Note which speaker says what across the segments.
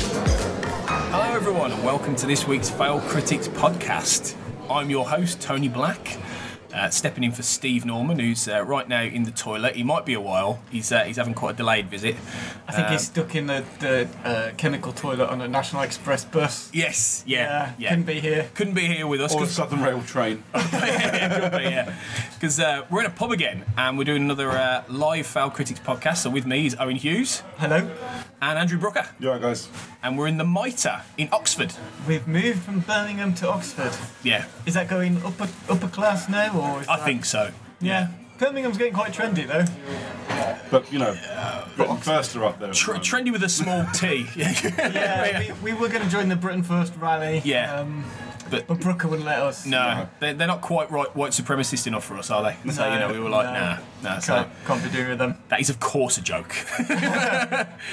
Speaker 1: Hello, everyone, and welcome to this week's Fail Critics podcast. I'm your host, Tony Black, uh, stepping in for Steve Norman, who's uh, right now in the toilet. He might be a while. He's uh, he's having quite a delayed visit.
Speaker 2: I think
Speaker 1: Um,
Speaker 2: he's stuck in the, the uh, chemical toilet on a National Express bus. Uh,
Speaker 1: Yes, yeah, yeah.
Speaker 2: Couldn't be here.
Speaker 1: Couldn't be here with us
Speaker 3: Or a
Speaker 1: 'cause-
Speaker 3: Southern Rail train.
Speaker 1: because uh, we're in a pub again, and we're doing another uh, live Foul Critics podcast. So with me is Owen Hughes
Speaker 2: Hello.
Speaker 1: and Andrew Brooker,
Speaker 3: You alright, guys?
Speaker 1: and we're in the Mitre in Oxford.
Speaker 2: We've moved from Birmingham to Oxford.
Speaker 1: Yeah,
Speaker 2: Is that going upper upper class now, or is
Speaker 1: I
Speaker 2: that-
Speaker 1: think so.
Speaker 2: Yeah. Birmingham's getting quite trendy though.
Speaker 3: But, you know, Britain First are up there. at the
Speaker 1: Tr-
Speaker 3: moment.
Speaker 1: trendy with a small T.
Speaker 2: Yeah. Uh, We, we were going to join the Britain First rally.
Speaker 1: Oh, Yeah.
Speaker 2: Um,
Speaker 1: But-
Speaker 2: but Brooker wouldn't let us.
Speaker 1: No, they're, they're not quite right white supremacist enough for us, are they? so you know, we were like, nah, nah. So
Speaker 2: Can't, can't be doing with them.
Speaker 1: that is of course a joke,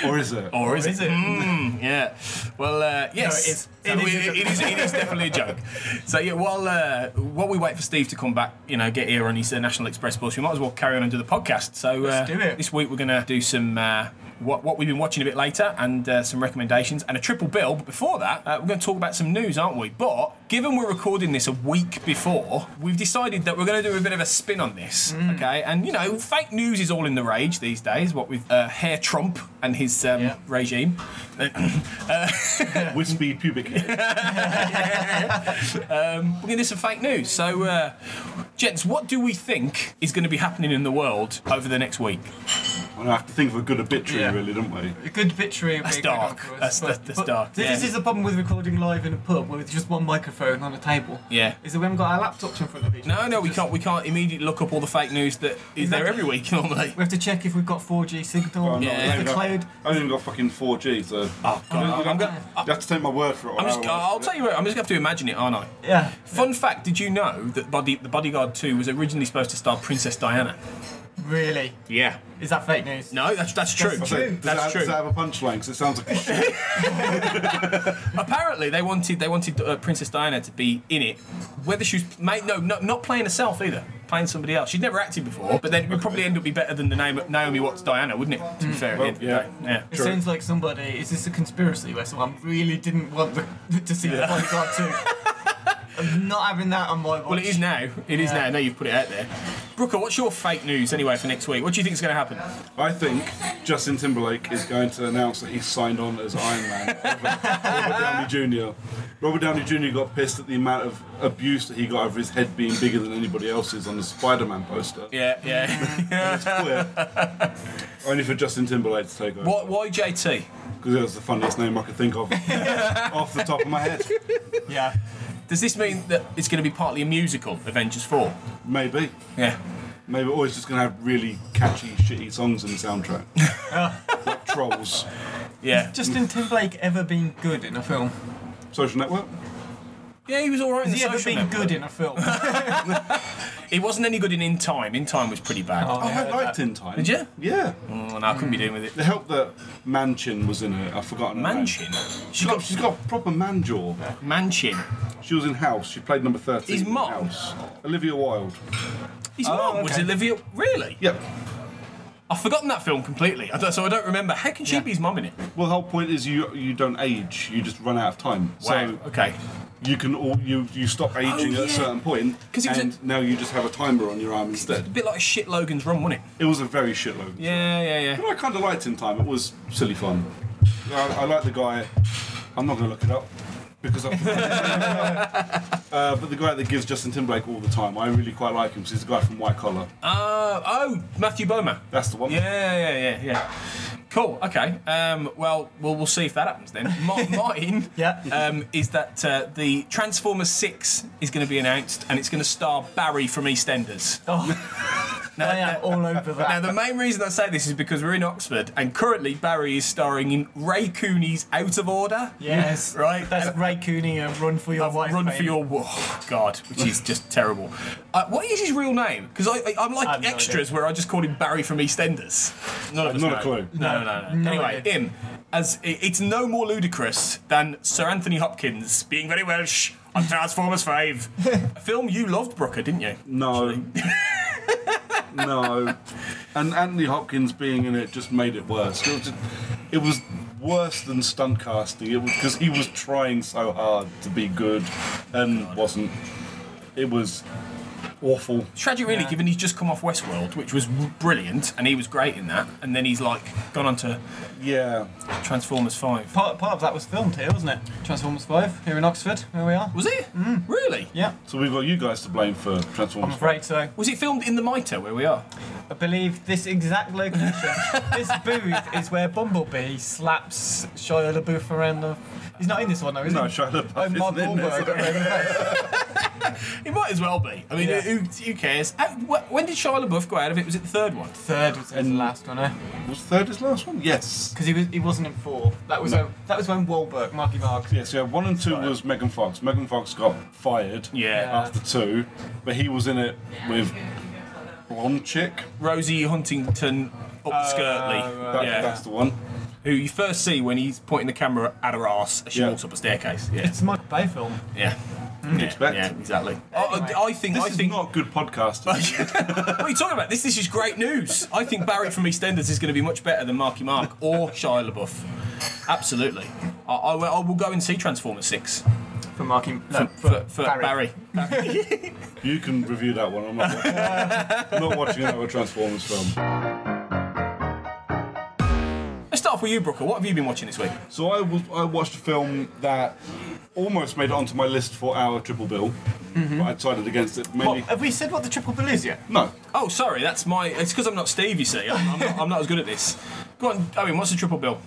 Speaker 3: Or is it?
Speaker 1: or is
Speaker 2: Is
Speaker 1: it?
Speaker 2: it?
Speaker 1: Mm, yeah. Well, uh, yes,
Speaker 2: No, it
Speaker 1: It,
Speaker 2: is. That
Speaker 1: is,
Speaker 2: is a joke.
Speaker 1: it is. It is definitely a joke. So yeah, while uh, while we wait for Steve to come back, you know, get here on his uh, National Express bus, we might as well carry on and do the podcast. So uh,
Speaker 2: Let's do it.
Speaker 1: This week we're gonna do some. Uh, what, what we've been watching a bit later and uh, some recommendations and a triple bill but before that uh, we're going to talk about some news aren't we but given we're recording this a week before we've decided that we're going to do a bit of a spin on this
Speaker 2: Mm.
Speaker 1: okay and you know fake news is all in the rage these days what with uh, hair trump and his um,
Speaker 2: Yeah.
Speaker 1: regime
Speaker 3: Wispy pubic hair.
Speaker 1: We're going to do some fake news. So, uh, gents, what do we think is going to be happening in the world over the next week?
Speaker 3: we have to think of a good obituary,
Speaker 2: Yeah.
Speaker 3: really, don't we?
Speaker 2: A good victory would
Speaker 1: That's
Speaker 2: be a good one
Speaker 1: dark.
Speaker 2: for
Speaker 1: That's-
Speaker 2: us, but-
Speaker 1: that's- that's
Speaker 2: but
Speaker 1: dark,
Speaker 2: This,
Speaker 1: yeah.
Speaker 2: this is the problem with recording live in a pub with just one microphone on a table.
Speaker 1: Yeah.
Speaker 2: Is that we haven't got our laptops in front of each
Speaker 1: No,
Speaker 2: other,
Speaker 1: no,
Speaker 2: so
Speaker 1: we
Speaker 2: just-
Speaker 1: can't. We can't immediately look up all the fake news that is there every week normally.
Speaker 2: We have to check if we've got 4G signal.
Speaker 3: Well, I'm not-
Speaker 1: Yeah.
Speaker 3: I haven't
Speaker 2: The
Speaker 3: got-
Speaker 2: cloud.
Speaker 3: I haven't even got fucking 4G, so.
Speaker 1: Oh God, I'm gonna,
Speaker 3: you have to take my word for it. or
Speaker 1: I'm just,
Speaker 3: our word
Speaker 1: I'll
Speaker 3: for
Speaker 1: tell
Speaker 3: it.
Speaker 1: you what. I'm just going to have to imagine it, aren't I?
Speaker 2: Yeah.
Speaker 1: Fun fact: Did you know that Body, the Bodyguard Two was originally supposed to star Princess Diana?
Speaker 2: Really?
Speaker 1: Yeah.
Speaker 2: Is that fake news?
Speaker 1: No, that's that's true.
Speaker 3: Does
Speaker 2: That's
Speaker 3: it-
Speaker 2: true.
Speaker 3: Does, that,
Speaker 1: That's
Speaker 3: have-
Speaker 1: true.
Speaker 3: does that have a punchline? Because it sounds like.
Speaker 1: Apparently, they wanted they wanted uh, Princess Diana to be in it, whether she was mate, no, no, not playing herself either, playing somebody else. She'd never acted before, but then it would probably end up be better than the name Naomi Watts Diana, wouldn't it? To be fair, at the end of the
Speaker 3: yeah.
Speaker 1: day. Mm. yeah.
Speaker 2: It sounds like somebody. Is this a conspiracy where someone really didn't want the, to see the bodyguard too? I'm not having that on my watch.
Speaker 1: Well, it is now. It is
Speaker 2: Yeah.
Speaker 1: now. Now you've put it out there. Brooker, what's your fake news anyway for next week? What do you think is going to happen?
Speaker 3: I think Justin Timberlake is going to announce that he's signed on as Iron Man. Robert Downey Jr. Robert Downey Jr. got pissed at the amount of abuse that he got over his head being bigger than anybody else's on the Spider-Man poster.
Speaker 1: Yeah, yeah.
Speaker 3: It's queer. Only for Justin Timberlake to take over.
Speaker 1: Why, why JT?
Speaker 3: Because it was the funniest name I could think of off the top of my head.
Speaker 2: Yeah.
Speaker 1: Does this mean that it's going to be partly a musical, Avengers 4?
Speaker 3: Maybe.
Speaker 1: Yeah.
Speaker 3: Maybe always just going to have really catchy, shitty songs in the soundtrack. like Trolls.
Speaker 1: Yeah.
Speaker 2: Justin Timberlake ever been good in a film?
Speaker 3: Social Network?
Speaker 1: Yeah, he was all right in
Speaker 2: Has
Speaker 1: the
Speaker 2: he ever
Speaker 1: social
Speaker 2: been
Speaker 1: network.
Speaker 2: good in a film?
Speaker 1: He wasn't any good in In Time. In Time was pretty bad.
Speaker 2: Oh,
Speaker 3: Oh,
Speaker 2: yeah.
Speaker 3: I liked In Time.
Speaker 1: Did you?
Speaker 3: Yeah.
Speaker 1: Oh, no, I couldn't be doing with it.
Speaker 3: The help that Manchin was in it, I've forgotten. her name.
Speaker 1: Manchin.
Speaker 3: She's got, she's got proper man jaw.
Speaker 1: Manchin.
Speaker 3: She was in House. She played number 13.
Speaker 1: His
Speaker 3: in
Speaker 1: mum?
Speaker 3: House. Olivia Wilde.
Speaker 1: His mum was
Speaker 2: okay.
Speaker 1: Olivia. Really?
Speaker 3: Yep.
Speaker 1: I've forgotten that film completely. I don't, so I don't remember. How can she be his mum in it?
Speaker 3: Well, the whole point is you you don't age. You just run out of time.
Speaker 1: Wow.
Speaker 3: So
Speaker 1: okay. Oh,
Speaker 3: you you can all you you stop aging at a
Speaker 1: yeah.
Speaker 3: certain point,
Speaker 1: 'Cause it was a-
Speaker 3: and now you just have a timer on your arm
Speaker 1: A
Speaker 3: instead.
Speaker 1: bit like shit Logan's Run, wasn't it?
Speaker 3: It was a very shitload.
Speaker 1: Yeah, yeah, yeah.
Speaker 3: But I kind of liked in time. It was silly fun. I, I like the guy. I'm not gonna look it up because I. uh, but the guy that gives Justin Timberlake all the time, I really quite like him. 'cause he's the guy from White Collar.
Speaker 1: Uh, oh, Matthew Boma.
Speaker 3: That's the one.
Speaker 1: Yeah, yeah, yeah, yeah. Cool. Okay. Um, well, well, we'll see if that happens then. Mi- Mine
Speaker 2: Yeah.
Speaker 1: um, is that uh, the Transformers Six is going to be announced, and it's going to star Barry from EastEnders.
Speaker 2: Oh. I am all over that.
Speaker 1: Now, the main reason I say this is because we're in Oxford, and currently Barry is starring in Ray Cooney's Out of Order.
Speaker 2: yes,
Speaker 1: Right.
Speaker 2: That's Ray Cooney and Run for Your Life.
Speaker 1: Run for
Speaker 2: fame.
Speaker 1: your oh, God, which is just terrible. Uh, what is his real name? Because I, I, I'm like
Speaker 2: I have no
Speaker 1: extras where I just call him Barry from EastEnders. None of us
Speaker 3: Not a
Speaker 1: know.
Speaker 3: clue.
Speaker 1: No, no, no.
Speaker 2: No
Speaker 1: anyway,
Speaker 2: idea.
Speaker 1: him as i- it's no more ludicrous than Sir Anthony Hopkins being very Welsh on Transformers Five, a film you loved, Brooker, didn't you?
Speaker 3: No. no. And Anthony Hopkins being in it just made it worse. It was, just- it was worse than stunt casting. It was because he was trying so hard to be good and wasn't. It was awful.
Speaker 1: Tragic, really, given he's just come off Westworld, which was w- brilliant, and he was great in that, and then he's like gone on to
Speaker 3: Yeah.
Speaker 1: Transformers Five.
Speaker 2: Part, part of that was filmed here, wasn't it? Transformers 5, here in Oxford, where we are.
Speaker 1: Was it really?
Speaker 2: Yeah,
Speaker 3: So we've got you guys to blame for
Speaker 2: I'm
Speaker 3: Transformers.
Speaker 2: afraid so.
Speaker 1: Was it filmed in the Mitre where we are?
Speaker 2: I believe this exact location, this booth, is where Bumblebee slaps Shia LaBeouf around the. He's not in this one though, is
Speaker 3: No,
Speaker 2: he?
Speaker 3: Shia LaBeouf
Speaker 2: Oh,
Speaker 3: isn't
Speaker 2: Mark
Speaker 3: in this.
Speaker 2: Wahlberg got around
Speaker 1: It might as well be. I mean,
Speaker 2: Yeah.
Speaker 1: who, who cares? Uh, wh- When did Shia LaBeouf go out of it? Was it the third one?
Speaker 2: the Third was his last one, eh?
Speaker 3: Was third his last one? Yes.
Speaker 2: Because he was he wasn't in four. That was when, that was when Wahlberg, Marky Mark.
Speaker 3: Yes, yeah, one and two was Megan Fox. Megan Fox got fired
Speaker 1: Yeah.
Speaker 3: after two, but he was in it with blonde chick.
Speaker 1: Rosie Huntington Uh, Upskirtley.
Speaker 3: That,
Speaker 1: yeah.
Speaker 3: That's the one.
Speaker 1: who you first see when he's pointing the camera at her ass as she
Speaker 3: Yeah.
Speaker 1: walks up a staircase. Yeah,
Speaker 2: It's a Michael Bay film.
Speaker 1: yeah, yeah,
Speaker 3: expect.
Speaker 1: yeah, exactly. I,
Speaker 2: Anyway,
Speaker 1: I- I think.
Speaker 3: This
Speaker 1: I
Speaker 3: is
Speaker 1: think.
Speaker 3: not good podcasting.
Speaker 1: what are you talking about? This this is great news. I think Barrett from EastEnders is going to be much better than Marky Mark or Shia LaBeouf. Absolutely. I, I, will- I will go and see Transformers Six
Speaker 2: For Marky. No,
Speaker 1: for, for
Speaker 2: Barry.
Speaker 1: Barry.
Speaker 3: You can review that one. I'm not watching, not watching another Transformers film.
Speaker 1: Let's start off with you, Brooker. What have you been watching this week?
Speaker 3: So I was I watched a film that almost made it onto my list for our triple bill, but I decided against it
Speaker 2: What,
Speaker 3: mainly.
Speaker 2: have we said what the triple bill is yet?
Speaker 3: No,
Speaker 1: Oh, sorry, that's my. It's because I'm not Steve. You see, I'm, I'm, not, I'm not as good at this. Go on, Owen. What's the triple bill?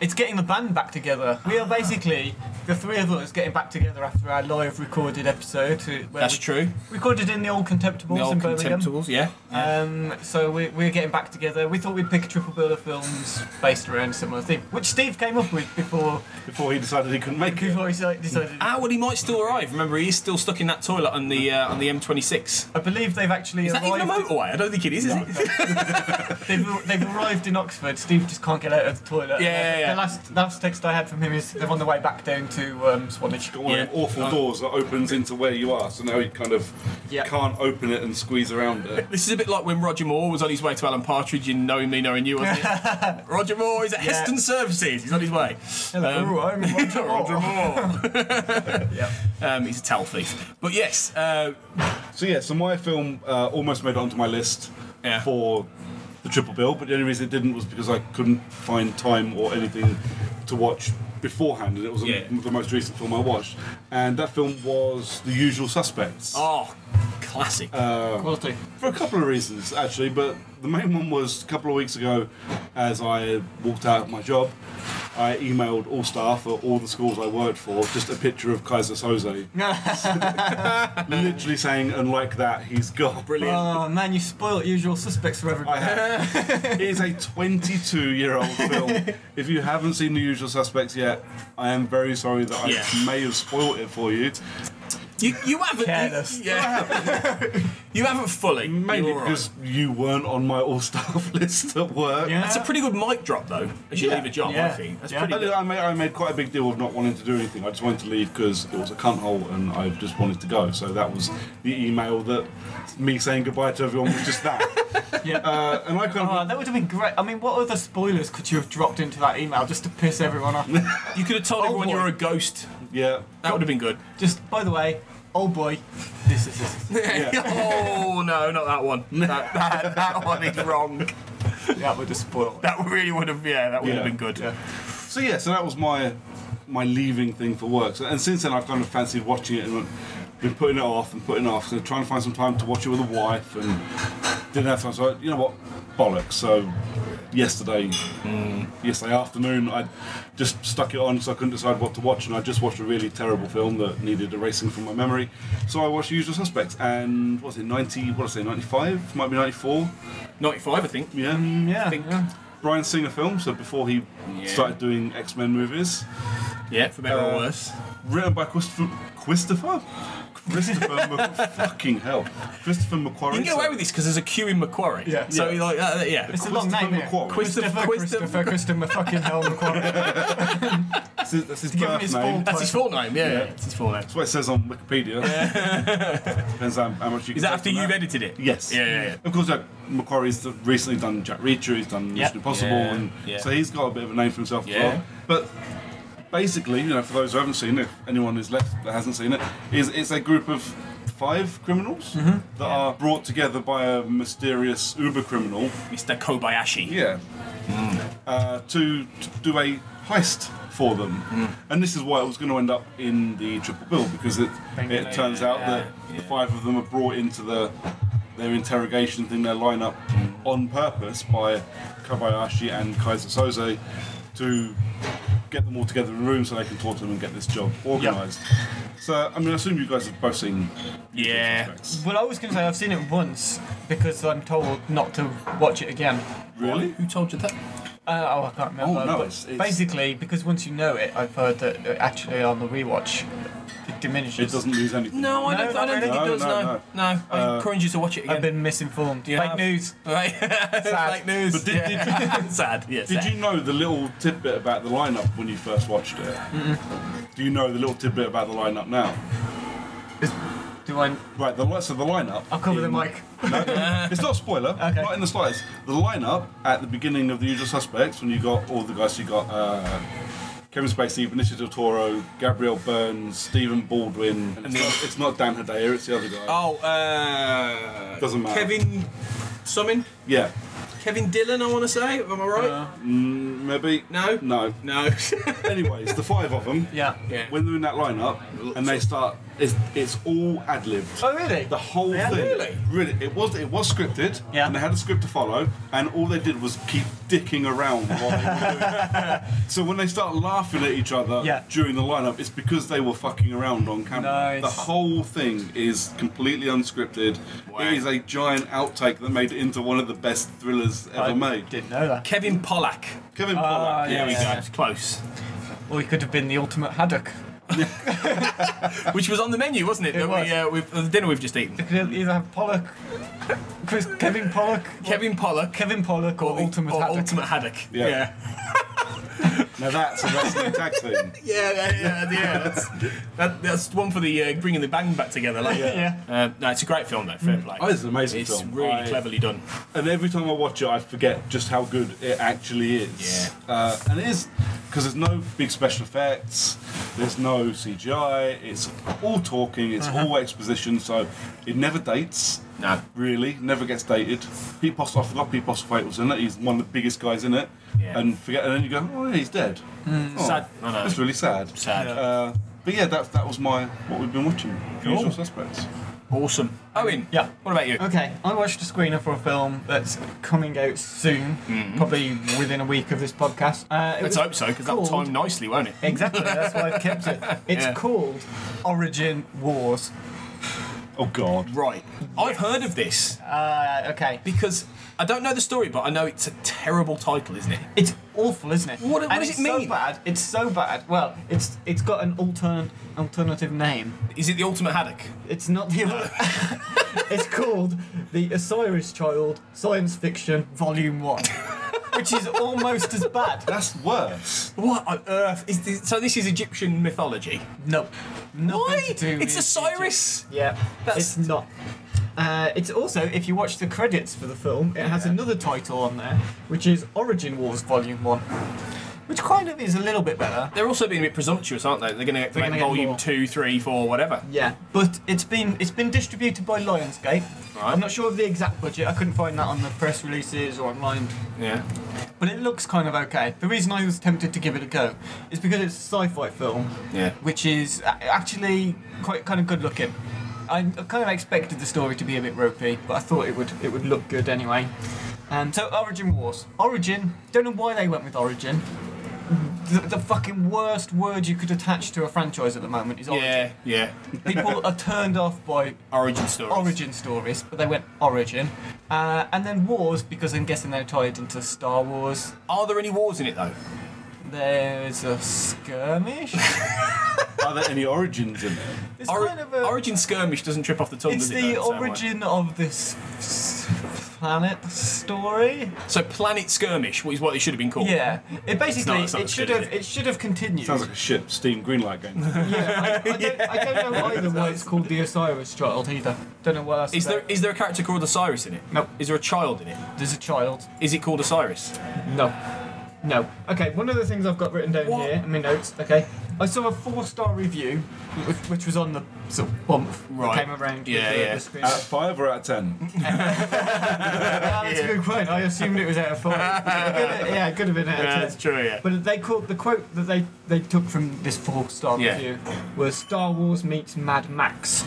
Speaker 2: It's getting the band back together. We are basically the three of us getting back together after our live recorded episode. uh, Where
Speaker 1: That's
Speaker 2: we-
Speaker 1: true.
Speaker 2: Recorded in the old Contemptibles
Speaker 1: The
Speaker 2: in
Speaker 1: old
Speaker 2: Birmingham.
Speaker 1: contemptibles. Yeah.
Speaker 2: Um, so we, we're getting back together. We thought we'd pick a triple bill of films based around a similar theme, which Steve came up with before
Speaker 3: before he decided he couldn't make it.
Speaker 2: before he deci- decided.
Speaker 1: Ah, well, he might still arrive. Remember, he's still stuck in that toilet on the uh, on the M26. Is
Speaker 2: I believe they've actually
Speaker 1: that
Speaker 2: arrived.
Speaker 1: even a motorway? I don't think it is, is it?
Speaker 2: they've, they've arrived in Oxford. Steve just can't get out of the toilet.
Speaker 1: Yeah, yeah, yeah.
Speaker 2: The last last text I had from him is they're on the way back down to um, Swanage.
Speaker 3: Got one of them
Speaker 1: Yeah.
Speaker 3: awful doors that opens into where you are, so now he kind of
Speaker 2: Yeah.
Speaker 3: can't open it and squeeze around it.
Speaker 1: This is a bit like when Roger Moore was on his way to Alan Partridge in Knowing Me, Knowing You, wasn't it? Roger Moore is at
Speaker 2: Yeah.
Speaker 1: Heston Services. He's on his way. Um,
Speaker 2: Hello, I'm Roger
Speaker 1: Roger
Speaker 2: Moore.
Speaker 1: Moore.
Speaker 2: Yeah.
Speaker 1: um, he's a towel thief. But yes, uh,
Speaker 3: So yeah, so my film uh, almost made it onto my list
Speaker 1: Yeah.
Speaker 3: for the triple bill, but the only reason it didn't was because I couldn't find time or anything to watch beforehand, and it was
Speaker 1: Yeah.
Speaker 3: the most recent film I watched, and that film was The Usual Suspects.
Speaker 1: oh, classic.
Speaker 2: Quality.
Speaker 3: For a couple of reasons, actually, but the main one was a couple of weeks ago, as I walked out of my job, I emailed all staff at all the schools I worked for just a picture of Kaiser Soze, literally saying, and like that, he's got
Speaker 1: Brilliant.
Speaker 2: oh man, you spoil usual suspects for everybody.
Speaker 3: I have. it is a 22 year old film. If you haven't seen The Usual Suspects yet, I am very sorry that I
Speaker 1: Yeah.
Speaker 3: may have spoiled it for you.
Speaker 1: You, you haven't.
Speaker 2: Careless.
Speaker 1: You, yeah. you haven't fully.
Speaker 3: Mainly
Speaker 1: You're all right.
Speaker 3: because you weren't on my all-staff list at work.
Speaker 2: Yeah.
Speaker 1: That's a pretty good mic drop, though, as you
Speaker 3: Yeah.
Speaker 1: leave a job, I
Speaker 2: Yeah.
Speaker 1: think. That's
Speaker 2: Yeah.
Speaker 1: pretty
Speaker 3: I, did-
Speaker 1: good.
Speaker 3: I made, I made quite a big deal of not wanting to do anything. I just wanted to leave because it was a cunthole and I just wanted to go. So that was the email that me saying goodbye to everyone was just that.
Speaker 2: Yeah.
Speaker 3: uh, and I kind
Speaker 2: Oh,
Speaker 3: of
Speaker 2: that would have been great. I mean, what other spoilers could you have dropped into that email just to piss everyone off?
Speaker 1: You could have told everyone you
Speaker 2: boy.
Speaker 1: were a ghost.
Speaker 3: yeah.
Speaker 1: That would have been good.
Speaker 2: just, by the way, old boy, this is this. is-
Speaker 1: oh, no, not that one. That, that, that one is wrong.
Speaker 2: That would have spoiled.
Speaker 1: That really would have, yeah, that would have
Speaker 3: Yeah.
Speaker 1: been good.
Speaker 2: Yeah.
Speaker 3: So yeah, so that was my my leaving thing for work. So, and since then, I've kind of fancied watching it and been putting it off and putting it off. So trying to find some time to watch it with a wife and didn't have time. So I- you know what, bollocks. So yesterday, yesterday afternoon, I just stuck it on so I couldn't decide what to watch, and I just watched a really terrible film that needed erasing from my memory. So I watched Usual Suspects, and what was it ninety? What did I say? Ninety five? Might be ninety four.
Speaker 1: 95, I think.
Speaker 3: Yeah.
Speaker 2: Yeah,
Speaker 1: think-
Speaker 2: yeah.
Speaker 3: Brian Singer film. So before he started doing X Men movies.
Speaker 1: Yeah, for better
Speaker 3: Uh,
Speaker 1: or worse.
Speaker 3: written by Christopher Christopher Christopher Mc- fucking hell Christopher McQuarrie.
Speaker 1: You can get away with this because there's a queue in Macquarie.
Speaker 2: Yeah.
Speaker 1: So,
Speaker 3: Yeah.
Speaker 1: like, uh, yeah.
Speaker 2: It's a long
Speaker 3: Christopher
Speaker 2: name. isn't it?
Speaker 3: McQuarrie.
Speaker 2: Christopher,
Speaker 1: Christopher-
Speaker 2: Christopher, Christopher, fucking hell, McQuarrie.
Speaker 3: That's his, that's his
Speaker 2: give him
Speaker 3: birth
Speaker 2: his
Speaker 3: name.
Speaker 2: full-
Speaker 3: That's
Speaker 1: That's his full name, yeah.
Speaker 3: Yeah.
Speaker 1: It's his full name.
Speaker 3: what it says on Wikipedia. Depends how, how much you.
Speaker 1: Is that
Speaker 3: can take
Speaker 1: after
Speaker 3: from
Speaker 1: you've edited it?
Speaker 3: Yes.
Speaker 1: Yeah, yeah, yeah.
Speaker 3: Of course, like, Macquarie's th- recently done Jack Reacher. He's done
Speaker 2: Yep.
Speaker 3: Mission Impossible,
Speaker 1: Yeah,
Speaker 3: and
Speaker 1: yeah.
Speaker 3: so he's got a bit of a name for himself as
Speaker 1: Yeah.
Speaker 3: well. But basically, you know, for those who haven't seen it, if anyone is left that hasn't seen it, is it's a group of five criminals
Speaker 1: Mm-hmm.
Speaker 3: that are brought together by a mysterious uber criminal
Speaker 1: Mr. Kobayashi.
Speaker 3: Yeah. Uh, to, to do a heist for them. And this is why it was going to end up in the triple bill because it, it turns out that the five of them are brought into the their interrogation thing, their lineup, on purpose by Kobayashi and Kaiser Soze to get them all together in a room so they can talk to them and get this job organised. So, I mean, I assume you guys have both seen.
Speaker 1: Yeah.
Speaker 3: Suspects.
Speaker 2: well, I was going to say I've seen it once because I'm told not to watch it again.
Speaker 3: Really?
Speaker 1: Who told you that?
Speaker 2: Uh, oh, I can't remember.
Speaker 3: Oh, no,
Speaker 2: but
Speaker 3: it's- it's-
Speaker 2: Basically, because once you know it, I've heard that uh, actually on the rewatch, it diminishes.
Speaker 3: It doesn't lose anything.
Speaker 1: No, I
Speaker 2: No,
Speaker 1: don't, I don't
Speaker 2: not
Speaker 1: think it
Speaker 3: really.
Speaker 1: does, no.
Speaker 3: No,
Speaker 1: No, I
Speaker 3: Uh,
Speaker 1: encourage you to watch it again.
Speaker 2: I've been misinformed.
Speaker 1: You
Speaker 2: Fake
Speaker 1: have.
Speaker 2: news.
Speaker 1: Right. Fake news.
Speaker 3: But did-
Speaker 1: yeah. sad. Yeah,
Speaker 3: Did
Speaker 1: sad.
Speaker 3: you know the little tidbit about the lineup when you first watched it? Do you know the little tidbit about the lineup now?
Speaker 2: Do I?
Speaker 3: Right, the li- so the lineup.
Speaker 2: I'll cover the
Speaker 3: in-
Speaker 2: mic.
Speaker 3: No, it's not a spoiler.
Speaker 2: Okay.
Speaker 3: Not in the slightest. The lineup at the beginning of the usual suspects when you got all the guys you got. Uh, Kevin Spacey, Benicio del Toro, Gabriel Burns, Stephen Baldwin. And it's,
Speaker 1: the-
Speaker 3: not, it's not Dan Hedaya, it's the other guy.
Speaker 1: Oh, uh.
Speaker 3: Doesn't matter.
Speaker 1: Kevin. Something?
Speaker 3: Yeah,
Speaker 1: Kevin Dillon, I want to say. Am I right?
Speaker 3: maybe.
Speaker 1: No?
Speaker 3: No.
Speaker 1: no.
Speaker 3: Anyways, the five of them.
Speaker 2: Yeah.
Speaker 1: yeah.
Speaker 3: When they're in that lineup and they start, it's, it's all ad libbed.
Speaker 2: Oh really?
Speaker 3: The whole
Speaker 2: Yeah,
Speaker 3: thing.
Speaker 1: really?
Speaker 3: it was it was scripted,
Speaker 2: Yeah.
Speaker 3: and they had a script to follow, and all they did was keep dicking around while they were doing it. So when they start laughing at each other
Speaker 2: Yeah.
Speaker 3: during the lineup, it's because they were fucking around on camera.
Speaker 2: Nice.
Speaker 3: The whole thing is completely unscripted. It is a giant outtake that made it into one of the best thrillers ever
Speaker 2: I Ah,
Speaker 3: made.
Speaker 2: didn't know that.
Speaker 1: Kevin Pollack.
Speaker 3: Kevin Pollak.
Speaker 1: There we
Speaker 2: Yeah.
Speaker 1: go. It's close.
Speaker 2: Or he could have been the ultimate haddock.
Speaker 1: Which was on the menu, wasn't it?
Speaker 2: It
Speaker 1: that
Speaker 2: was.
Speaker 1: We, uh, we've, uh, the dinner we've just eaten.
Speaker 2: Could either have Pollock, Chris, Kevin Pollock,
Speaker 1: Kevin Pollack.
Speaker 2: Kevin Pollock, or,
Speaker 1: the-
Speaker 2: ultimate
Speaker 1: or
Speaker 2: haddock.
Speaker 1: Ultimate Haddock.
Speaker 3: Yeah.
Speaker 1: Yeah.
Speaker 3: Now that's a wrestling tag team.
Speaker 1: Yeah, yeah, yeah. yeah. That's, that, that's one for the uh, bringing the band back together. Like,
Speaker 2: Yeah.
Speaker 1: Uh, no, it's a great film though. Fair play.
Speaker 3: Oh, it's an amazing
Speaker 1: it's
Speaker 3: film.
Speaker 1: really
Speaker 3: I-
Speaker 1: cleverly done.
Speaker 3: and every time I watch it, I forget just how good it actually is.
Speaker 1: Yeah.
Speaker 3: Uh, and it is because there's no big special effects, there's no CGI. It's all talking. It's all exposition. So it never dates.
Speaker 1: No.
Speaker 3: Really, never gets dated. Pete Postlewaite, I forgot Pete Postlewaite was in it. He's one of the biggest guys in it.
Speaker 1: Yeah.
Speaker 3: And forget, and then you go, oh, yeah, he's dead. Oh,
Speaker 1: Sad. I know.
Speaker 3: That's really sad.
Speaker 1: Sad.
Speaker 3: Uh, but yeah, that's that was my what we've been watching. Usual Suspects.
Speaker 1: Awesome. Owen.
Speaker 2: Yeah.
Speaker 1: What about you?
Speaker 2: Okay, I watched a screener for a film that's coming out soon, probably within a week of this podcast. Uh,
Speaker 1: Mm-hmm.
Speaker 2: it
Speaker 1: Let's
Speaker 2: was
Speaker 1: hope so, because that'll
Speaker 2: called-
Speaker 1: time nicely, won't it?
Speaker 2: Exactly, that's why I've kept it. It's
Speaker 1: Yeah.
Speaker 2: called Origin Wars.
Speaker 3: Oh God.
Speaker 1: Right. I've heard of this
Speaker 2: Uh, okay.
Speaker 1: because I don't know the story, but I know it's a terrible title, isn't it?
Speaker 2: It's awful, isn't it?
Speaker 1: What- what
Speaker 2: and
Speaker 1: does
Speaker 2: it's
Speaker 1: it
Speaker 2: So
Speaker 1: mean?
Speaker 2: bad. It's so bad. Well, it's it's got an altern alternative name.
Speaker 1: Is it the Ultimate Haddock?
Speaker 2: It's not the. it's called the Osiris Child Science Fiction Volume One, which is almost as bad.
Speaker 3: That's worse.
Speaker 1: What on earth is this? So this is Egyptian mythology.
Speaker 2: No, nothing
Speaker 1: Why?
Speaker 2: to do
Speaker 1: It's
Speaker 2: with
Speaker 1: Osiris.
Speaker 2: Egypt. Yeah,
Speaker 1: That's-
Speaker 2: it's not. Uh, it's also, if you watch the credits for the film, it has another title on there, which is Origin Wars Volume One, which kind of is a little bit better.
Speaker 1: They're also being a bit presumptuous, aren't they? They're going to
Speaker 2: They're gonna
Speaker 1: make
Speaker 2: get
Speaker 1: volume
Speaker 2: more.
Speaker 1: two, three, four, whatever.
Speaker 2: Yeah, but it's been it's been distributed by Lionsgate.
Speaker 1: Right.
Speaker 2: I'm not sure of the exact budget. I couldn't find that on the press releases or online.
Speaker 1: Yeah.
Speaker 2: But it looks kind of okay. The reason I was tempted to give it a go is because it's a sci-fi film,
Speaker 1: Yeah.
Speaker 2: which is a- actually quite kind of good looking. I I kind of expected the story to be a bit ropey, but I thought it would it would look good anyway. Um, so Origin Wars, Origin. Don't know why they went with Origin. The, the fucking worst word you could attach to a franchise at the moment is Origin.
Speaker 1: Yeah. Yeah.
Speaker 2: People are turned off by
Speaker 1: Origin story.
Speaker 2: origin stories, but they went origin. Uh, and then wars, because I'm guessing they're tied into Star Wars.
Speaker 1: Are there any wars in it though?
Speaker 2: There's a skirmish.
Speaker 3: Are there any origins in there?
Speaker 2: It's
Speaker 1: Ori-
Speaker 2: kind of a.
Speaker 1: Origin skirmish doesn't trip off the tongue.
Speaker 2: it's
Speaker 1: does it,
Speaker 2: the
Speaker 1: though, in same way?
Speaker 2: origin of this s- planet story.
Speaker 1: So planet skirmish is what it should have been called.
Speaker 2: Yeah, it basically
Speaker 1: it's not
Speaker 2: it
Speaker 1: as
Speaker 2: should
Speaker 1: good,
Speaker 2: have
Speaker 1: is it?
Speaker 2: it should have continued.
Speaker 3: Sounds like a shit Steam Greenlight game.
Speaker 2: yeah, I, I, don't, I don't know either why it's called the Osiris Child either. Don't know why. else.
Speaker 1: Is there is there a character called Osiris in it?
Speaker 2: Nope.
Speaker 1: Is there a child in it?
Speaker 2: There's a child.
Speaker 1: Is it called Osiris?
Speaker 2: No. No. Okay, one of the things I've got written down
Speaker 1: What?
Speaker 2: here in my notes, okay, I saw a four star review, which, which was on the sort of bump
Speaker 1: Right.
Speaker 2: that came around
Speaker 1: Yeah,
Speaker 2: with the,
Speaker 1: yeah. Uh,
Speaker 2: the screen.
Speaker 3: Out of five or out of ten?
Speaker 2: Ah, that's a good quote. I assumed it was out of four. It could have- yeah, it could have been out of ten.
Speaker 1: true. Yeah.
Speaker 2: But they called the quote that they, they took from this four star
Speaker 1: Yeah.
Speaker 2: review was Star Wars meets Mad Max.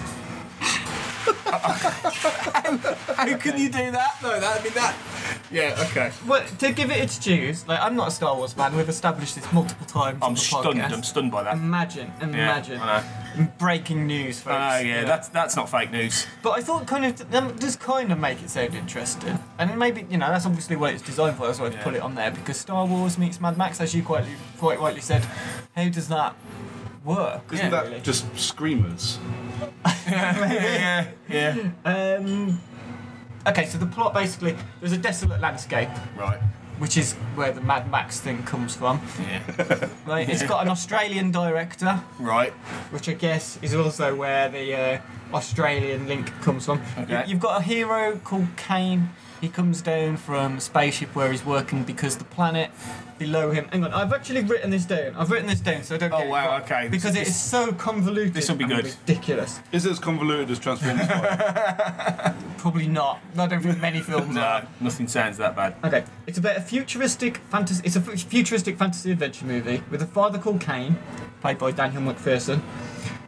Speaker 1: How can you do that though? That'd be that. Yeah. Okay.
Speaker 2: Well, to give it its dues, like I'm not a Star Wars fan. We've established this multiple times. on
Speaker 1: I'm
Speaker 2: the
Speaker 1: stunned.
Speaker 2: podcast.
Speaker 1: I'm stunned by that.
Speaker 2: Imagine, imagine.
Speaker 1: I know.
Speaker 2: Breaking news, folks.
Speaker 1: Oh yeah, that's that's not fake news.
Speaker 2: But I thought kind of that does kind of make it sound interesting, and maybe you know that's obviously what it's designed for. That's why I
Speaker 1: Yeah.
Speaker 2: put it on there because Star Wars meets Mad Max, as you quite quite rightly said. How does that work?
Speaker 3: Isn't that just screamers?
Speaker 1: yeah, yeah.
Speaker 2: Um, okay, so the plot basically there's a desolate landscape,
Speaker 1: Right.
Speaker 2: which is where the Mad Max thing comes from.
Speaker 1: Yeah.
Speaker 2: Right, it's got an Australian director,
Speaker 1: Right.
Speaker 2: which I guess is also where the uh, Australian link comes from.
Speaker 1: Okay.
Speaker 2: You, you've got a hero called Kane. He comes down from a spaceship where he's working because the planet below him. Hang on, I've actually written this down. I've written this down, so I don't.
Speaker 1: Oh,
Speaker 2: get it
Speaker 1: wow,
Speaker 2: wrong,
Speaker 1: okay. This
Speaker 2: Because
Speaker 1: is-
Speaker 2: it is so convoluted.
Speaker 1: this'll be
Speaker 2: and
Speaker 1: good.
Speaker 2: Ridiculous.
Speaker 3: Is it as convoluted as Transformers 5?
Speaker 2: Probably not. I don't think many films
Speaker 1: No,
Speaker 2: are.
Speaker 1: nothing sounds that bad.
Speaker 2: Okay, it's about a futuristic fantasy. It's a fu- futuristic fantasy adventure movie with a father called Kane, played by Daniel McPherson,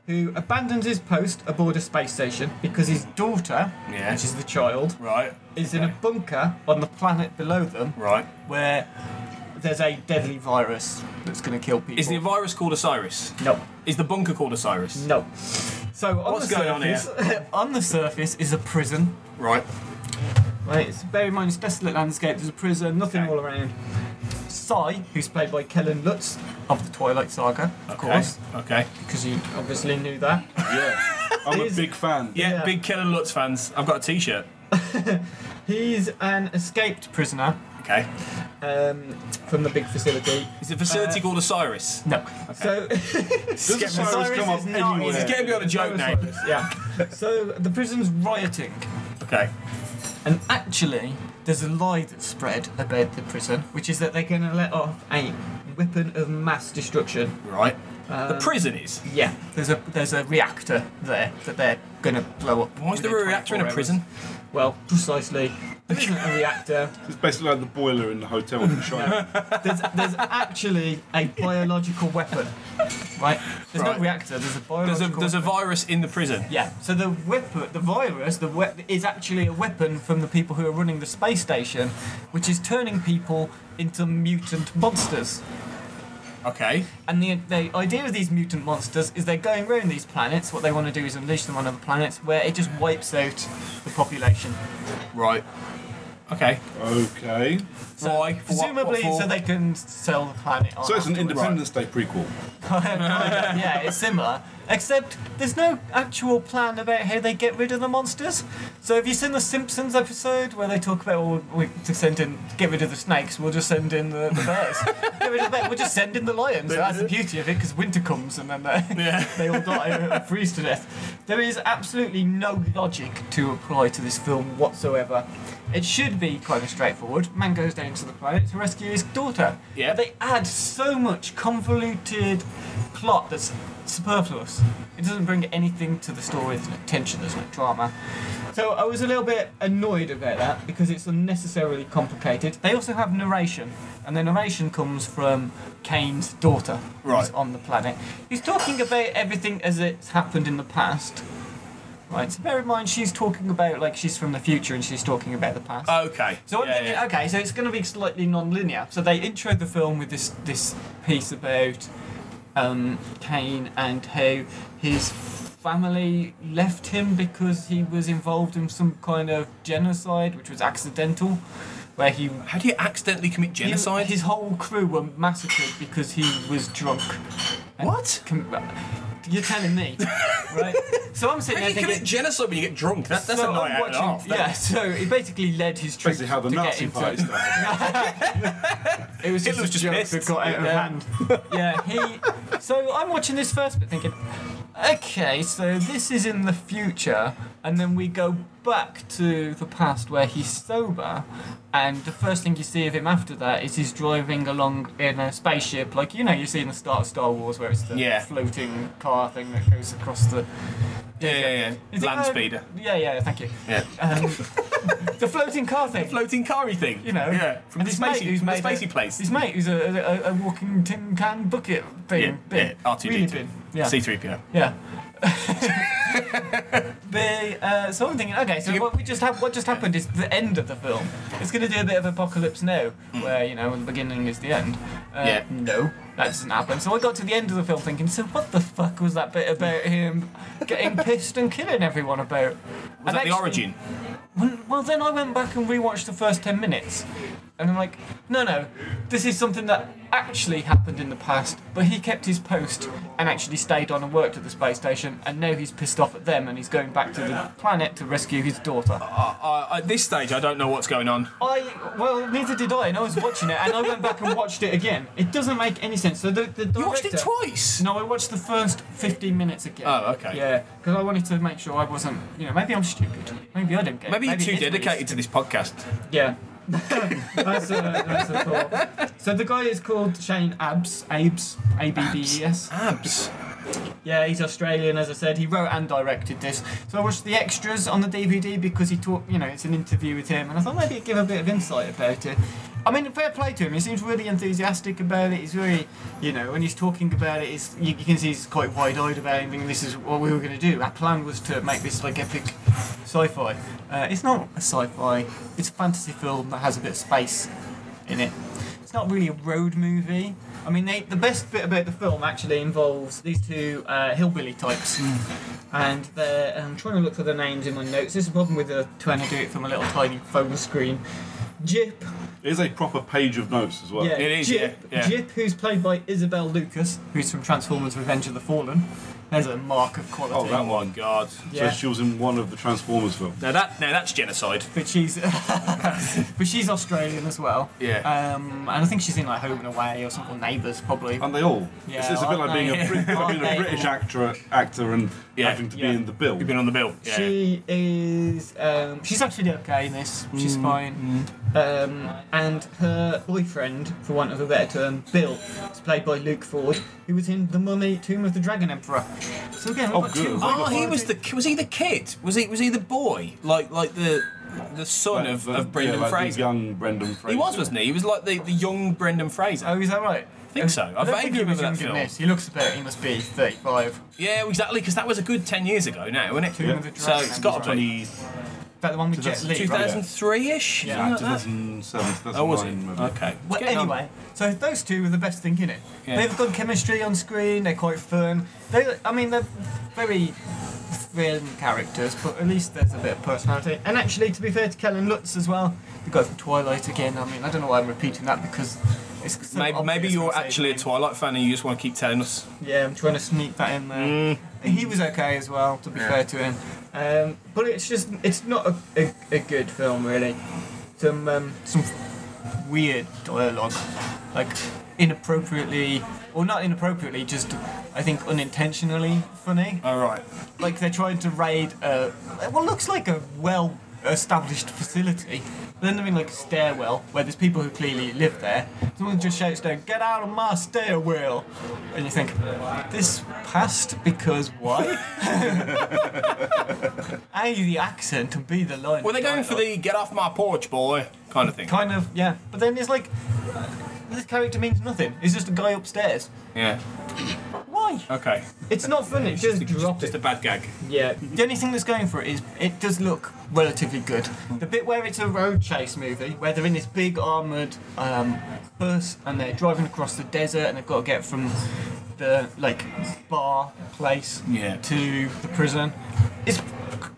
Speaker 2: who abandons his post aboard a space station because his daughter,
Speaker 1: Yeah.
Speaker 2: which is the child,
Speaker 1: Right.
Speaker 2: is in a bunker on the planet below them
Speaker 1: Right.
Speaker 2: where there's a deadly virus that's going to kill people.
Speaker 1: Is the virus called Osiris?
Speaker 2: no,
Speaker 1: Is the bunker called Osiris?
Speaker 2: no. So on
Speaker 1: What's
Speaker 2: the
Speaker 1: going on here?
Speaker 2: surface, on the surface is a prison
Speaker 1: Right.
Speaker 2: Right, it's bear in mind it's desolate landscape, there's a prison, nothing
Speaker 1: Okay.
Speaker 2: all around. Sai, who's played by Kellen Lutz of the Twilight Saga, of course,
Speaker 1: Okay.
Speaker 2: because you obviously knew that.
Speaker 3: yeah. I'm a big fan.
Speaker 1: Yeah,
Speaker 2: Yeah.
Speaker 1: big Killer Lutz fans. I've got a T-shirt.
Speaker 2: He's an escaped prisoner
Speaker 1: Okay.
Speaker 2: um, from the big facility.
Speaker 1: Is the facility
Speaker 2: Uh,
Speaker 1: called Osiris?
Speaker 2: No. So
Speaker 3: Does
Speaker 1: Get me-
Speaker 3: Osiris
Speaker 2: Osiris
Speaker 3: come up
Speaker 2: is not-
Speaker 3: anywhere?
Speaker 1: He's getting me on a joke now.
Speaker 2: Osiris, yeah. So the prison's rioting,
Speaker 1: Okay.
Speaker 2: and actually, there's a lie that's spread about the prison, which is that they're going to let off a weapon of mass destruction Um,
Speaker 1: Right. the prison is.
Speaker 2: Yeah, there's a there's a reactor there that they're gonna blow up.
Speaker 1: Why is there a
Speaker 2: within
Speaker 1: reactor in
Speaker 2: 24
Speaker 1: a
Speaker 2: hours.
Speaker 1: prison?
Speaker 2: Well, precisely, there isn't a reactor.
Speaker 3: It's basically like the boiler in the hotel in the shire.
Speaker 2: There's there's actually a biological weapon, right? There's no
Speaker 1: Right.
Speaker 2: reactor. There's a
Speaker 1: There's
Speaker 2: biological.
Speaker 1: a there's a
Speaker 2: weapon.
Speaker 1: virus in the prison.
Speaker 2: yeah. So the weapon, the virus, the we- is actually a weapon from the people who are running the space station, which is turning people into mutant monsters.
Speaker 1: Okay.
Speaker 2: And the, the idea of these mutant monsters is they're going around these planets. What they want to do is unleash them on other planets where it just wipes out the population.
Speaker 1: Right. Okay.
Speaker 3: Okay.
Speaker 1: So, Why? For what-
Speaker 2: Presumably,
Speaker 1: what for?
Speaker 2: so they can sell the planet on.
Speaker 3: So it's an
Speaker 2: afterwards.
Speaker 3: Independence Day prequel.
Speaker 2: Kind of, yeah, it's similar. Except there's no actual plan about how they get rid of the monsters. So have you seen the Simpsons episode where they talk about oh, we to send in get rid of the snakes, we'll just send in the, the bears. get rid of the bears, we'll just send in the lions. So that's the beauty of it because winter comes and then they,
Speaker 1: Yeah.
Speaker 2: they all die and freeze to death. There is absolutely no logic to apply to this film whatsoever. It should be kind of straightforward. Man goes down to the planet to rescue his daughter.
Speaker 1: Yeah.
Speaker 2: But They add so much convoluted plot that's superfluous. It doesn't bring anything to the story. There's no tension. There's no drama. So I was a little bit annoyed about that because it's unnecessarily complicated. They also have narration, and the narration comes from Kane's daughter, who's
Speaker 1: Right.
Speaker 2: on the planet. He's talking about everything as it's happened in the past. Right. So bear in mind, she's talking about like she's from the future and she's talking about the past.
Speaker 1: Okay.
Speaker 2: So I'm
Speaker 1: Yeah,
Speaker 2: thinking,
Speaker 1: yeah.
Speaker 2: okay, so it's going to be slightly non-linear. So they intro the film with this this piece about um, Kane and how his family left him because he was involved in some kind of genocide, which was accidental, where he
Speaker 1: How do you accidentally commit genocide?
Speaker 2: his whole crew were massacred because he was drunk. and
Speaker 1: What?
Speaker 2: Com- you're telling me, right? So I'm sitting
Speaker 1: How do you
Speaker 2: there
Speaker 1: commit
Speaker 2: thinking.
Speaker 1: genocide when you get drunk? That, that's
Speaker 2: so
Speaker 1: a Oh, night
Speaker 2: I'm
Speaker 1: out and a half.
Speaker 2: watching, yeah. So he basically led his troops
Speaker 3: Basically, how the
Speaker 2: to get
Speaker 3: Nazi
Speaker 2: into-
Speaker 3: party started.
Speaker 2: It was
Speaker 1: Hitler
Speaker 2: just a
Speaker 1: was
Speaker 2: joke
Speaker 1: just
Speaker 2: that
Speaker 1: pissed.
Speaker 2: got out
Speaker 1: Yeah.
Speaker 2: of hand. yeah, he. So I'm watching this first bit thinking, okay, so this is in the future, and then we go back to the past where he's sober, and the first thing you see of him after that is he's driving along in a spaceship, like you know you see in the start of Star Wars where it's the
Speaker 1: Yeah.
Speaker 2: floating car thing that goes across the.
Speaker 1: Yeah, yeah,
Speaker 2: Is
Speaker 1: yeah.
Speaker 2: it,
Speaker 1: Land
Speaker 2: uh,
Speaker 1: speeder.
Speaker 2: Yeah, yeah, thank you.
Speaker 1: Yeah.
Speaker 2: Um, the floating car thing
Speaker 1: Floating carry thing.
Speaker 2: you know.
Speaker 1: Yeah. From
Speaker 2: and
Speaker 1: the
Speaker 2: his mate
Speaker 1: spacey,
Speaker 2: who's
Speaker 1: from the
Speaker 2: made
Speaker 1: spacey
Speaker 2: a,
Speaker 1: place.
Speaker 2: His mate who's a, a, a walking tin can bucket thing.
Speaker 1: Yeah,
Speaker 2: bin.
Speaker 1: yeah, Uh, R2D2.
Speaker 2: Really bin. Yeah.
Speaker 1: C3PO.
Speaker 2: yeah. they, uh, so I'm thinking, okay, so
Speaker 1: You-
Speaker 2: what we just have, what just happened is the end of the film. It's going to do a bit of apocalypse now, where you know the beginning is the end. Uh,
Speaker 1: Hmm. Yeah.
Speaker 2: No, that doesn't happen. So I got to the end of the film thinking, so what the fuck was that bit about him getting pissed and killing everyone about?
Speaker 1: Was that the origin?
Speaker 2: Well, well, then I went back and rewatched the first 10 minutes. And I'm like, no, no, this is something that actually happened in the past, but he kept his post and actually stayed on and worked at the space station, and now he's pissed off at them and he's going back to the planet to rescue his daughter.
Speaker 1: Uh, at this stage, I don't know what's going on.
Speaker 2: I, well, neither did I, and I was watching it, and I went back and watched it again. It doesn't make any sense. So the, the
Speaker 1: You watched it
Speaker 2: director-
Speaker 1: twice?
Speaker 2: No, I watched the first 15 minutes again.
Speaker 1: Oh, okay.
Speaker 2: Yeah, because I wanted to make sure I wasn't, you know, maybe I'm stupid. Maybe I didn't get it.
Speaker 1: Maybe you're
Speaker 2: it
Speaker 1: too
Speaker 2: is really
Speaker 1: dedicated to this podcast.
Speaker 2: yeah. that's, a, that's a thought. So the guy is called Shane Abs, Abes, A B B E S.
Speaker 1: Abs.
Speaker 2: Yeah, he's Australian, as I said. He wrote and directed this. So I watched the extras on the DVD because he talked, you know, it's an interview with him, and I thought maybe it'd give a bit of insight about it. I mean, fair play to him. He seems really enthusiastic about it. He's really, you know, when he's talking about it, it's, you, you can see he's quite wide-eyed about it. And thinking, this is what we were going to do. Our plan was to make this like epic sci-fi. Uh, it's not a sci-fi. It's a fantasy film that has a bit of space in it. It's not really a road movie. I mean, they, the best bit about the film actually involves these two uh, hillbilly types.
Speaker 1: Hmm.
Speaker 2: And they're, I'm trying to look for the names in my notes. This is a problem with uh, trying to do it from a little tiny phone screen. Jip.
Speaker 3: It is a proper page of notes as well.
Speaker 2: Yeah,
Speaker 1: Oh, It is,
Speaker 2: Jip,
Speaker 1: yeah, yeah.
Speaker 2: Jip, who's played by Isabel Lucas, who's from Transformers Revenge of the Fallen. There's a mark of quality.
Speaker 3: Oh,
Speaker 1: Oh
Speaker 3: that
Speaker 1: my god.
Speaker 2: Yeah.
Speaker 3: So she was in one of the Transformers films.
Speaker 1: Now that now that's genocide.
Speaker 2: but she's but she's Australian as well.
Speaker 1: Yeah.
Speaker 2: Um, and I think she's in like Home and Away or something, or Neighbours probably.
Speaker 3: Aren't they all?
Speaker 2: Yeah,
Speaker 3: it's, it's a bit like
Speaker 2: aren't
Speaker 3: being
Speaker 2: they?
Speaker 3: a, Brit- like being
Speaker 2: Aren't
Speaker 3: a
Speaker 2: they
Speaker 3: British
Speaker 2: all?
Speaker 3: actor, actor and
Speaker 1: Yeah,
Speaker 3: having to
Speaker 2: yeah.
Speaker 3: be in the bill.
Speaker 1: You've been on the bill. Yeah. Mm,
Speaker 2: She is. Um, she's actually okay in this. She's fine. Um, and her boyfriend, for want of a better term, Bill, is played by Luke Ford, who was in The Mummy, Tomb of the Dragon Emperor. So again, we've
Speaker 3: Oh,
Speaker 2: got
Speaker 3: good.
Speaker 2: two.
Speaker 1: Oh, he
Speaker 2: quality-
Speaker 1: was the was he the kid? Was he was he the boy? Like like the the son
Speaker 3: Like
Speaker 1: of,
Speaker 3: the-
Speaker 1: of Brendan
Speaker 3: yeah, like the
Speaker 1: Fraser.
Speaker 3: young Brendan Fraser.
Speaker 1: he was, wasn't he? He was like the, the young Brendan Fraser.
Speaker 2: Oh, is that right? I
Speaker 1: think so. I
Speaker 2: don't
Speaker 1: vaguely
Speaker 2: think he was
Speaker 1: remember that
Speaker 2: younger than
Speaker 1: film.
Speaker 2: this. He looks about. He must be thirty-five.
Speaker 1: Yeah, exactly, because that was a good ten years ago now, wasn't it?
Speaker 2: Tomb of the
Speaker 1: So
Speaker 2: Dragon
Speaker 1: it's got to
Speaker 2: Emperor.
Speaker 1: be
Speaker 2: Is that the one with Jet
Speaker 3: that's
Speaker 2: Li?
Speaker 3: two
Speaker 2: right?
Speaker 3: thousand-
Speaker 1: 2003-ish.
Speaker 2: Yeah.
Speaker 3: Yeah,
Speaker 1: something like that.
Speaker 3: 2007, 2009
Speaker 1: Oh, was it?
Speaker 3: maybe.
Speaker 1: Okay.
Speaker 2: Well,
Speaker 1: Getting on.
Speaker 2: anyway, so those two were the best thing in it.
Speaker 1: Yeah.
Speaker 2: They've got chemistry on screen. They're quite fun. They, I mean, they're very villain characters, but at least there's a bit of personality. And actually, to be fair to Kellen Lutz as well, the guy from Twilight again. I mean, I don't know why I'm repeating that because it's so
Speaker 1: Maybe,
Speaker 2: obvious
Speaker 1: maybe you're
Speaker 2: what's happening.
Speaker 1: actually a Twilight fan and you just want to keep telling us.
Speaker 2: Yeah, I'm trying to sneak that in there. He was okay as well, to be
Speaker 1: Yeah.
Speaker 2: fair to him. Um, but it's just, it's not a, a, a good film, really. Some, um, some weird dialogue, like inappropriately, or not inappropriately, just I think unintentionally funny.
Speaker 1: All right.
Speaker 2: Like they're trying to raid a, what looks like a well established facility. Then they're in like a stairwell where there's people who clearly live there. Someone just shouts down, Get out of my stairwell! And you think, This passed because why? A, the accent, and B, the line.
Speaker 1: Were they
Speaker 2: of
Speaker 1: going for
Speaker 2: dialogue.
Speaker 1: the get off my porch, boy kind of thing?
Speaker 2: Kind of, yeah. But then it's like, This character means nothing. It's just a guy upstairs.
Speaker 1: Yeah.
Speaker 2: Why?
Speaker 1: Okay.
Speaker 2: It's not funny. Just,
Speaker 1: Just-
Speaker 2: drop
Speaker 1: just
Speaker 2: it.
Speaker 1: a bad gag.
Speaker 2: Yeah. The only thing that's going for it is it does look relatively good. The bit where it's a road chase movie, where they're in this big armoured um, bus and they're driving across the desert and they've got to get from the like bar place
Speaker 1: Yeah.
Speaker 2: to the prison. It's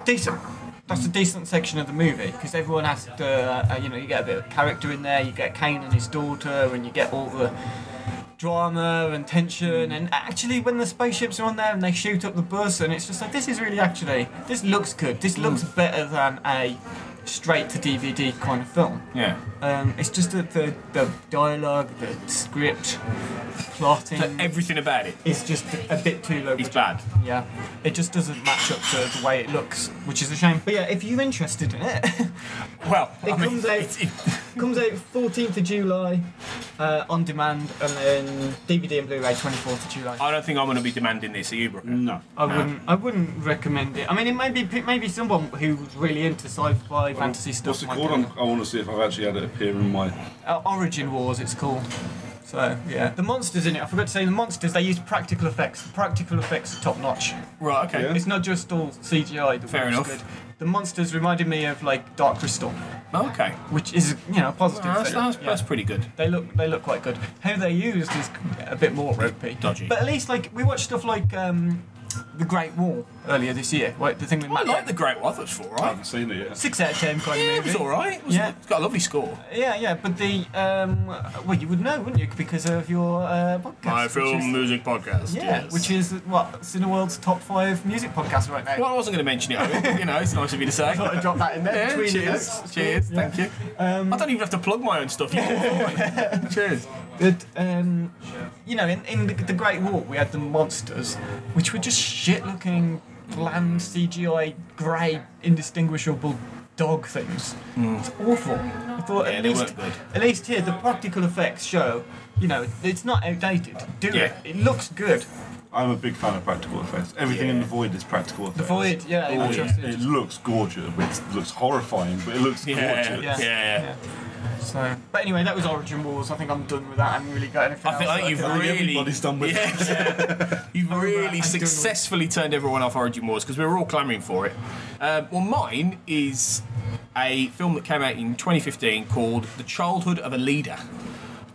Speaker 2: decent. That's a decent section of the movie because everyone has to, uh, you know, you get a bit of character in there. You get Kane and his daughter, and you get all the drama and tension
Speaker 1: Mm.
Speaker 2: and actually when the spaceships are on there and they shoot up the bus and it's just like this is really actually this looks good
Speaker 1: Mm.
Speaker 2: this looks better than a straight to dvd kind of film
Speaker 1: Yeah.
Speaker 2: um, it's just that the, the dialogue the script plotting
Speaker 1: So everything about it
Speaker 2: is just a bit too low
Speaker 1: is
Speaker 2: budget.
Speaker 1: bad.
Speaker 2: yeah it just doesn't match up to the way it looks which is a shame but yeah if you're interested in it
Speaker 1: Well,
Speaker 2: It
Speaker 1: I mean,
Speaker 2: comes out-
Speaker 1: it- it-
Speaker 2: comes out 14th of july uh, on demand and then dvd and blu-ray 24th of july
Speaker 1: I don't think I'm going to be demanding this, are you, Brooke?
Speaker 3: No.
Speaker 2: I wouldn't. I wouldn't recommend it. I mean, it may be maybe someone who's really into sci-fi, fantasy stuff.
Speaker 3: What's it
Speaker 2: might
Speaker 3: called?
Speaker 2: do
Speaker 3: I'm,
Speaker 2: it.
Speaker 3: I want to see if I've actually had it appear in my.
Speaker 2: Uh, Origin Wars, it's called. So yeah, the monsters in it. I forgot to say the monsters. They use practical effects. The practical effects are top notch.
Speaker 1: Right. Okay.
Speaker 3: Yeah.
Speaker 2: It's not just all CGI. That
Speaker 1: Fair
Speaker 2: works
Speaker 1: enough.
Speaker 2: Good. The monsters reminded me of like Dark Crystal,
Speaker 1: Okay.
Speaker 2: which is you know a positive.
Speaker 1: That's,
Speaker 2: thing.
Speaker 1: that's,
Speaker 2: Yeah.
Speaker 1: that's pretty good.
Speaker 2: They look they look quite good. How they're used is a bit more ropey.
Speaker 1: Dodgy.
Speaker 2: But at least like we watched stuff like um, the Great Wall earlier this year. Right, the thing with
Speaker 1: I
Speaker 2: Matt
Speaker 1: like the Great Wall. That's all
Speaker 3: I
Speaker 1: right.
Speaker 3: haven't seen it yet.
Speaker 2: Six out of ten kind
Speaker 1: Yeah, it
Speaker 2: of movie.
Speaker 1: was all right. It was-
Speaker 2: Yeah.
Speaker 1: It's got a lovely score.
Speaker 2: Yeah, yeah, but the um, well, you would know, wouldn't you, because of your uh, podcast? which is-
Speaker 1: music podcast.
Speaker 2: yeah, which is what Cineworld's top five music podcast right now.
Speaker 1: Well, I wasn't going to mention it. I mean, you know, it's nice of you to say.
Speaker 2: Thought I'd drop that in there.
Speaker 1: Yeah,
Speaker 2: between
Speaker 1: cheers.
Speaker 2: notes.
Speaker 1: Cheers.
Speaker 2: Yeah.
Speaker 1: Thank you. I don't even have to plug my own stuff. cheers.
Speaker 2: But um, you know, in, in the, the Great War, we had the monsters, which were just shit-looking, bland CGI, grey, indistinguishable dog things. It's awful. I thought
Speaker 1: Hmm. Yeah,
Speaker 2: at
Speaker 1: they
Speaker 2: least
Speaker 1: weren't good.
Speaker 2: at least here the practical effects show. You know, it's not outdated. Do
Speaker 1: Yeah.
Speaker 2: it. It looks good.
Speaker 3: I'm a big fan of practical effects. Everything in the void is practical effects.
Speaker 2: Void, yeah,
Speaker 3: Oh, yeah.
Speaker 2: interesting.
Speaker 3: It looks gorgeous. but It looks horrifying, but it looks
Speaker 1: Yeah.
Speaker 3: gorgeous.
Speaker 1: Yeah. yeah.
Speaker 2: So, but anyway, that was Origin Wars. I think I'm done with that. I haven't really got anything.
Speaker 1: I think,
Speaker 2: else
Speaker 1: I think you've
Speaker 2: that can-
Speaker 3: think
Speaker 1: really
Speaker 3: everybody's done with
Speaker 1: yeah, yeah. You've
Speaker 2: I'm
Speaker 1: really
Speaker 2: doing-
Speaker 1: successfully turned everyone off Origin Wars because we were all clamouring for it. Um, well, mine is a film that came out in 2015 called The Childhood of a Leader,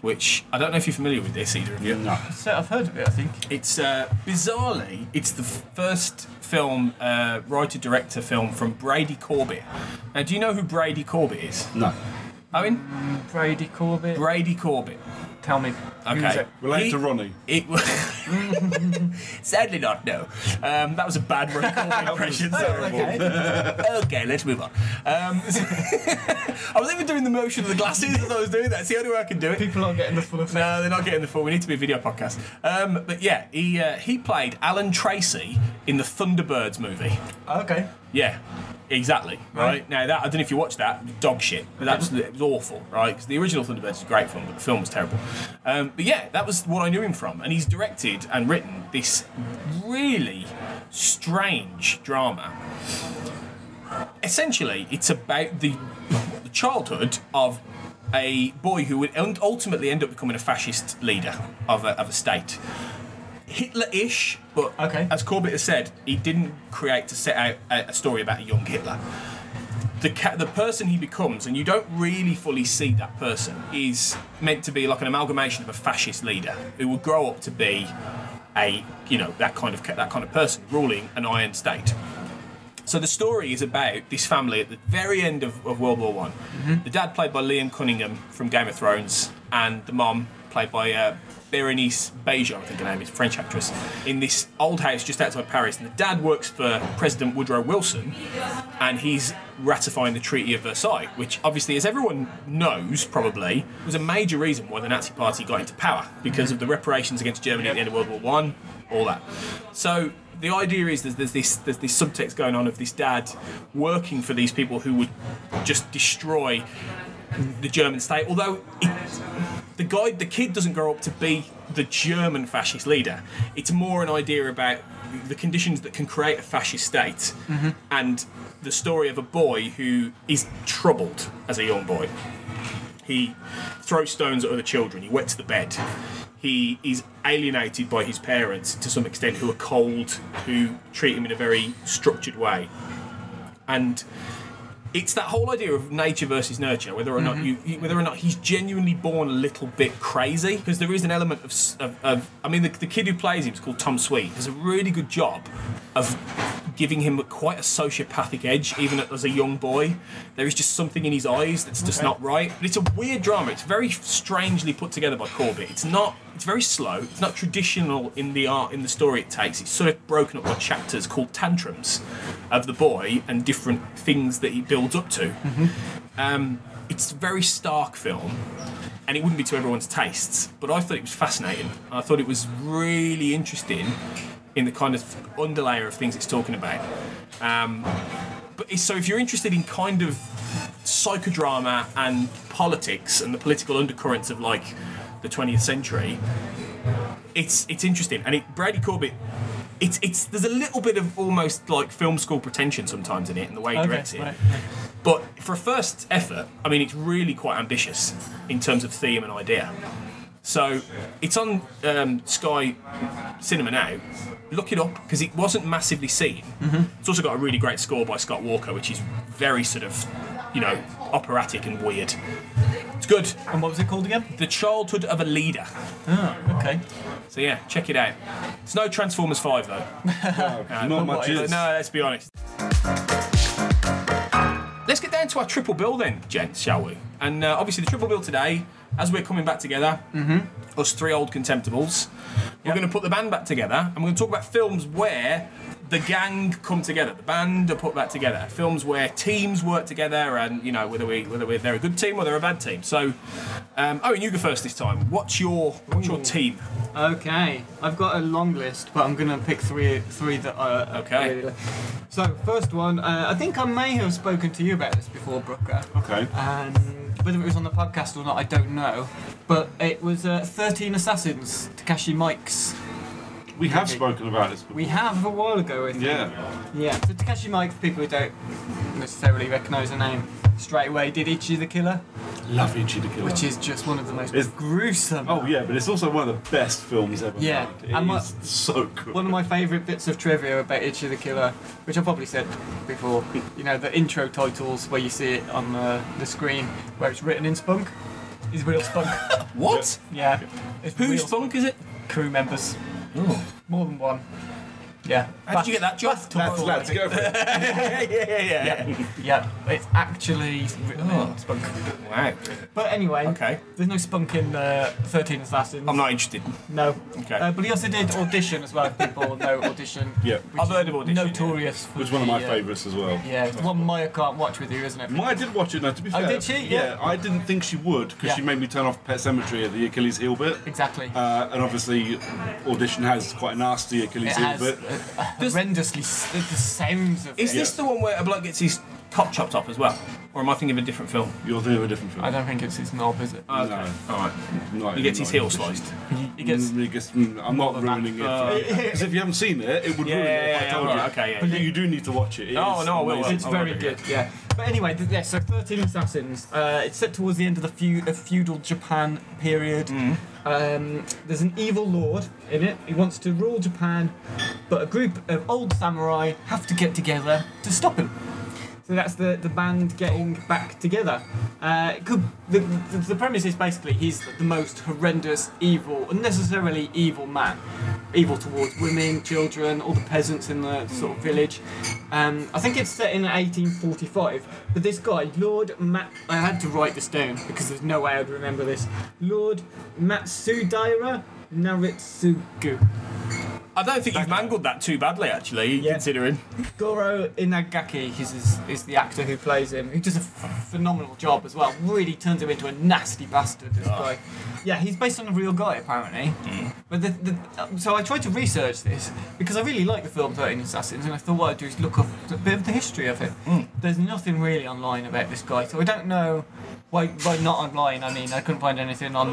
Speaker 1: which I don't know if you're familiar with this either of you.
Speaker 3: No.
Speaker 2: So I've heard of it. I think.
Speaker 1: It's uh, bizarrely, it's the f- first film, uh, writer-director film from Brady Corbett. Now, do you know who Brady Corbett is?
Speaker 3: No.
Speaker 1: Owen?
Speaker 2: Brady Corbett.
Speaker 1: Brady Corbett.
Speaker 2: Tell me. who's
Speaker 1: Okay.
Speaker 2: it?
Speaker 3: Related
Speaker 1: He- uh,
Speaker 3: to Ronnie.
Speaker 1: It was sadly not. No, um, that was a bad recording impression. Sorry. Okay. okay, let's move on. Um, I was even doing the motion of the glasses as I was doing that. It's the only way I can do it.
Speaker 2: People aren't getting the full effect.
Speaker 1: No, they're not getting the full. We need to be a video podcast. Um, but yeah, he uh, he played Alan Tracy in the Thunderbirds movie.
Speaker 2: Okay.
Speaker 1: Yeah, exactly. Right.
Speaker 2: Right.
Speaker 1: now, that I don't know if you watched that dog shit. But that was, it was awful, right? Because the original Thunderbirds is a great film, but the film was terrible. Um, but yeah, that was what I knew him from, and he's directed and written this really strange drama. Essentially, it's about the, the childhood of a boy who would un- ultimately end up becoming a fascist leader of a, of a state. Hitler-ish, but
Speaker 2: Okay.
Speaker 1: as Corbett has said, he didn't create to set out a, a story about a young Hitler. The ca- the person he becomes, and you don't really fully see that person, is meant to be like an amalgamation of a fascist leader who will grow up to be a you know that kind of ca- that kind of person ruling an iron state. So the story is about this family at the very end of, of World War One. The dad played by Liam Cunningham from Game of Thrones, and the mom played by uh, Berenice Bejo, I think her name is, French actress, in this old house just outside Paris. And the dad works for President Woodrow Wilson, and he's ratifying the Treaty of Versailles, which obviously, as everyone knows, probably was a major reason why the Nazi Party got into power because of the reparations against Germany at the end of World War One, all that. So the idea is there's, there's this there's this subtext going on of this dad working for these people who would just destroy the German state. Although it, the guy, the kid doesn't grow up to be the German fascist leader. It's more an idea about the conditions that can create a fascist state, and the story of a boy who is troubled as a young boy. He throws stones at other children. He wets the bed. He is alienated by his parents to some extent, who are cold, who treat him in a very structured way, and it's that whole idea of nature versus nurture, whether or not you, you- whether or not he's genuinely born a little bit crazy, because there is an element of, s- of, of I mean, the, the kid who plays him is called Tom Sweet. Does a really good job of giving him quite a sociopathic edge, even as a young boy. There is just something in his eyes that's just not right. But it's a weird drama. It's very strangely put together by Corbett. It's not. It's very slow. It's not traditional in the art in the story it takes. It's sort of broken up by chapters called tantrums of the boy and different things that he builds up to. Um, it's a very stark film, and it wouldn't be to everyone's tastes, but I thought it was fascinating. I thought it was really interesting in the kind of underlayer of things it's talking about. Um, but it's- so if you're interested in kind of psychodrama and politics and the political undercurrents of like the 20th century, it's it's interesting. And it, Brady Corbett, it's it's there's a little bit of almost like film school pretension sometimes in it in the way he directs it.
Speaker 2: right.
Speaker 1: But for a first effort, I mean, it's really quite ambitious in terms of theme and idea. So it's on um, Sky Cinema now. Look it up because it wasn't massively seen. It's also got a really great score by Scott Walker, which is very sort of, you know, operatic and weird. It's good.
Speaker 2: And what was it called again?
Speaker 1: The Childhood of a Leader.
Speaker 2: Oh, okay.
Speaker 1: So yeah, check it out. It's no Transformers 5 though.
Speaker 3: Not
Speaker 1: But
Speaker 3: much is.
Speaker 1: no, let's be honest. Let's get down to our triple bill then, gents, shall we? And uh, obviously, the triple bill today, as we're coming back together, us three old contemptibles, we're going to put the band back together and we're going to talk about films where the gang come together, the band are put back together, films where teams work together and, you know, whether, we, whether we're, they're a good team or they're a bad team. So, um, Owen, you go first this time. What's your, what's your team?
Speaker 2: Okay, I've got a long list, but I'm gonna pick three, three that are
Speaker 1: Okay.
Speaker 2: I really like. So first one, uh, I think I may have spoken to you about this before, Brooker.
Speaker 3: Okay.
Speaker 2: Um, whether it was on the podcast or not, I don't know. But it was uh, 13 Assassins, Takashi Mike's.
Speaker 3: We have spoken about this before.
Speaker 2: We have a while ago, I think.
Speaker 3: Yeah.
Speaker 2: Yeah, so Takashi Mike, for people who don't necessarily recognise the name, straight away did Ichi the Killer,
Speaker 3: Love Ichi the Killer.
Speaker 2: which is just one of the most
Speaker 3: It's-
Speaker 2: gruesome.
Speaker 3: Oh yeah, but it's also one of the best films ever.
Speaker 2: Yeah,
Speaker 3: made. It
Speaker 2: and my-
Speaker 3: is so good.
Speaker 2: One of my favourite bits of trivia about Itchy the Killer, which I probably said before, you know, the intro titles where you see it on the, the screen where it's written in spunk is real spunk.
Speaker 1: What?
Speaker 2: yeah. It's
Speaker 1: Whose
Speaker 2: real
Speaker 1: funk is it?
Speaker 2: Crew members. More than one. Yeah.
Speaker 1: How did you get that job?
Speaker 3: Lads, lads, go for it.
Speaker 1: yeah, yeah, yeah, yeah.
Speaker 2: Yeah, it's actually written
Speaker 1: Oh.
Speaker 2: in spunk.
Speaker 1: Wow.
Speaker 2: But anyway,
Speaker 1: Okay.
Speaker 2: there's no spunk in uh, 13 Assassins.
Speaker 1: I'm not interested.
Speaker 2: No.
Speaker 1: Okay.
Speaker 3: Um,
Speaker 2: Uh, but he also did Audition as well, if people know Audition.
Speaker 3: Yeah.
Speaker 2: which
Speaker 1: I've
Speaker 2: is
Speaker 1: heard of Audition, yeah.
Speaker 2: Notorious for
Speaker 3: It was one of my
Speaker 2: the, uh,
Speaker 3: favourites as well.
Speaker 2: Yeah, it's the one Maya can't watch with you, isn't it?
Speaker 3: Maya did watch it. Now, to be
Speaker 2: Oh,
Speaker 3: fair,
Speaker 2: did she? Yeah.
Speaker 3: I didn't think she would because
Speaker 2: Yeah.
Speaker 3: she made me turn off Pet Cemetery at the Achilles heel bit.
Speaker 2: Exactly.
Speaker 3: Uh, and obviously, audition has quite a nasty
Speaker 2: it
Speaker 3: Achilles heel
Speaker 2: has
Speaker 3: bit.
Speaker 2: uh, horrendously s- the, the sounds of
Speaker 1: Is
Speaker 2: it.
Speaker 1: this the one where a bloke gets his cock chopped off as well? Or am I thinking of a different film?
Speaker 3: You're doing a different film.
Speaker 2: I don't think it's his knob, is it?
Speaker 1: Oh, okay.
Speaker 3: No.
Speaker 1: Alright.
Speaker 3: Not
Speaker 1: He
Speaker 3: in-
Speaker 1: gets
Speaker 3: not
Speaker 1: his
Speaker 3: in
Speaker 1: heel
Speaker 3: audition.
Speaker 1: sliced.
Speaker 2: He gets.
Speaker 3: Mm, it gets- mm, I'm not ruining it. Because if you haven't seen it, it would
Speaker 1: Yeah,
Speaker 3: ruin
Speaker 1: yeah,
Speaker 3: it. if
Speaker 1: yeah,
Speaker 3: I told you.
Speaker 1: alright, okay, yeah,
Speaker 3: but
Speaker 1: yeah.
Speaker 3: you do need to watch it. It
Speaker 1: Oh,
Speaker 3: is
Speaker 1: no, I will, I
Speaker 3: amazing.
Speaker 1: will.
Speaker 2: It's very good, yeah. But anyway, th- yeah, so 13 Assassins. Uh, it's set towards the end of the feu- uh, feudal Japan period.
Speaker 1: Mm.
Speaker 2: Um, there's an evil lord in it. He wants to rule Japan, but a group of old samurai have to get together to stop him. So that's the, the band getting back together. Uh, it could, the, the, the premise is basically he's the most horrendous, evil, unnecessarily evil man. evil towards women, children, all the peasants in the sort of village. Um, I think it's set in 1845, but this guy, Lord Ma- I had to write this down because there's no way I'd remember this. Lord Matsudaira Naritsugu.
Speaker 1: I don't think you've mangled that too badly, actually,
Speaker 2: Yeah.
Speaker 1: considering.
Speaker 2: Goro Inagaki is, is, is the actor who plays him, who does a f- phenomenal job as well. Really turns him into a nasty bastard. This guy. Yeah, he's based on a real guy apparently. But the, the, um, so I tried to research this because I really like the film Thirteen Assassins, and I thought what I'd do is look up a bit of the history of it. There's nothing really online about this guy, so I don't know. Why, why not online? I mean, I couldn't find anything on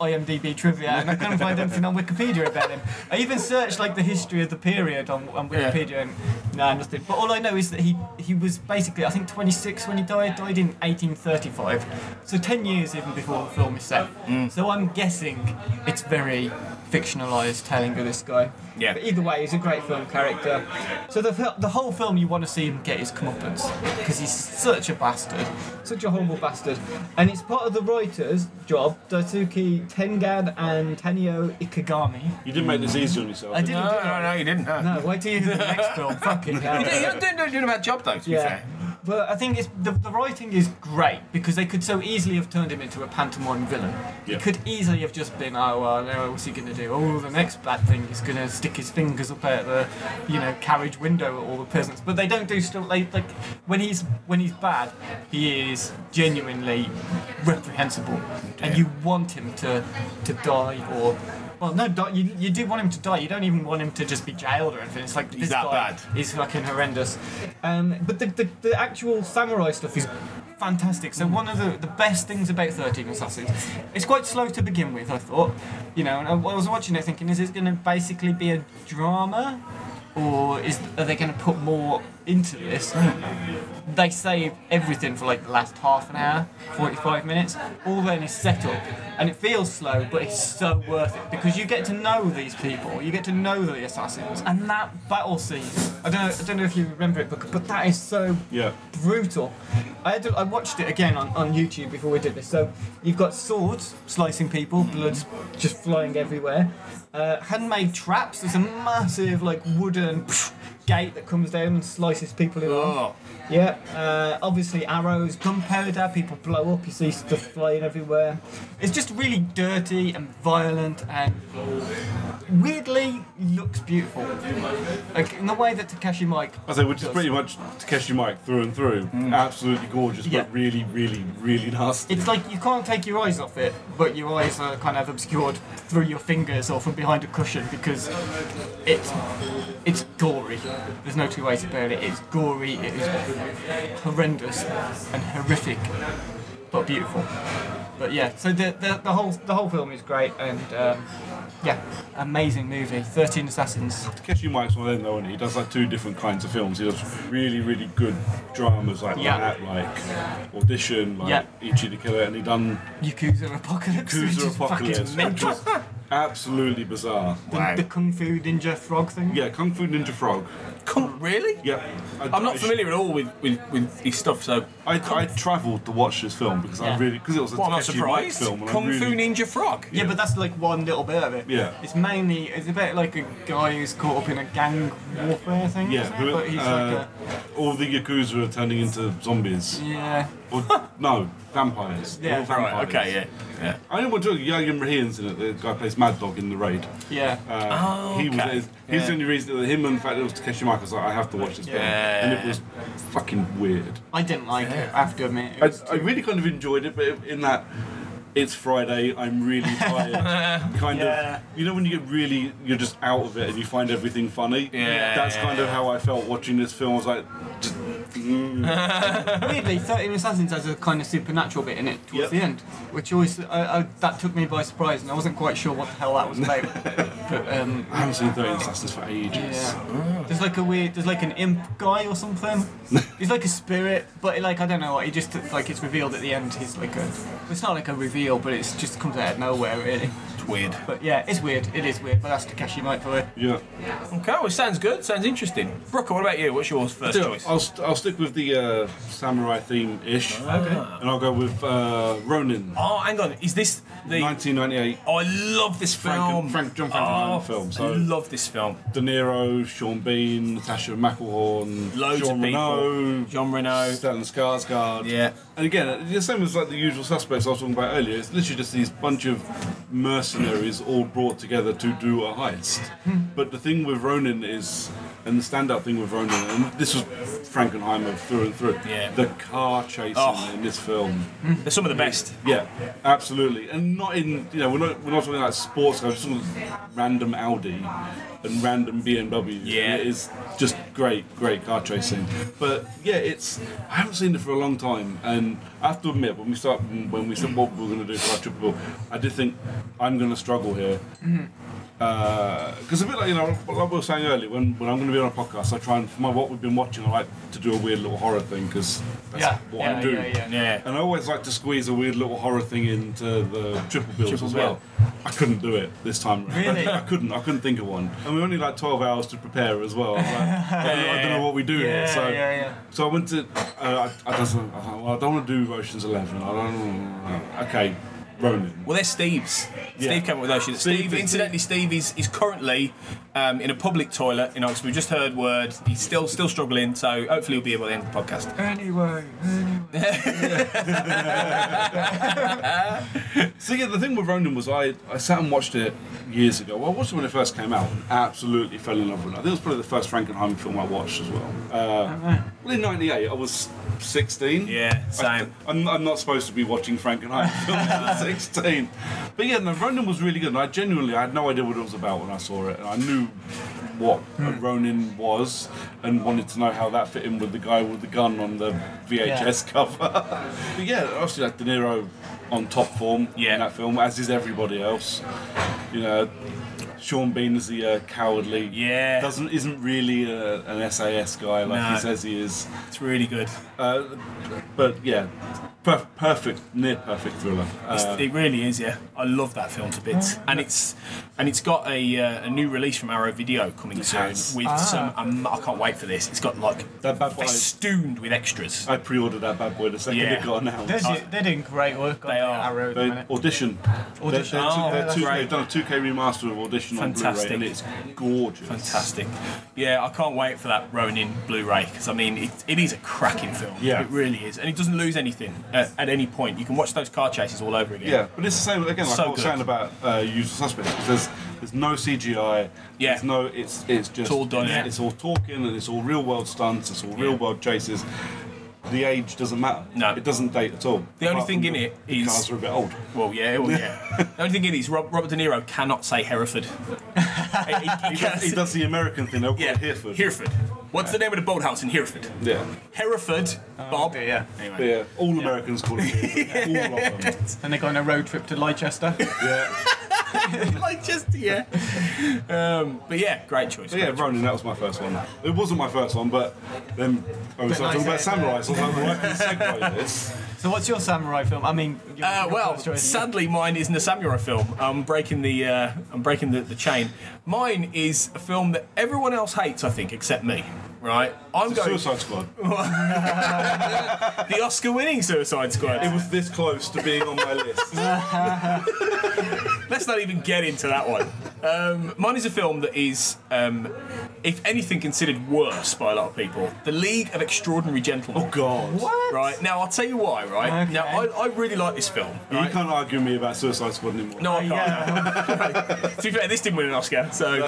Speaker 2: IMDb trivia, and I couldn't find anything on Wikipedia about him. I even searched like the history of the period on, on
Speaker 1: Yeah.
Speaker 2: Wikipedia, and no, nothing. But all I know is that he he was basically, I think, 26 when he died. Died in 1835, so 10 years even before the film is set. So I'm guessing it's very fictionalized telling of this guy.
Speaker 1: Yeah.
Speaker 2: But either way, he's a great film character. So the, fil- the whole film, you want to see him get his comeuppance because he's such a bastard, such a horrible bastard. And it's part of the writer's job, Daisuke Tengan and Tenio Ikigami.
Speaker 3: You didn't make this easy on yourself.
Speaker 2: I
Speaker 3: did you?
Speaker 2: didn't.
Speaker 1: No,
Speaker 2: did
Speaker 1: no,
Speaker 2: I?
Speaker 1: no, you didn't. No.
Speaker 2: No, wait till you hear the next film. Fucking hell.
Speaker 1: You're, doing- you're doing, doing a bad job, though, to be
Speaker 2: Yeah.
Speaker 1: fair.
Speaker 2: But I think it's, the, the writing is great because they could so easily have turned him into a pantomime villain.
Speaker 3: Yeah.
Speaker 2: It could easily have just been, oh, well, now what's he going to do? Oh, the next bad thing is going to stick his fingers up at the, you know, carriage window at all the peasants. But they don't do stuff like, like when he's when he's bad, he is genuinely reprehensible, and you want him to to die or. Well, no, die- you, you do want him to die. You don't even want him to just be jailed or anything. It's like
Speaker 1: He's
Speaker 2: this
Speaker 1: that
Speaker 2: guy
Speaker 1: bad.
Speaker 2: is fucking horrendous. Um, but the, the, the actual samurai stuff is fantastic. So one of the, the best things about 13 Assassins, it's quite slow to begin with, I thought. You know, and I, I was watching it thinking, is it going to basically be a drama? Or is, are they going to put more into this? they save everything for like the last half an hour, 45 minutes. All then is set up. And it feels slow, but it's so worth it because you get to know these people, you get to know the assassins. And that battle scene, I don't know, I don't know if you remember it, but, but that is so
Speaker 3: Yeah.
Speaker 2: brutal. I, had to, I watched it again on, on YouTube before we did this. So you've got swords slicing people, blood just flying everywhere. Uh, handmade traps. There's a massive like wooden gate that comes down and slices people in half.
Speaker 1: Oh.
Speaker 2: Yeah, uh, obviously arrows, gunpowder, people blow up, you see stuff flying everywhere. It's just really dirty and violent and weirdly looks beautiful. Like in the way that Takashi Mike.
Speaker 3: I say, which is pretty much Takeshi Mike through and through. Absolutely gorgeous,
Speaker 2: Yeah.
Speaker 3: but really, really, really nasty.
Speaker 2: It's like you can't take your eyes off it, but your eyes are kind of obscured through your fingers or from behind a cushion because it's it's gory. There's no two ways about it. It's gory, it is horrendous and horrific, but beautiful. But yeah, so the, the, the whole the whole film is great and um, yeah, amazing movie. Thirteen Assassins.
Speaker 3: Takeshi Mike's one of them, though, and he does like two different kinds of films. He does really, really good dramas like
Speaker 2: Yeah.
Speaker 3: that, like Audition, like
Speaker 2: Yeah.
Speaker 3: Ichi the Killer, and he done
Speaker 2: Yakuza Apocalypse. which
Speaker 3: Cruiser
Speaker 2: is fucking
Speaker 3: Apocalypse, which
Speaker 2: mental.
Speaker 3: was absolutely bizarre.
Speaker 1: Wow.
Speaker 2: The, the Kung Fu Ninja Frog thing.
Speaker 3: Yeah, Kung Fu Ninja Frog.
Speaker 1: Come, really?
Speaker 3: Yeah, I,
Speaker 1: I'm not
Speaker 3: I-
Speaker 1: familiar at all with, with, with his stuff, so
Speaker 3: I, I travelled to watch this film because I
Speaker 2: Yeah.
Speaker 3: really because it was a
Speaker 1: well, I'm not
Speaker 3: Takeshi Mike
Speaker 1: surprised.
Speaker 3: film. And
Speaker 1: Kung
Speaker 3: I really,
Speaker 1: Fu Ninja Frog.
Speaker 2: Yeah, but that's like one little bit of it.
Speaker 3: Yeah.
Speaker 2: It's mainly it's a bit like a guy who's caught up in a gang warfare thing.
Speaker 3: Yeah,
Speaker 2: isn't it?
Speaker 3: who-
Speaker 2: but he's
Speaker 3: uh,
Speaker 2: like
Speaker 3: all the yakuza are turning into zombies.
Speaker 2: a yeah.
Speaker 3: Or, no, vampires. They're
Speaker 2: Yeah.
Speaker 3: all vampires.
Speaker 1: Right, okay, yeah. yeah.
Speaker 3: I only want to talk Yagim Raheen's in it. The guy who plays Mad Dog in the raid.
Speaker 2: Yeah.
Speaker 3: Uh, He was.
Speaker 1: Oh, okay.
Speaker 3: He's the only reason that him and the fact that it was Takeshi Miike was like, I have to watch this film,
Speaker 1: Yeah.
Speaker 3: and it was fucking weird.
Speaker 2: I didn't like it. I have to admit. It
Speaker 3: I,
Speaker 2: was
Speaker 3: I really kind of enjoyed it, but in that it's Friday, I'm really tired. kind
Speaker 2: Yeah.
Speaker 3: of, you know, when you get really, you're just out of it and you find everything funny.
Speaker 1: Yeah.
Speaker 3: That's kind of how I felt watching this film. I was like, just, mm.
Speaker 2: Weirdly, Thirteen Assassins has a kind of supernatural bit in it towards
Speaker 3: Yep.
Speaker 2: the end, which always I, I, that took me by surprise, and I wasn't quite sure what the hell that was about. but um,
Speaker 3: I haven't seen 13 Assassins for ages.
Speaker 2: yeah, there's like a weird, there's like an imp guy or something. he's like a spirit, but like I don't know what. He just like it's revealed at the end. He's like a, it's not like a reveal, but it's just comes out of nowhere really.
Speaker 3: It's
Speaker 1: Weird.
Speaker 2: But yeah, it's weird. It is weird. But that's Takeshi Mike for it.
Speaker 3: Yeah.
Speaker 1: Okay, well, sounds good. Sounds interesting. Brooker, what about you? What's your first
Speaker 3: Yeah,
Speaker 1: choice?
Speaker 3: I'll, st- I'll stick with the uh, samurai theme ish. Okay.
Speaker 1: Ah.
Speaker 3: And I'll go with uh, Ronin.
Speaker 1: Oh, hang on. Is this the?
Speaker 3: 1998
Speaker 1: Oh, I love this film. Oh,
Speaker 3: Frank- John Frankenheimer film, so-
Speaker 1: I love this film.
Speaker 3: De Niro, Sean Bean, Natasha McElhorn,
Speaker 1: Loads
Speaker 3: Jean
Speaker 1: of people.
Speaker 3: Reno,
Speaker 1: John Reno.
Speaker 3: Stellan Skarsgård.
Speaker 1: Yeah.
Speaker 3: And again, the same as like the usual suspects I was talking about earlier. It's literally just these bunch of mercenaries all brought together to do a heist.
Speaker 1: Hmm.
Speaker 3: but the thing with Ronin is, and the standout thing with Ronin, and this was Frankenheimer through and through.
Speaker 1: Yeah.
Speaker 3: The car chasing
Speaker 1: Oh.
Speaker 3: in this film.
Speaker 1: They're some of the best.
Speaker 3: Yeah, absolutely, and not in you know we're not we're not talking like sports cars, just talking random Audi and random BMW.
Speaker 1: Yeah.
Speaker 3: it is just great, great car chasing. But yeah, it's I haven't seen it for a long time, and I have to admit when we start when we said what we were going to do for our triple, bill, I did think I'm going to struggle here.
Speaker 2: Mm-hmm.
Speaker 3: Because a bit like you know, like we were saying earlier, when, when I'm going to be on a podcast, I try and for my what we've been watching, I like to do a weird little horror thing because that's
Speaker 2: Yeah,
Speaker 3: what
Speaker 2: yeah,
Speaker 3: I do.
Speaker 2: yeah, yeah.
Speaker 1: Yeah.
Speaker 3: And I always like to squeeze a weird little horror thing into the triple bills
Speaker 1: Triple
Speaker 3: as
Speaker 1: bill.
Speaker 3: well. I couldn't do it this time. round.
Speaker 2: Really?
Speaker 3: I, I couldn't. I couldn't think of one. And we only had, like 12 hours to prepare as well. I was like, I, don't, I don't know what we do
Speaker 2: Yeah,
Speaker 3: here. So,
Speaker 2: yeah, yeah.
Speaker 3: so I went to. Uh, I, I, just, I, thought, well, I don't want to do Ocean's Eleven. I don't. uh, Okay, Ronin.
Speaker 1: Well, they're Steve's.
Speaker 3: Yeah.
Speaker 1: Steve came up with those. Steve,
Speaker 3: Steve
Speaker 1: Steve,
Speaker 3: is-
Speaker 1: incidentally, Steve is, is currently um, in a public toilet in Oxford. We just heard word. He's still still struggling, so hopefully he'll be able to end the podcast.
Speaker 2: Anyway, anyway.
Speaker 3: So yeah, the thing with Ronin was I, I sat and watched it years ago. Well, I watched it when it first came out and absolutely fell in love with it. I think it was probably the first Frankenheimer film I watched as well. Uh, well, in 98, I was 16.
Speaker 1: Yeah,
Speaker 3: I,
Speaker 1: same.
Speaker 3: I'm, I'm not supposed to be watching Frankenheimer films at 16. But yeah, no, Ronin was really good. And I genuinely, I had no idea what it was about when I saw it. And I knew what
Speaker 1: Hmm.
Speaker 3: a Ronin was and wanted to know how that fit in with the guy with the gun on the VHS cover. but yeah, obviously, like De Niro on top form
Speaker 1: Yeah.
Speaker 3: in that film, as is everybody else. You know, Sean Bean is the uh, cowardly.
Speaker 1: Yeah.
Speaker 3: Doesn't isn't really uh an SAS guy like
Speaker 1: No.
Speaker 3: he says he is.
Speaker 1: It's really good.
Speaker 3: Uh, but yeah, per- perfect, near perfect thriller.
Speaker 1: It's,
Speaker 3: Uh,
Speaker 1: it really is, yeah. I love that film to bits, and it's and it's got a, uh, a new release from Arrow Video coming soon
Speaker 3: has.
Speaker 1: with some. Um, I can't wait for this. It's got like
Speaker 3: that bad Ah. boy.
Speaker 1: festooned with extras.
Speaker 3: I pre-ordered that bad boy the second
Speaker 1: Yeah.
Speaker 3: it got announced.
Speaker 2: They're, do- they're doing great work on
Speaker 1: They
Speaker 2: the
Speaker 1: are.
Speaker 2: Arrow at the
Speaker 3: They-
Speaker 2: minute.
Speaker 3: audition.
Speaker 2: Audition.
Speaker 3: They're,
Speaker 1: Oh,
Speaker 3: they're
Speaker 1: that's
Speaker 3: two, they
Speaker 1: great.
Speaker 3: have done a 2K remaster of Audition
Speaker 1: Fantastic.
Speaker 3: on Blu-ray, and it's gorgeous.
Speaker 1: Fantastic. Yeah, I can't wait for that Ronin Blu-ray because I mean, it, it is a cracking film.
Speaker 3: Yeah.
Speaker 1: it really is, and it doesn't lose anything at, at any point. You can watch those car chases all over again.
Speaker 3: Yeah, but it's the same again. Like
Speaker 1: So
Speaker 3: I was
Speaker 1: good.
Speaker 3: saying about uh, Usual Suspects, 'cause there's there's no CGI.
Speaker 1: Yeah.
Speaker 3: There's no. It's it's just
Speaker 1: all done,
Speaker 3: It's,
Speaker 1: yeah.
Speaker 3: it's all talking and it's all real world stunts. It's all real world chases. The age doesn't matter.
Speaker 1: No.
Speaker 3: it doesn't date at all.
Speaker 1: The only
Speaker 3: Apart
Speaker 1: thing
Speaker 3: from
Speaker 1: in
Speaker 3: the-
Speaker 1: it
Speaker 3: the
Speaker 1: is-
Speaker 3: cars are a bit old.
Speaker 1: Well, yeah, well, yeah. the only thing it is, Rob, Robert De Niro cannot say Hereford. he, he
Speaker 3: He
Speaker 1: can't
Speaker 3: does, he
Speaker 1: say-
Speaker 3: does the American thing. They'll call
Speaker 1: Yeah,
Speaker 3: it Hereford.
Speaker 1: What's the name of the boathouse in Hereford?
Speaker 3: Yeah,
Speaker 1: Hereford, Bob.
Speaker 2: okay, yeah.
Speaker 1: Anyway.
Speaker 3: but yeah. All Americans call it Hereford. all of them.
Speaker 2: And they go on a road trip to Leicester.
Speaker 3: Yeah.
Speaker 1: like just yeah. Um, but yeah, great choice.
Speaker 3: But yeah, Ronin, that was my first one. It wasn't my first one, but then I was
Speaker 2: But
Speaker 3: like,
Speaker 2: I
Speaker 3: talking about
Speaker 2: said,
Speaker 3: samurai,
Speaker 2: uh,
Speaker 3: so I was like, well, I can segue this.
Speaker 2: so what's your samurai film? I mean, your,
Speaker 1: Uh,
Speaker 2: your
Speaker 1: well,
Speaker 2: first choice.
Speaker 1: sadly, mine isn't a samurai film. I'm breaking the uh, I'm breaking the, the chain. Mine is a film that everyone else hates, I think, except me. Right? I'm going
Speaker 3: Suicide Squad.
Speaker 1: the Oscar-winning Suicide Squad.
Speaker 3: It was this close to being on my list.
Speaker 1: Let's not even get into that one. Um, mine is a film that is, um, if anything, considered worse by a lot of people. The League of Extraordinary Gentlemen.
Speaker 3: God.
Speaker 2: What?
Speaker 1: Right now, I'll tell you why. Right
Speaker 2: Okay.
Speaker 1: now, I, I really like this film.
Speaker 3: You
Speaker 1: right?
Speaker 3: can't argue me about Suicide Squad anymore.
Speaker 1: No, I can't.
Speaker 2: Yeah.
Speaker 1: to be fair, this didn't win an Oscar. So,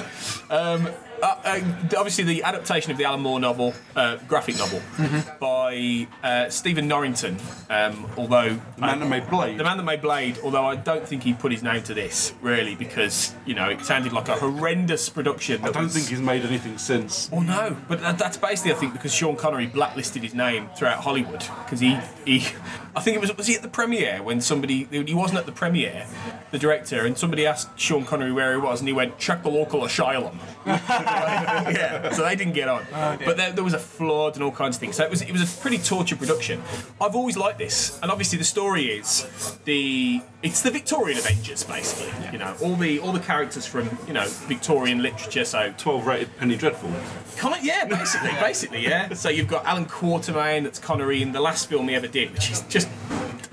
Speaker 1: um, uh, uh, obviously, the adaptation of the Alan Moore novel, uh, graphic novel,
Speaker 3: Mm-hmm.
Speaker 1: by uh, Stephen Norrington. Um, although
Speaker 3: The man that made Blade.
Speaker 1: the man that made Blade, although I don't think he put his name to this really, because you know it sounded like a horrendous production.
Speaker 3: I
Speaker 1: that
Speaker 3: don't
Speaker 1: was-
Speaker 3: think he's made anything since.
Speaker 1: Well, Oh, no, but that, that's basically, I think, because Sean Connery blacklisted his name throughout Hollywood because he, he, I think it was was he at the premiere when somebody he wasn't at the premiere, the director, and somebody asked Sean Connery where he was, and he went Chuckalawkala Asylum. yeah, so they didn't get on.
Speaker 2: dear.
Speaker 1: but there, there was a flood and all kinds of things. So it was it was a pretty tortured production. I've always liked this, and obviously the story is the it's the Victorian Avengers basically. You know, all the all the characters from you know Victorian literature. So
Speaker 3: 12 rated Penny Dreadful.
Speaker 1: Connor, yeah, basically, basically, yeah. So you've got Alan Quatermain that's Connery in the last film he ever did, which is just.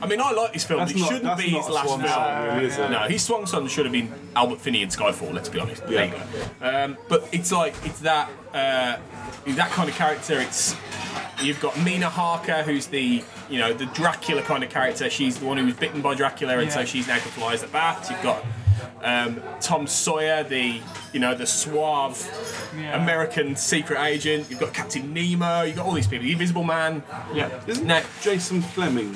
Speaker 1: I mean, I like this film.
Speaker 3: That's
Speaker 1: but it
Speaker 3: not-
Speaker 1: shouldn't
Speaker 3: that's
Speaker 1: be
Speaker 3: not
Speaker 1: his
Speaker 3: a
Speaker 1: last
Speaker 3: swan
Speaker 1: film.
Speaker 3: song, really, is it?
Speaker 1: No, his swan song should have been Albert Finney in Skyfall. Let's be honest. There
Speaker 3: Yeah.
Speaker 1: you go. Um, but it's like it's that uh, that kind of character. It's you've got Mina Harker, who's the you know the Dracula kind of character. She's the one who was bitten by Dracula, and so
Speaker 2: Yeah.
Speaker 1: she's now can fly as a bat. You've got um, Tom Sawyer, the you know the suave
Speaker 2: Yeah.
Speaker 1: American secret agent. You've got Captain Nemo. You've got all these people. The Invisible Man.
Speaker 2: Yeah.
Speaker 3: Isn't
Speaker 1: No.
Speaker 3: that Jason Fleming?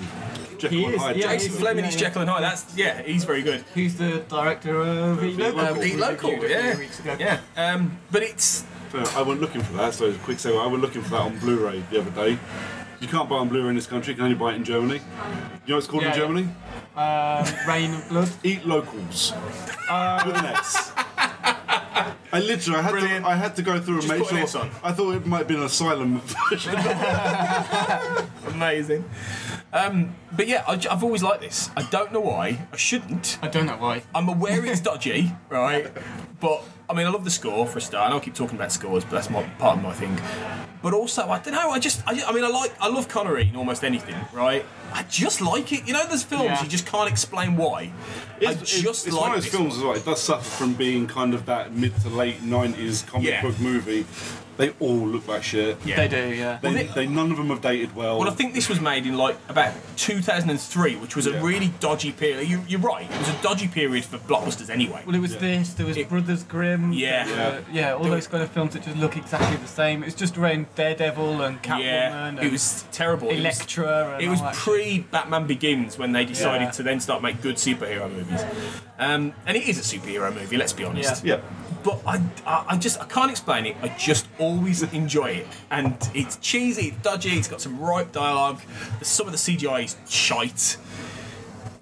Speaker 3: Jekyll
Speaker 2: He
Speaker 3: and
Speaker 2: is,
Speaker 3: Hyde.
Speaker 2: yeah,
Speaker 1: Jason
Speaker 2: he's-
Speaker 1: Fleming is
Speaker 2: yeah, yeah.
Speaker 1: Jekyll and Hyde. That's yeah, he's very good.
Speaker 2: Who's the director of Eat Local?
Speaker 1: Uh,
Speaker 2: we
Speaker 1: Eat Local,
Speaker 2: reviewed a few
Speaker 1: yeah,
Speaker 2: weeks ago.
Speaker 1: yeah. Um, but it's
Speaker 3: Fair. I went looking for that, so it's a quick segue. I went looking for that on Blu ray the other day. You can't buy it on Blu ray in this country, you can only buy it in Germany. You know what it's called
Speaker 2: Yeah,
Speaker 3: in
Speaker 2: yeah.
Speaker 3: Germany?
Speaker 2: Um, Rain of Blood.
Speaker 3: Eat locals.
Speaker 1: Uh,
Speaker 3: With an S. I literally, I had,
Speaker 1: Brilliant.
Speaker 3: to, I had to go through and
Speaker 1: Just
Speaker 3: make
Speaker 1: put an
Speaker 3: sure.
Speaker 1: S on.
Speaker 3: I thought it might have been an asylum version.
Speaker 1: amazing. Um, but yeah, I, have always liked this. I don't know why. I shouldn't.
Speaker 2: I don't know why.
Speaker 1: I'm aware it's dodgy, right? But I mean, I love the score for a start. And I'll keep talking about scores, but that's my part of my thing. But also, I don't know. I just, I, ju- I mean, I like, I love Connery in almost anything, right? I just like it. You know, there's films
Speaker 2: Yeah.
Speaker 1: you just can't explain why. I
Speaker 3: It's-
Speaker 1: just
Speaker 3: it's
Speaker 1: like
Speaker 3: one of those
Speaker 1: this
Speaker 3: films as well. It does suffer from being kind of that mid to late nineties comic
Speaker 1: Yeah.
Speaker 3: book movie. They all look like shit.
Speaker 1: Yeah.
Speaker 2: They do, yeah.
Speaker 3: They,
Speaker 1: Well,
Speaker 3: they none of them have dated well.
Speaker 1: Well, I think this was made in like about 2003, which was a
Speaker 3: Yeah.
Speaker 1: really dodgy period. You, you're right. It was a dodgy period for blockbusters anyway.
Speaker 2: Well, it was
Speaker 3: Yeah.
Speaker 2: this. There was
Speaker 1: It-
Speaker 2: Brothers Grimm.
Speaker 1: Yeah.
Speaker 2: there were- yeah. All
Speaker 1: There
Speaker 2: those kind of films that just look exactly the same. It's just around Daredevil and Catwoman.
Speaker 1: yeah,
Speaker 2: and
Speaker 1: it was terrible. It was-
Speaker 2: Electra. and
Speaker 1: It was
Speaker 2: all that shit.
Speaker 1: pre Batman Begins when they decided
Speaker 2: Yeah.
Speaker 1: to then start make good superhero movies, um, and it is a superhero movie. Let's be honest.
Speaker 3: yeah.
Speaker 1: But I, I, I just I can't explain it. I just always enjoy it, and it's cheesy, it's dodgy, it's got some ripe dialogue. Some of the CGI is shite,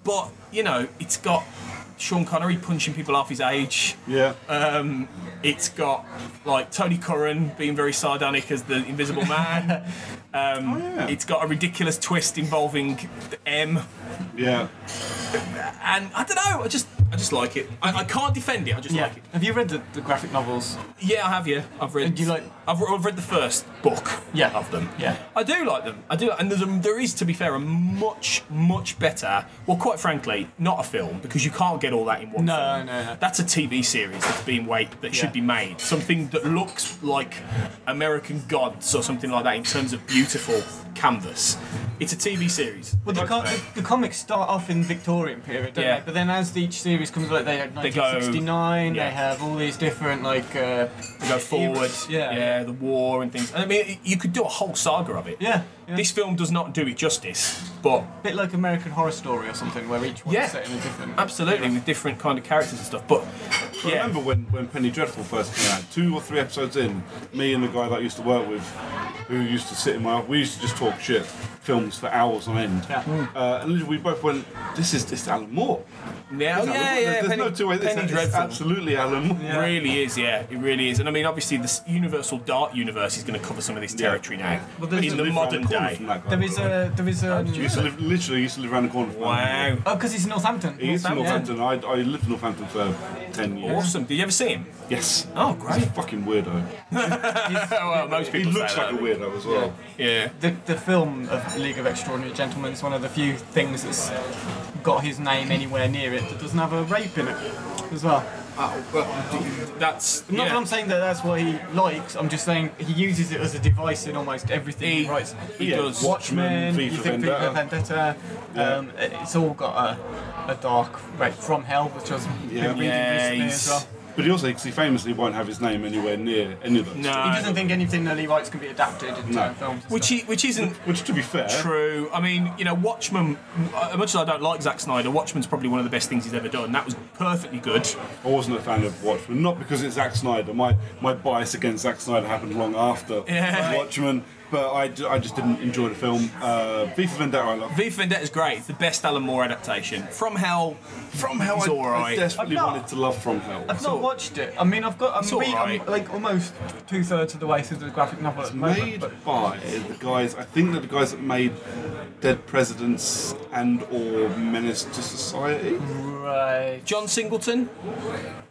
Speaker 1: but you know it's got Sean Connery punching people half his age.
Speaker 3: Yeah.
Speaker 1: Uh, It's got like Tony Curran being very sardonic as the Invisible Man. Um,
Speaker 3: yeah.
Speaker 1: It's got a ridiculous twist involving the M,
Speaker 3: yeah.
Speaker 1: and I don't know. I just I just like it. I, I can't defend it. I just
Speaker 2: Yeah.
Speaker 1: like it.
Speaker 2: Have you read the, the graphic novels?
Speaker 1: Yeah, I have. Yeah, I've read.
Speaker 2: And do you like-
Speaker 1: I've, re- I've read the first book.
Speaker 2: Yeah.
Speaker 1: of them.
Speaker 2: Yeah.
Speaker 1: I do like them. I do, and there's a, there is, to be fair, a much much better. Well, quite frankly, not a film because you can't get all that in one.
Speaker 2: No,
Speaker 1: film.
Speaker 2: no, no.
Speaker 1: That's a TV series that's being wait that
Speaker 2: Yeah.
Speaker 1: should be made. Something that looks like American Gods or something like that in terms of beautiful canvas. It's a TV series.
Speaker 2: Well, the, co- the, the comics start off in Victorian period, don't
Speaker 1: Yeah.
Speaker 2: they? But then as each series comes out, they have
Speaker 1: They go-
Speaker 2: 1969. They,
Speaker 1: yeah.
Speaker 2: have all these different like. Uh,
Speaker 1: They go forward.
Speaker 2: eras. Yeah.
Speaker 1: yeah, the war and things. I mean, you could do a whole saga of it.
Speaker 2: Yeah, yeah.
Speaker 1: This film does not do it justice, but
Speaker 2: bit like American Horror Story or something, where each one's
Speaker 1: Yeah.
Speaker 2: set in a different.
Speaker 1: Absolutely, with different kind of characters and stuff. But
Speaker 3: I
Speaker 1: yeah,
Speaker 3: remember when, when Penny Dreadful first came out, two or three episodes in, me and the guy that I used to work with, who used to sit in my office, we used to just talk shit, films for hours on end.
Speaker 2: Yeah.
Speaker 3: Uh, and literally we both went, this is this Alan Moore.
Speaker 1: yeah,
Speaker 3: It's
Speaker 1: Oh, yeah,
Speaker 3: Alan
Speaker 1: yeah,
Speaker 3: Moore. There's, there's
Speaker 1: Penny,
Speaker 3: no two ways. It's-
Speaker 1: Penny
Speaker 3: it's
Speaker 1: Dreadful.
Speaker 3: absolutely Alan Moore.
Speaker 1: It Really is, yeah, it really is. And I mean, obviously, this Universal Dark Universe is going to cover some of this
Speaker 3: Yeah.
Speaker 1: territory now
Speaker 2: Well, there's
Speaker 1: in the
Speaker 3: Used to live round
Speaker 1: modern
Speaker 3: corner
Speaker 1: day.
Speaker 3: from that guy,
Speaker 2: There
Speaker 3: by
Speaker 2: is
Speaker 3: the way.
Speaker 2: a there is a.
Speaker 3: He used to live, literally used to live around the corner. From
Speaker 1: Wow,
Speaker 2: Oh, because he's Northampton.
Speaker 3: He is from Northampton. I, I lived in Northampton for 10 years.
Speaker 1: awesome! Did you ever see him?
Speaker 3: Yes.
Speaker 1: Oh, great!
Speaker 3: Fucking weirdo.
Speaker 1: well, most
Speaker 3: He
Speaker 1: people
Speaker 3: looks
Speaker 1: say
Speaker 3: like a
Speaker 1: that.
Speaker 3: weirdo as well.
Speaker 1: yeah.
Speaker 2: The, the film of League of Extraordinary Gentlemen is one of the few things that's got his name anywhere near it that doesn't have a rape in it as well.
Speaker 1: That's
Speaker 2: Not
Speaker 1: yeah.
Speaker 2: that I'm saying that that's what he likes, I'm just saying he uses it as a device in almost everything he,
Speaker 1: He-
Speaker 2: writes.
Speaker 1: he
Speaker 3: Yeah,
Speaker 1: does.
Speaker 3: what-
Speaker 2: Watchmen,
Speaker 3: Watchmen,
Speaker 2: you
Speaker 3: V for
Speaker 2: think Viva Vendetta,
Speaker 3: Yeah.
Speaker 2: um, it- it's all got a, a dark, right, From Hell, which I was
Speaker 3: Yeah.
Speaker 2: been reading
Speaker 1: Yeah,
Speaker 2: recently
Speaker 1: he's-
Speaker 2: as well.
Speaker 3: But he also, because he famously won't have his name anywhere near any of those.
Speaker 1: No.
Speaker 2: He doesn't think anything that he writes can be adapted into
Speaker 3: No.
Speaker 2: films. and
Speaker 1: Which
Speaker 2: stuff.
Speaker 1: he, which isn't
Speaker 3: Which, to be fair,
Speaker 1: True. I mean, you know, Watchmen. uh, As much as I don't like Zack Snyder, Watchmen's probably one of the best things he's ever done. That was perfectly good.
Speaker 3: I wasn't a fan of Watchmen. Not because it's Zack Snyder. My my bias against Zack Snyder happened long after
Speaker 1: Yeah.
Speaker 3: Watchmen. but I, ju- I just didn't enjoy the film. Uh, V for Vendetta, I love.
Speaker 1: V for Vendetta is great. It's the best Alan Moore adaptation. From Hell,
Speaker 3: From Hell,
Speaker 1: It's
Speaker 3: I,
Speaker 1: all right.
Speaker 3: I desperately
Speaker 2: I've not-
Speaker 3: wanted to love From Hell.
Speaker 2: I've not watched it. I mean, I've got. I'm,
Speaker 1: It's all
Speaker 2: re- I'm,
Speaker 1: right.
Speaker 2: like almost two thirds of the way through the graphic novel at the moment.
Speaker 3: made
Speaker 2: but
Speaker 3: by the guys. I think they're the guys that made Dead Presidents and or Menace to Society.
Speaker 1: Mm.
Speaker 2: right.
Speaker 1: John Singleton?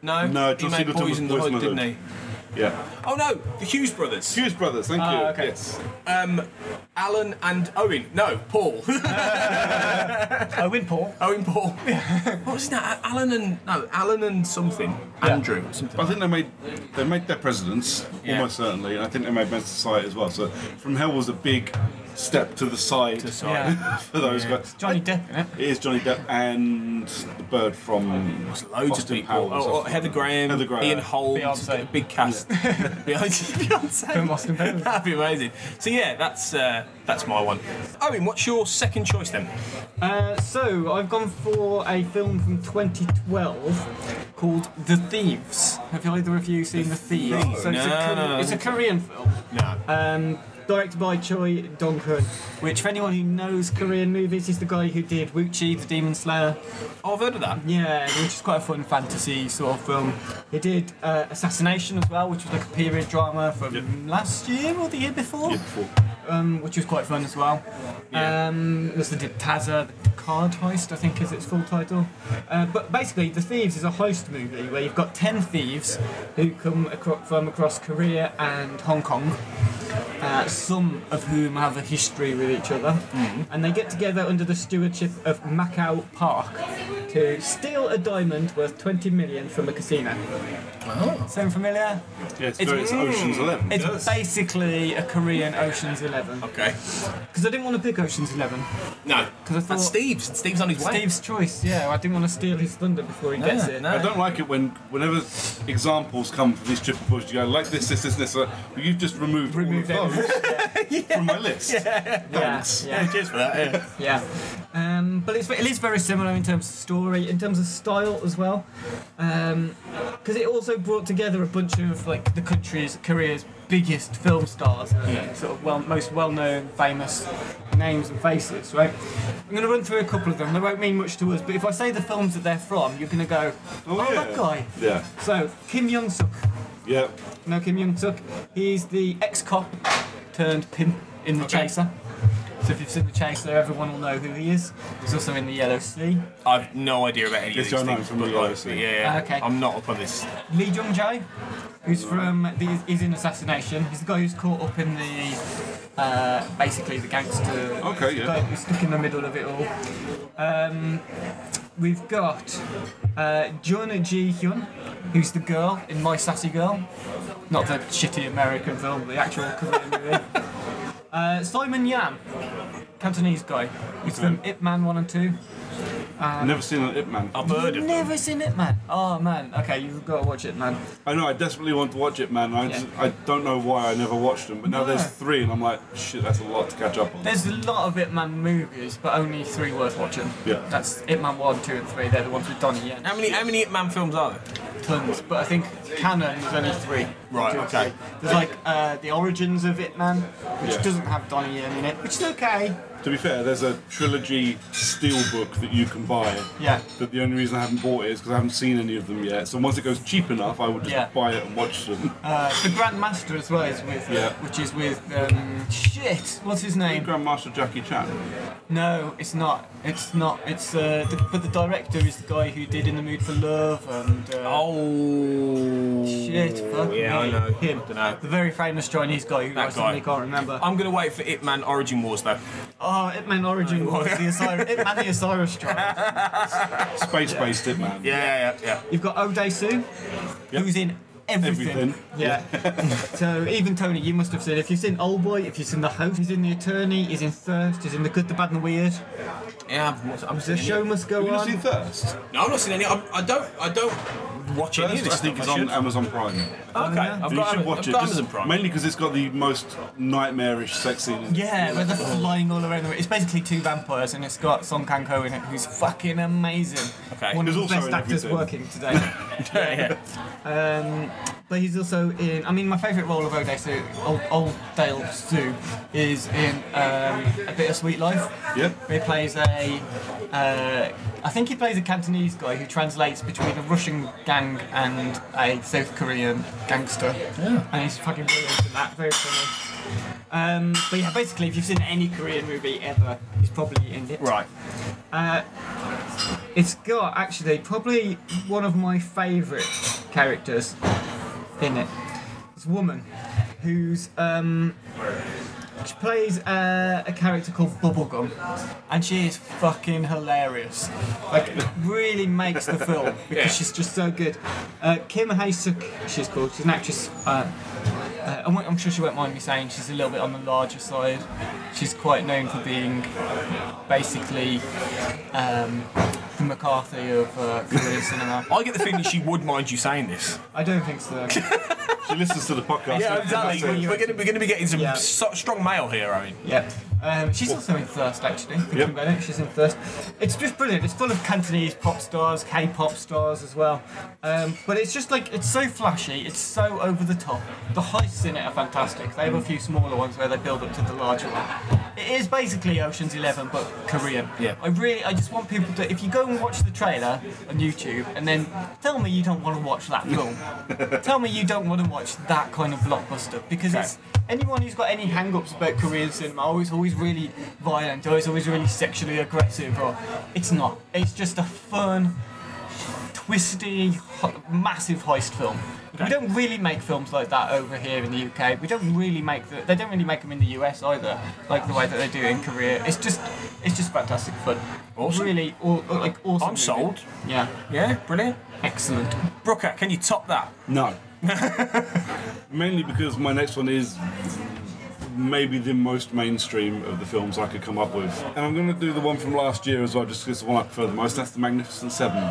Speaker 1: No.
Speaker 3: No,
Speaker 1: he
Speaker 3: John
Speaker 1: made
Speaker 3: Singleton
Speaker 1: Boys
Speaker 3: was
Speaker 1: in the
Speaker 3: Boys in
Speaker 1: Hood,
Speaker 3: the
Speaker 1: didn't he?
Speaker 3: Hood. Yeah,
Speaker 1: Oh no, the Hughes brothers.
Speaker 3: Hughes Brothers. Thank you.
Speaker 2: Ah, okay.
Speaker 3: Yes.
Speaker 1: Alan and Owen. No, Paul.
Speaker 2: Owen Paul.
Speaker 1: Owen Oh, Paul. What was his name? Alan and no, Alan and something. Andrew. or Something.
Speaker 3: I think they made they made their presidents
Speaker 1: Yeah.
Speaker 3: almost certainly, and I think they made Men's Society as well. So From Hell was a big step to the side
Speaker 1: Sorry.
Speaker 2: Yeah.
Speaker 3: for those guys.
Speaker 2: Johnny Depp in it.
Speaker 3: It is Johnny Depp and the bird from
Speaker 1: Loads
Speaker 3: Austin
Speaker 1: of people.
Speaker 3: Powers.
Speaker 1: Oh, oh, Heather Graham,
Speaker 3: Heather Graham.
Speaker 1: Ian Holt,
Speaker 2: Beyonce.
Speaker 1: big cast. Beyonce. Beyonce.
Speaker 2: From Austin Powers.
Speaker 1: That'd be amazing. So yeah, that's uh, that's my one. Owen, what's your second choice then?
Speaker 2: Uh, so I've gone for a film from 2012 called The Thieves. Have you either of you seen The Thieves?
Speaker 3: No.
Speaker 2: So it's, a Kor-
Speaker 1: No.
Speaker 2: it's a Korean film.
Speaker 1: No.
Speaker 2: Um, directed by Choi Dong-kun, which for anyone who knows Korean movies, he's the guy who did Wuchi, the Demon Slayer.
Speaker 1: oh, I've heard of that.
Speaker 2: Yeah, which is quite a fun fantasy sort of film. He did uh, Assassination as well, which was like a period drama from
Speaker 3: Yep.
Speaker 2: last year or the year before,
Speaker 3: Yeah, before.
Speaker 2: um, which was quite fun as well.
Speaker 1: Yeah.
Speaker 2: Um, also did Taza, the card heist, I think is its full title. Uh, but basically, The Thieves is a heist movie where you've got 10 thieves who come acro- from across Korea and Hong Kong. Uh, some of whom have a history with each other,
Speaker 1: Mm-hmm.
Speaker 2: and they get together under the stewardship of Macau Park to steal a diamond worth 20 million from a casino.
Speaker 1: Oh.
Speaker 2: Sound familiar?
Speaker 3: Yeah, it's,
Speaker 2: It's-
Speaker 3: very, it's Ocean's Eleven.
Speaker 2: It's basically a Korean Ocean's Eleven.
Speaker 1: Okay.
Speaker 2: Because I didn't want to pick Ocean's Eleven.
Speaker 1: No.
Speaker 2: 'Cause I thought-
Speaker 1: that's Steve's. Steve's on his way.
Speaker 2: Steve's choice. Yeah, I didn't want to steal his thunder before he
Speaker 1: No,
Speaker 2: gets it.
Speaker 1: no.
Speaker 3: I don't like it when whenever examples come from these triple boys, you go like this, this, this, this. Uh, but you've just removed,
Speaker 2: Remove
Speaker 3: all of
Speaker 2: everything.
Speaker 3: those from my list.
Speaker 2: Yeah,
Speaker 3: Thanks.
Speaker 1: Yeah,
Speaker 2: yeah,
Speaker 1: cheers for that. Yeah.
Speaker 2: yeah. Um, but it's, it is very similar in terms of story, in terms of style as well, because it also brought together a bunch of like the country's Korea's biggest film stars,
Speaker 1: Yeah.
Speaker 2: sort of well, most well-known, famous names and faces. Right. I'm going to run through a couple of them. They won't mean much to us, but if I say the films that they're from, you're going to go, "Oh,
Speaker 3: yeah.
Speaker 2: that guy."
Speaker 3: Yeah,
Speaker 2: So Kim Young Suk.
Speaker 3: yeah.
Speaker 2: No, Kim Young Suk. He's the ex-cop turned pimp in The Chaser. So if you've seen The Chaser, everyone will know who he is. He's also in The Yellow Sea.
Speaker 1: I've no idea about any
Speaker 3: Yes,
Speaker 1: of
Speaker 3: I
Speaker 1: these
Speaker 3: know,
Speaker 1: things.
Speaker 3: from
Speaker 1: but
Speaker 3: the
Speaker 1: like,
Speaker 3: IOC.
Speaker 1: yeah, yeah,
Speaker 2: Ah, okay.
Speaker 1: I'm not up on this.
Speaker 2: Lee Jung Jae, who's from the, he's in Assassination. He's the guy who's caught up in the uh, basically the gangster.
Speaker 3: Okay, yeah.
Speaker 2: The guy who's stuck in the middle of it all. Um, we've got uh, Jun Ji Hyun, who's the girl in My Sassy Girl, not the shitty American film, the actual Korean movie. Uh, Simon Yam, Cantonese guy. He's from Ip Man One and Two.
Speaker 3: I've never seen an Ip Man.
Speaker 1: I've heard of.
Speaker 2: Never seen Ip Man. Oh man. Okay, you've got to watch it, man.
Speaker 3: I know. I desperately want to watch it, man. I,
Speaker 2: Yeah.
Speaker 3: just, I don't know why I never watched them, but now
Speaker 2: No.
Speaker 3: there's three, and I'm like, shit, that's a lot to catch up on.
Speaker 2: There's a lot of Ip Man movies, but only three worth watching.
Speaker 3: Yeah.
Speaker 2: That's Ip Man 1, 2, and 3. They're the ones with Donnie Yen.
Speaker 1: How many how many Ip Man films are there?
Speaker 2: Tons, but I think canon is only three.
Speaker 1: Right,
Speaker 2: Two or
Speaker 1: okay.
Speaker 2: three. There's like uh, the origins of Ip Man, which
Speaker 3: Yeah.
Speaker 2: doesn't have Donnie Yen in it, which is okay.
Speaker 3: To be fair, there's a trilogy steelbook that you can buy.
Speaker 2: Yeah.
Speaker 3: But the only reason I haven't bought it is because I haven't seen any of them yet. So once it goes cheap enough, I will just
Speaker 2: Yeah.
Speaker 3: buy it and watch them.
Speaker 2: Uh, the Grandmaster as well is with, uh,
Speaker 3: Yeah.
Speaker 2: which is with um, shit. What's his name?
Speaker 3: Grandmaster Jackie Chan.
Speaker 2: No, it's not. It's not. It's uh, the, but the director is the guy who did In the Mood for Love and. Uh,
Speaker 1: Oh
Speaker 2: Shit, fuck
Speaker 1: yeah,
Speaker 2: me.
Speaker 1: I know.
Speaker 2: Him.
Speaker 1: I dunno.
Speaker 2: The very famous Chinese guy who
Speaker 1: That
Speaker 2: I suddenly
Speaker 1: guy.
Speaker 2: can't remember.
Speaker 1: I'm gonna wait for Ip Man Origin Wars though.
Speaker 2: Oh, Ip Man Origin was the Osiris. Ip Man the Osiris Tribe.
Speaker 3: Space based Ip Man.
Speaker 1: Yeah, yeah, yeah.
Speaker 2: You've got Odesu, who's in everything.
Speaker 3: Everything.
Speaker 2: Yeah. so even Tony, you must have seen. If you've seen Old Boy, if you've seen The Host, he's in The Attorney, he's in Thirst, he's in The Good, the Bad, and the Weird.
Speaker 1: Yeah, yeah I've watched, I'm
Speaker 2: The Show Must Go
Speaker 3: Have you not
Speaker 2: On.
Speaker 3: seen Thirst?
Speaker 1: No, I've not seen any. I'm, I don't. I don't watch any of
Speaker 3: Thirst,
Speaker 1: this
Speaker 3: I think,
Speaker 1: stuff.
Speaker 3: is
Speaker 1: I
Speaker 3: on
Speaker 1: should.
Speaker 3: Amazon Prime.
Speaker 1: Okay, I've
Speaker 3: you
Speaker 1: got,
Speaker 3: should
Speaker 1: Ama-
Speaker 3: watch
Speaker 1: I've
Speaker 3: it.
Speaker 1: got
Speaker 3: just
Speaker 1: Amazon Prime.
Speaker 3: Mainly because it's got the most nightmarish sex scene. in it.
Speaker 2: Yeah, where they're flying all around the room. It's basically two vampires, and it's got Song Kang Ho in it, who's fucking amazing.
Speaker 1: Okay.
Speaker 2: One of
Speaker 3: Who's
Speaker 2: the
Speaker 3: also
Speaker 2: best
Speaker 3: in
Speaker 2: actors
Speaker 3: everything.
Speaker 2: working today.
Speaker 1: yeah.
Speaker 2: Um, but he's also in. I mean, my favourite role of Old, Sue, Old, Old Dale Sue is in um, A Bit of Sweet Life.
Speaker 3: Yeah.
Speaker 2: He plays a. Uh, I think he plays a Cantonese guy who translates between a Russian gang and a South Korean gangster. Yeah. And he's fucking brilliant in that. Very funny. Um, but yeah, basically, if you've seen any Korean movie ever, he's probably in it.
Speaker 1: Right.
Speaker 2: It's got actually probably one of my favourite characters in it. It's a woman who's um, she plays uh, a character called Bubblegum, and she is fucking hilarious. Like, it really makes the film because
Speaker 1: Yeah.
Speaker 2: she's just so good. Uh, Kim Hae-suk, she's called. She's an actress. Uh, uh, I'm, I'm sure she won't mind me saying she's a little bit on the larger side. She's quite known for being basically um, the McCarthy of uh, Korean cinema.
Speaker 1: I get the feeling she would mind you saying this.
Speaker 2: I don't think so.
Speaker 3: She listens to the podcast. so-
Speaker 1: We're, we're gonna we're gonna be getting some
Speaker 2: Yeah.
Speaker 1: so- strong mail here, Owen.
Speaker 2: Yep. Um, she's also in Thirst, actually. Thinking
Speaker 3: Yep.
Speaker 2: about it, she's in Thirst. It's just brilliant. It's full of Cantonese pop stars, K-pop stars as well. Um, but it's just like it's so flashy. It's so over the top. The heists in it are fantastic. They have a few smaller ones where they build up to the larger one. It is basically Ocean's Eleven, but Korean.
Speaker 1: Yeah.
Speaker 2: I really, I just want people to. If you go and watch the trailer on YouTube, and then tell me you don't want to watch that film. tell me you don't want to watch that kind of blockbuster because
Speaker 1: Okay.
Speaker 2: it's anyone who's got any hang-ups about Korean cinema always always really violent always always really sexually aggressive or it's not it's just a fun twisty ho- massive heist film we don't really make films like that over here in the UK we don't really make the, they don't really make them in the US either like the way that they do in Korea it's just it's just fantastic fun
Speaker 1: Awesome.
Speaker 2: really all, like awesome
Speaker 1: I'm
Speaker 2: movie.
Speaker 1: sold.
Speaker 2: yeah
Speaker 1: Yeah, brilliant.
Speaker 2: excellent
Speaker 1: Brooker, can you top that?
Speaker 3: No. Mainly because my next one is maybe the most mainstream of the films I could come up with. And I'm going to do the one from last year as well, just because it's the one I prefer the most. That's The Magnificent Seven,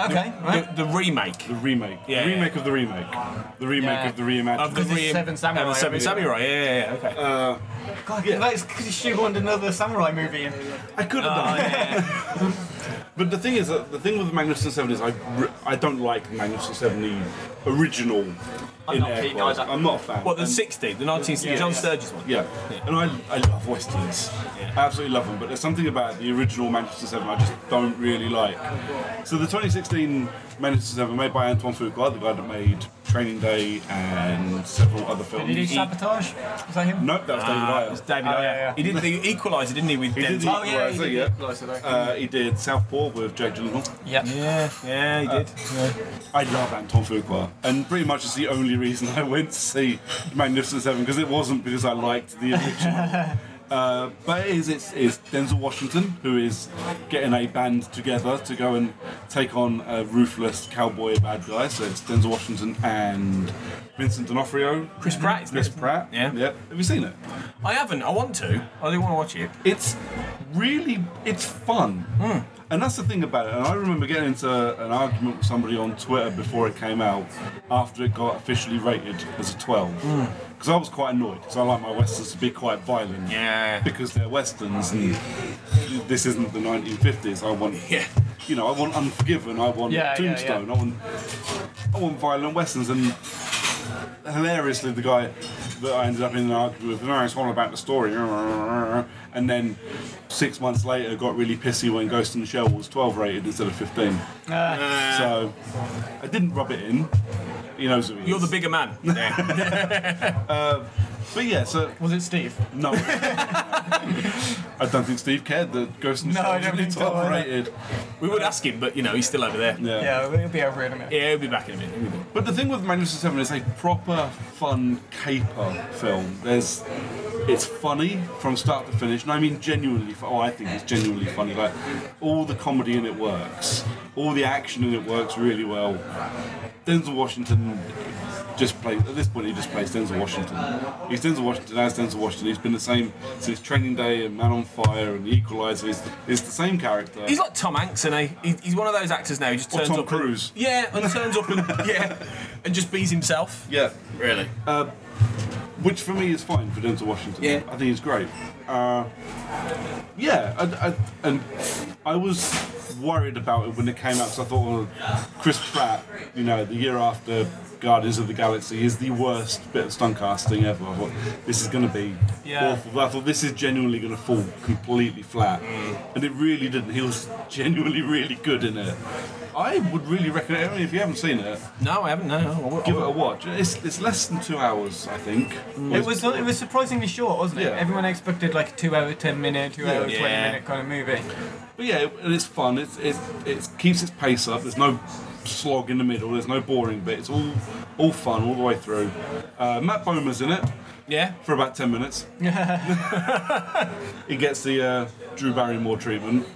Speaker 2: okay right
Speaker 1: The, the remake
Speaker 3: the remake.
Speaker 1: Yeah,
Speaker 3: the remake
Speaker 1: yeah.
Speaker 3: of the remake. The remake
Speaker 2: Yeah.
Speaker 3: of the reimagined.
Speaker 1: of the
Speaker 2: Because it's
Speaker 1: re-
Speaker 2: Seven Samurai,
Speaker 1: of the Seven
Speaker 2: really.
Speaker 1: Samurai. Yeah, yeah, yeah. Okay.
Speaker 2: God, yeah. that's because you shoehorned another samurai movie in.
Speaker 3: I could have done
Speaker 1: Oh,
Speaker 3: it.
Speaker 1: yeah.
Speaker 3: But the thing is, that the thing with the Magnificent Seven is I, re- I don't like the Magnificent Seven, the original.
Speaker 2: I'm
Speaker 3: in
Speaker 2: not
Speaker 3: air
Speaker 2: keen
Speaker 3: quotes.
Speaker 2: either.
Speaker 3: I'm not a fan.
Speaker 1: What the
Speaker 3: And-
Speaker 1: 60, the 1960,
Speaker 2: Yeah,
Speaker 1: John
Speaker 2: yeah.
Speaker 1: Sturges one.
Speaker 3: Yeah. and I, I love westerns. I absolutely love them, but there's something about the original Manchester Seven I just don't really like. So the 2016 Manchester Seven, made by Antoine Fuqua, the guy that made Training Day and several other films.
Speaker 2: Did he do
Speaker 3: He-
Speaker 2: sabotage? Is that him?
Speaker 3: Nope, that was David
Speaker 1: Ah,
Speaker 3: Ayer. Uh,
Speaker 1: it was David
Speaker 2: Ah,
Speaker 1: Ayer.
Speaker 2: yeah, yeah.
Speaker 1: He did the Equalizer, didn't he? With
Speaker 3: He
Speaker 1: Denzel?
Speaker 3: did the
Speaker 2: Oh yeah, he
Speaker 3: Equalizer,
Speaker 2: did
Speaker 3: yeah.
Speaker 2: Equalizer, though.
Speaker 3: Uh, he did Southpaw with Jake Gyllenhaal.
Speaker 2: yeah.
Speaker 1: Yeah, yeah, he did.
Speaker 3: I love Anton Fuqua, and pretty much it's the only reason I went to see Magnificent Seven because it wasn't because I liked the original. Uh, but it is, it's, it's Denzel Washington who is getting a band together to go and take on a ruthless cowboy bad guy. So it's Denzel Washington and Vincent D'Onofrio.
Speaker 1: Chris Pratt, isn't
Speaker 3: Chris
Speaker 1: it?
Speaker 3: Pratt.
Speaker 1: Yeah.
Speaker 3: Yep. Have you seen it?
Speaker 1: I haven't. I want to. I do want to watch it.
Speaker 3: it's really it's fun and that's the thing about it and i remember getting into an argument with somebody on twitter before it came out after it got officially rated as a 12 because i was quite annoyed because i like my westerns to be quite violent
Speaker 1: Yeah.
Speaker 3: because they're westerns and this isn't the 1950s i want
Speaker 1: Yeah.
Speaker 3: you know i want unforgiven i want
Speaker 2: Yeah, yeah,
Speaker 3: tombstone i want i want violent westerns and hilariously the guy that I ended up in an argument with, no, it's all about the story. And then six months later got really pissy when Ghost in the Shell was 12 rated instead of 15.
Speaker 2: Ah.
Speaker 3: So I didn't rub it in. He knows who he
Speaker 1: You're
Speaker 3: is.
Speaker 1: the bigger man. Yeah.
Speaker 3: But yeah, so
Speaker 2: Was it Steve?
Speaker 3: no. I don't think Steve cared that Ghost in the
Speaker 2: No,
Speaker 3: Shell
Speaker 2: I
Speaker 3: was
Speaker 2: don't
Speaker 3: really
Speaker 2: think so
Speaker 3: 12
Speaker 2: either.
Speaker 3: rated.
Speaker 1: we would ask him, but you know, he's still over there.
Speaker 3: Yeah.
Speaker 2: Yeah, we'll be over in a minute.
Speaker 1: Yeah, he'll be back in a minute. He'll be back.
Speaker 3: But the thing with Magnificent Seven is a proper fun caper film. There's, it's funny from start to finish, and I mean genuinely. fu- Oh, I think it's genuinely funny. Like all the comedy in it works, all the action in it works really well. Denzel Washington just plays at this point. He just plays Denzel Washington. He's Denzel Washington as Denzel Washington. He's been the same since Training Day and Man on Fire and The Equalizer. He's, he's the same character.
Speaker 1: He's like Tom Hanks, and he? He- he's one of those actors now who just
Speaker 3: Or
Speaker 1: turns
Speaker 3: Tom
Speaker 1: up.
Speaker 3: Cruise.
Speaker 1: And, yeah, and turns up and yeah, and just bees himself.
Speaker 3: yeah.
Speaker 1: Really.
Speaker 3: Uh, which for me is fine for Denzel Washington.
Speaker 1: Yeah.
Speaker 3: I think he's great. Uh, yeah, I, I, and I was worried about it when it came out because I thought, well, Chris Pratt, you know, the year after Guardians of the Galaxy is the worst bit of stunt casting ever. I thought this is going to be
Speaker 2: Yeah.
Speaker 3: awful. I thought this is genuinely going to fall completely flat,
Speaker 2: Mm.
Speaker 3: and it really didn't. He was genuinely really good in it. I would really recommend. I mean, if you haven't seen it,
Speaker 1: No, I haven't. No, no. I will- I
Speaker 3: give it
Speaker 1: will.
Speaker 3: a watch. It's, it's less than two hours, I think.
Speaker 2: Oh. Mm. It was it was surprisingly short, wasn't it?
Speaker 3: Yeah.
Speaker 2: Everyone expected like a two-hour, ten-minute, two-hour,
Speaker 1: Yeah.
Speaker 2: twenty-minute kind of movie.
Speaker 3: But yeah, it- it's fun. It's, it's, it keeps its pace up. There's no slog in the middle. There's no boring bit. It's all all fun all the way through. Uh, Matt Bomer's in it
Speaker 1: Yeah.
Speaker 3: for about ten minutes. he gets the uh, Drew Barrymore treatment.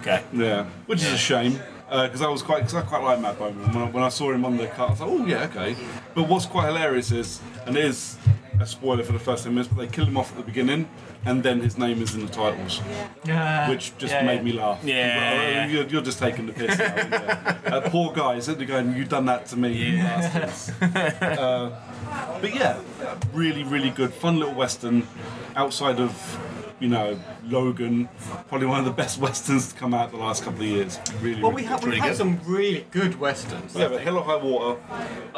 Speaker 1: Okay.
Speaker 3: Yeah, which is a shame. Because I was quite, cause I quite like Matt Bowman. When I, when I saw him on the cut, I was like, oh yeah, okay. But what's quite hilarious is, and it is a spoiler for the first ten minutes, but they kill him off at the beginning, and then his name is in the titles,
Speaker 2: Yeah.
Speaker 3: which just
Speaker 2: Yeah,
Speaker 3: made
Speaker 2: yeah.
Speaker 3: me laugh.
Speaker 1: Yeah,
Speaker 3: Well,
Speaker 1: yeah, yeah.
Speaker 3: You're, you're just taking the piss. Now, aren't you? uh, poor guy, sitting there going, "You've done that to me." you bastards." uh, but yeah, really, really good, fun little western. Outside of, you know, Logan, probably one of the best westerns to come out the last couple of years. Really,
Speaker 2: Well,
Speaker 3: really
Speaker 2: we have
Speaker 3: good.
Speaker 2: we've had some really good westerns,
Speaker 3: Yeah, but Hell or High Water.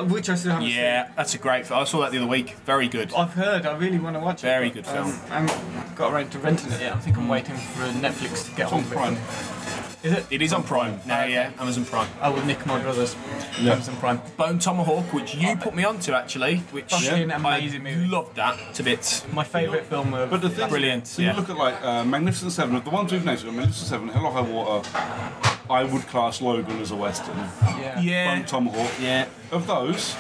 Speaker 2: which I still haven't
Speaker 1: Yeah, that's a great. Film. I saw that the other week. Very good.
Speaker 2: seen. I've heard. I really want to watch it.
Speaker 1: Very
Speaker 2: but,
Speaker 1: good film.
Speaker 2: Um, I haven't got around to renting it yet. I think I'm waiting for Netflix to get
Speaker 3: Tom
Speaker 2: on with
Speaker 3: Prime.
Speaker 2: Is it?
Speaker 1: It is on Prime now. Yeah, Amazon Prime.
Speaker 2: Oh, with Nick and my brothers.
Speaker 3: Yeah.
Speaker 2: Amazon Prime.
Speaker 1: Bone Tomahawk, which you put me onto actually, which
Speaker 2: Fucking
Speaker 1: I
Speaker 2: amazing movie.
Speaker 1: loved that to bits.
Speaker 2: My favourite film of
Speaker 3: But the thing,
Speaker 1: Brilliant,
Speaker 3: So
Speaker 1: yeah.
Speaker 3: you look at like uh, Magnificent Seven of the ones we've named, so Magnificent Seven, Hell or High Water. I would class Logan as a western.
Speaker 2: yeah.
Speaker 1: Yeah,
Speaker 3: Bone Tomahawk.
Speaker 1: yeah,
Speaker 3: Of those,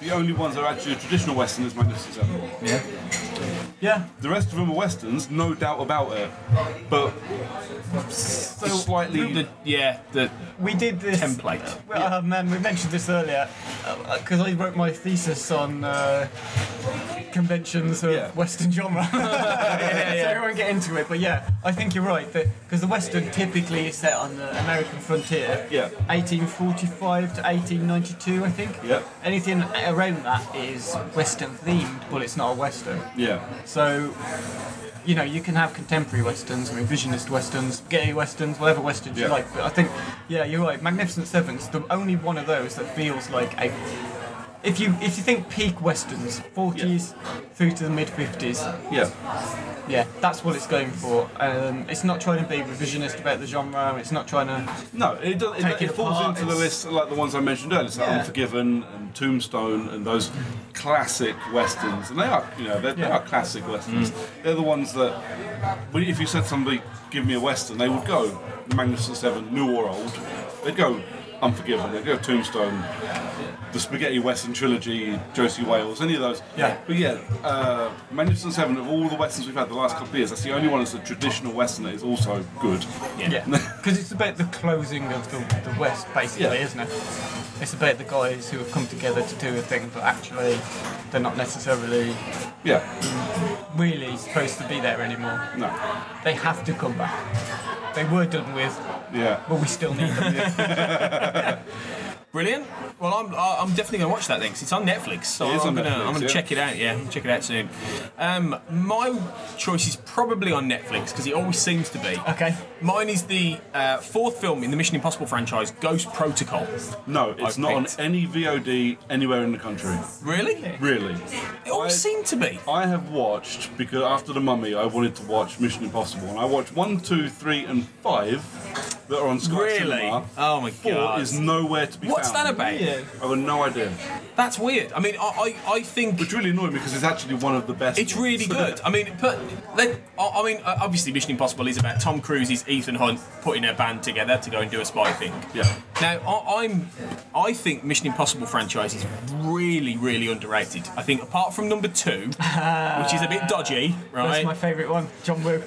Speaker 3: the only ones that are actually a traditional western is Magnificent Seven.
Speaker 1: yeah.
Speaker 2: Yeah.
Speaker 3: The rest of them are westerns, no doubt about it. But so slightly.
Speaker 1: The, yeah, the
Speaker 2: We did this
Speaker 1: template.
Speaker 2: Well, uh, man, we mentioned this earlier because I wrote my thesis on uh, conventions of
Speaker 3: Yeah.
Speaker 2: Western genre. So
Speaker 1: yeah.
Speaker 2: I won't get into it, but yeah, I think you're right that because the Western typically is set on the American frontier.
Speaker 3: Yeah.
Speaker 2: 1845 to 1892, I think.
Speaker 3: Yeah.
Speaker 2: Anything around that is Western themed, but it's not a Western.
Speaker 3: yeah.
Speaker 2: So, you know, you can have contemporary westerns, revisionist westerns, gay westerns, whatever westerns you
Speaker 3: Yeah.
Speaker 2: like. But I think, yeah, you're right. Magnificent Seven's the only one of those that feels like a. If you if you think peak westerns, 40s through to the mid 50s,
Speaker 3: Yeah.
Speaker 2: yeah, that's what it's going for. Um, it's not trying to be revisionist about the genre. It's not trying to.
Speaker 3: No, it, does, it,
Speaker 2: Take
Speaker 3: it
Speaker 2: it
Speaker 3: falls
Speaker 2: apart,
Speaker 3: into the
Speaker 2: it's-
Speaker 3: list like the ones I mentioned earlier, so
Speaker 2: Yeah.
Speaker 3: Unforgiven and Tombstone and those classic westerns. And they are, you know, they're, they
Speaker 2: Yeah. Mm.
Speaker 3: are classic westerns. They're the ones that, when- if you said to somebody, give me a western, they would go Magnificent Seven, new or old. They'd go Unforgiven, they'd go Tombstone, the Spaghetti Western Trilogy, Josie Wales, any of those.
Speaker 2: Yeah.
Speaker 3: But yeah, uh, Magnificent Seven, of all the westerns we've had the last couple of years, that's the only one that's a traditional western that is also good.
Speaker 2: Yeah. Because it's about the closing of the, the West, basically,
Speaker 3: Yeah.
Speaker 2: isn't it? It's about the guys who have come together to do a thing, but actually, they're not necessarily
Speaker 3: Yeah.
Speaker 2: really supposed to be there anymore.
Speaker 3: No.
Speaker 2: They have to come back. They were done with,
Speaker 3: Yeah.
Speaker 2: but we still need them.
Speaker 1: Brilliant. Well, I'm I- I'm definitely going to watch that then 'cause it's on Netflix. So
Speaker 3: It is
Speaker 1: I'm
Speaker 3: on
Speaker 1: gonna
Speaker 3: Netflix,
Speaker 1: I'm gonna
Speaker 3: yeah.
Speaker 1: check it out. Yeah, I'm gonna check it out soon. Um, my choice is probably on Netflix because it always seems to be.
Speaker 2: okay.
Speaker 1: Mine is the uh, fourth film in the Mission Impossible franchise, Ghost Protocol.
Speaker 3: No, it's
Speaker 1: I've
Speaker 3: not on
Speaker 1: picked.
Speaker 3: any VOD anywhere in the country.
Speaker 1: Really?
Speaker 3: Really.
Speaker 1: It always
Speaker 3: I-
Speaker 1: seemed to be.
Speaker 3: I have watched because after the Mummy, I wanted to watch Mission Impossible, and I watched one, two, three, and five that are on Sky
Speaker 1: Really?
Speaker 3: Cinema.
Speaker 1: Oh my
Speaker 3: Four
Speaker 1: god.
Speaker 3: is nowhere to be
Speaker 1: What's that
Speaker 3: found.
Speaker 1: about?
Speaker 2: Yeah.
Speaker 3: I have no idea.
Speaker 1: That's weird. I mean, I, I, I think
Speaker 3: Which really annoyed me because it's actually one of the best.
Speaker 1: It's really
Speaker 3: ones.
Speaker 1: good. I mean, but let, I I mean, uh, obviously, Mission Impossible is about Tom Cruise's Ethan Hunt putting a band together to go and do a spy thing.
Speaker 3: Yeah.
Speaker 1: Now, I, I'm, I think Mission Impossible franchise is really, really underrated. I think apart from number two, which is a bit dodgy,
Speaker 2: That's
Speaker 1: right?
Speaker 2: my favourite one, John Woo.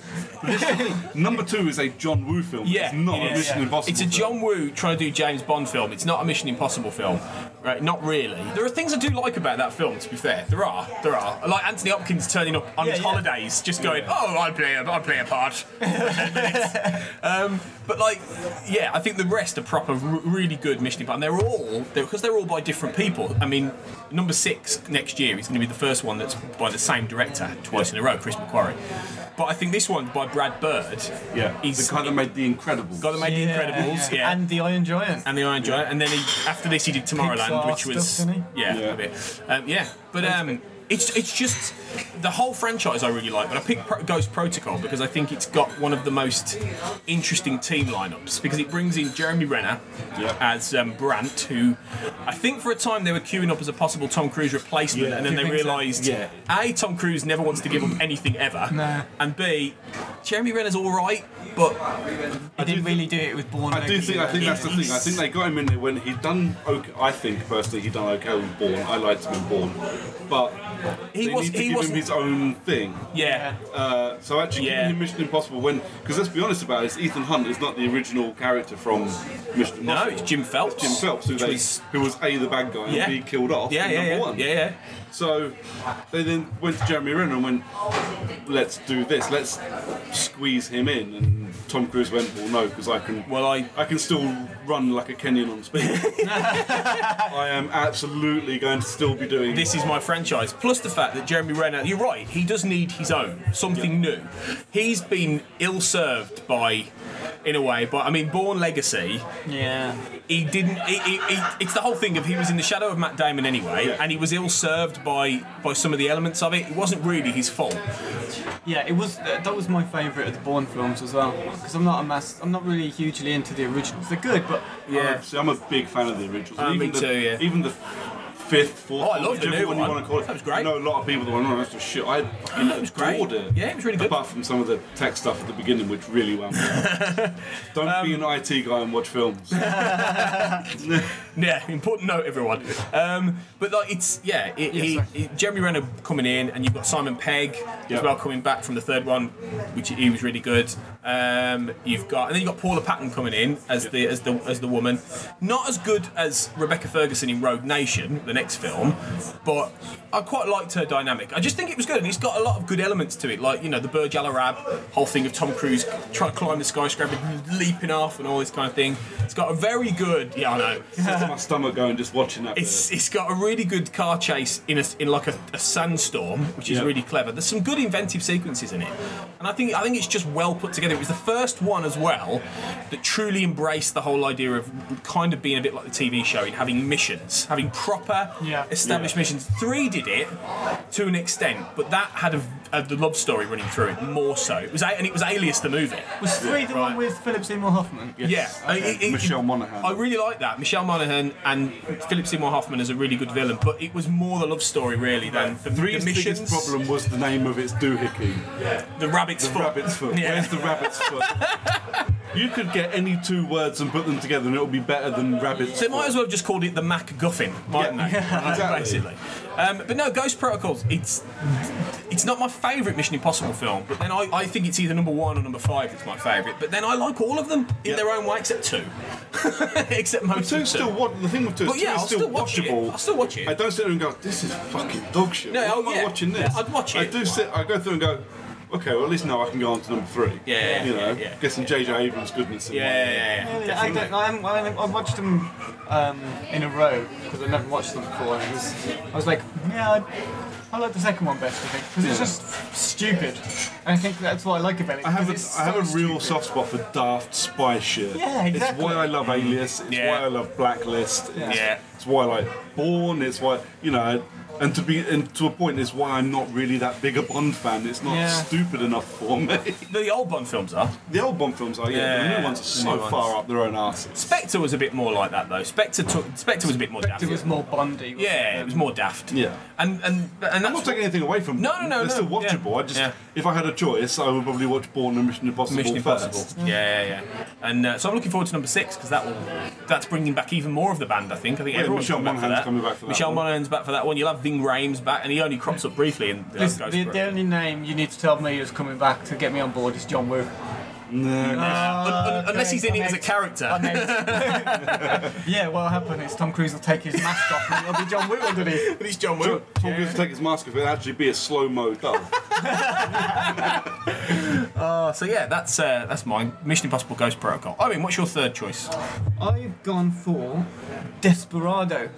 Speaker 3: Number two is a John Woo film.
Speaker 1: yeah,
Speaker 3: it's not
Speaker 1: it
Speaker 3: a
Speaker 1: is.
Speaker 3: Mission
Speaker 1: Yeah.
Speaker 3: Impossible.
Speaker 1: It's a John
Speaker 3: film.
Speaker 1: Woo trying to do James Bond film. It's not a Mission Impossible film, right? Not really. There are things I do like about that film. To be fair, there are, there are. Like Anthony Hopkins turning up on
Speaker 2: Yeah,
Speaker 1: his
Speaker 2: yeah.
Speaker 1: holidays, just going, "Oh, I play a, I play a part." um, but like, yeah, I think the rest are proper r- really good Michelin button. They're all because they're, all by different people. I mean, number six next year is going to be the first one that's by the same director twice in a row, Chris McQuarrie. But I think this one by Brad Bird.
Speaker 3: Yeah,
Speaker 1: He's-
Speaker 3: the guy that made The Incredibles.
Speaker 1: Got to make the Incredibles, yeah,
Speaker 2: And the Iron Giant.
Speaker 1: and the Iron Giant, and then he, after this he did Tomorrowland,
Speaker 2: Pixar
Speaker 1: which was
Speaker 2: stuff, didn't
Speaker 1: yeah,
Speaker 3: Yeah.
Speaker 1: a bit. Um, yeah. But um, it's it's just the whole franchise I really like. But I picked Pro- Ghost Protocol because I think it's got one of the most interesting team lineups because it brings in Jeremy Renner
Speaker 3: Yeah.
Speaker 1: as um, Brant, who I think for a time they were queuing up as a possible Tom Cruise replacement,
Speaker 3: Yeah.
Speaker 1: and then
Speaker 2: Do
Speaker 1: they
Speaker 2: you think so?
Speaker 1: realised
Speaker 3: Yeah.
Speaker 1: a Tom Cruise never wants to give up anything ever,
Speaker 2: Nah.
Speaker 1: and b Jeremy Renner's all right, but
Speaker 2: I didn't really do it with Born.
Speaker 3: I do think I think that's the thing. I think they got him in there when he'd done. Okay, I think personally he'd done okay with Born. I liked him in Born, but
Speaker 1: he
Speaker 3: they
Speaker 1: was
Speaker 3: need to
Speaker 1: he
Speaker 3: give
Speaker 1: was
Speaker 3: him his own thing.
Speaker 1: yeah.
Speaker 3: Uh, so actually,
Speaker 1: Yeah.
Speaker 3: giving him Mission Impossible when because let's be honest about this, Ethan Hunt is not the original character from Mission Impossible.
Speaker 1: No, it's Jim Phelps.
Speaker 3: Jim Phelps, who,
Speaker 1: Which
Speaker 3: they,
Speaker 1: was-
Speaker 3: who was A, the bad guy,
Speaker 1: Yeah.
Speaker 3: and B, killed off
Speaker 1: yeah,
Speaker 3: in
Speaker 1: yeah,
Speaker 3: number
Speaker 1: yeah.
Speaker 3: one.
Speaker 1: yeah, yeah.
Speaker 3: So they then went to Jeremy Renner and went, let's do this, let's squeeze him in. And Tom Cruise went, well, no, because I can.
Speaker 1: Well, I-
Speaker 3: I can still run like a Kenyan on speed. I am absolutely going to still be doing
Speaker 1: This is my franchise. Plus the fact that Jeremy Renner, you're right, he does need his own something new. He's been ill-served by, in a way, but I mean, Born Legacy.
Speaker 2: Yeah.
Speaker 1: He didn't. He, he, he, it's the whole thing of he was in the shadow of Matt Damon anyway,
Speaker 3: Yeah.
Speaker 1: and he was ill-served by by some of the elements of it. It wasn't really his fault.
Speaker 2: Yeah, it was. Uh, that was my favourite of the Bourne films as well. Because I'm not a mass. I'm not really hugely into the originals. They're good, but
Speaker 3: Uh, see, I'm a big fan of the originals.
Speaker 1: Uh, me
Speaker 3: the,
Speaker 1: too, yeah.
Speaker 3: Even the fifth, fourth.
Speaker 1: Oh, I love the
Speaker 3: whichever
Speaker 1: new
Speaker 3: you
Speaker 1: one.
Speaker 3: want to call it.
Speaker 1: That was great.
Speaker 3: I know a lot of people that went, oh, that's just shit. I fucking
Speaker 1: it was great.
Speaker 3: adored it.
Speaker 1: Yeah, it was really good.
Speaker 3: Apart from some of the tech stuff at the beginning, which really wound me up. Don't be
Speaker 1: Um,
Speaker 3: an IT guy and watch films.
Speaker 1: Yeah, important note, everyone. Um, but like, it's yeah, it, he,
Speaker 2: sorry.
Speaker 1: it- Jeremy Renner coming in, and you've got Simon Pegg
Speaker 3: Yeah.
Speaker 1: as well coming back from the third one, which he was really good. Um, you've got, and then you've got Paula Patton coming in as the as the as the woman, not as good as Rebecca Ferguson in Rogue Nation, the next film, but I quite liked her dynamic. I just think it was good, and it's got a lot of good elements to it, like you know the Burj Al Arab whole thing of Tom Cruise trying to climb the skyscraper, leaping off, and all this kind of thing. It's got a very good, yeah, I know.
Speaker 3: That's my stomach going just watching that.
Speaker 1: It's,
Speaker 3: bit.
Speaker 1: it's got a really good car chase in a, in like a, a sandstorm, which is
Speaker 3: Yeah.
Speaker 1: really clever. There's some good inventive sequences in it, and I think I think it's just well put together. It was the first one as well that truly embraced the whole idea of kind of being a bit like the TV show in having missions, having proper
Speaker 2: Yeah.
Speaker 1: established
Speaker 3: Yeah.
Speaker 1: missions. Three did it to an extent, but that had a, a the love story running through it more so. It was a- and it was Alias the movie.
Speaker 2: was three the
Speaker 1: Right.
Speaker 2: one with Philip Seymour Hoffman?
Speaker 1: Yeah,
Speaker 3: Okay.
Speaker 1: I- it- it-
Speaker 3: Michelle Monaghan.
Speaker 1: I really like that. Michelle Monaghan and Philip Seymour Hoffman is a really good villain, but it was more the love story really than the,
Speaker 3: Three's
Speaker 1: the missions.
Speaker 3: biggest problem was the name of its doohickey.
Speaker 1: The rabbit's
Speaker 3: The
Speaker 1: foot.
Speaker 3: rabbit's foot.
Speaker 1: Yeah.
Speaker 3: Where's the rabbit's foot? You could get any two words and put them together, and it would be better than rabbit's.
Speaker 1: So they might
Speaker 3: foot.
Speaker 1: as well have just called it the Mac Guffin, mightn't
Speaker 3: Yeah.
Speaker 1: they?
Speaker 3: Yeah, exactly.
Speaker 1: Basically. Um, but no, Ghost Protocols, it's it's not my favourite Mission Impossible film, but then I, I think it's either number one or number five is my favourite. But then I like all of them in
Speaker 3: Yeah.
Speaker 1: their own way, except two. except most
Speaker 3: Two
Speaker 1: of
Speaker 3: still
Speaker 1: them.
Speaker 3: what the thing with two
Speaker 1: But
Speaker 3: is
Speaker 1: yeah,
Speaker 3: two is
Speaker 1: I'll
Speaker 3: still
Speaker 1: still watch it.
Speaker 3: watchable.
Speaker 1: I'll still watch it.
Speaker 3: I don't sit there and go, this is fucking dog shit.
Speaker 1: No,
Speaker 3: Why am
Speaker 1: oh,
Speaker 3: I
Speaker 1: yeah.
Speaker 3: watching
Speaker 1: Yeah,
Speaker 3: this?
Speaker 1: I'd watch
Speaker 3: I
Speaker 1: it.
Speaker 3: do sit. I go through and go, okay, well at least now I can go on to number three.
Speaker 1: Yeah,
Speaker 3: you
Speaker 1: yeah,
Speaker 3: know,
Speaker 1: yeah,
Speaker 3: get some JJ Abrams goodness. In
Speaker 1: Yeah,
Speaker 3: mine.
Speaker 1: yeah, yeah.
Speaker 2: Yeah, I don't know. I, haven't- I, haven't- I watched them um, in a row because I never watched them before. And it was, I was like, yeah, I, I like the second one best, I think, because it's just f- stupid. And I think that's what I like about it.
Speaker 3: I
Speaker 2: 'cause
Speaker 3: have a,
Speaker 2: it's so
Speaker 3: I have a real
Speaker 2: stupid.
Speaker 3: soft spot for daft spy shit.
Speaker 2: Yeah,
Speaker 3: It's
Speaker 2: exactly.
Speaker 3: why I love Alias. It's
Speaker 1: Yeah.
Speaker 3: why I love Blacklist. It's,
Speaker 1: Yeah.
Speaker 3: It's why I like Born. It's why you know, and to be and to a point, it's why I'm not really that big a Bond fan. It's not
Speaker 2: Yeah.
Speaker 3: stupid enough for me.
Speaker 1: The old Bond films are.
Speaker 3: The old Bond films are, yeah, but the
Speaker 1: Yeah,
Speaker 3: new ones are
Speaker 1: the
Speaker 3: so
Speaker 1: new ones.
Speaker 3: far up their own arses.
Speaker 1: Spectre was a bit more like that though. Spectre took Spectre was a bit more daft.
Speaker 2: It was more Bondy. wasn't
Speaker 1: yeah, it was more daft.
Speaker 3: Yeah.
Speaker 1: And and and
Speaker 3: I'm
Speaker 1: that's
Speaker 3: not taking anything away from
Speaker 1: No, no,
Speaker 3: Bourne.
Speaker 1: no,
Speaker 3: They're still
Speaker 1: no, yeah.
Speaker 3: watchable. I just,
Speaker 1: Yeah.
Speaker 3: if I had a choice, I would probably watch Born and Mission Impossible
Speaker 1: Mission
Speaker 3: first.
Speaker 1: Impossible. Yeah, yeah, yeah. And uh, so I'm looking forward to number six because that will that's bringing back even more of the band. I think. I think
Speaker 3: Yeah,
Speaker 1: everyone's
Speaker 3: Michelle
Speaker 1: coming back for
Speaker 3: Monaghan's
Speaker 1: that.
Speaker 3: coming back for that
Speaker 1: Michelle
Speaker 3: one.
Speaker 1: Monaghan's back for that one. You'll have Ving Rhames back, and he only crops up briefly in the,
Speaker 2: Listen,
Speaker 1: Ghost
Speaker 2: the,
Speaker 1: Protocol.
Speaker 2: the only name you need to tell me is coming back to get me on board is John Woo.
Speaker 1: Un- un- unless he's in it as a character.
Speaker 2: yeah, what'll happen is Tom Cruise will take his mask off and it'll be John Woo underneath.
Speaker 1: But it's John
Speaker 3: Tom
Speaker 1: Woo.
Speaker 3: Cruise will take his mask off. It'll actually be a slow mo dove.
Speaker 1: Uh, so yeah, that's uh, that's mine. Mission Impossible Ghost Protocol. I mean, what's your third choice?
Speaker 2: I've gone for Desperado.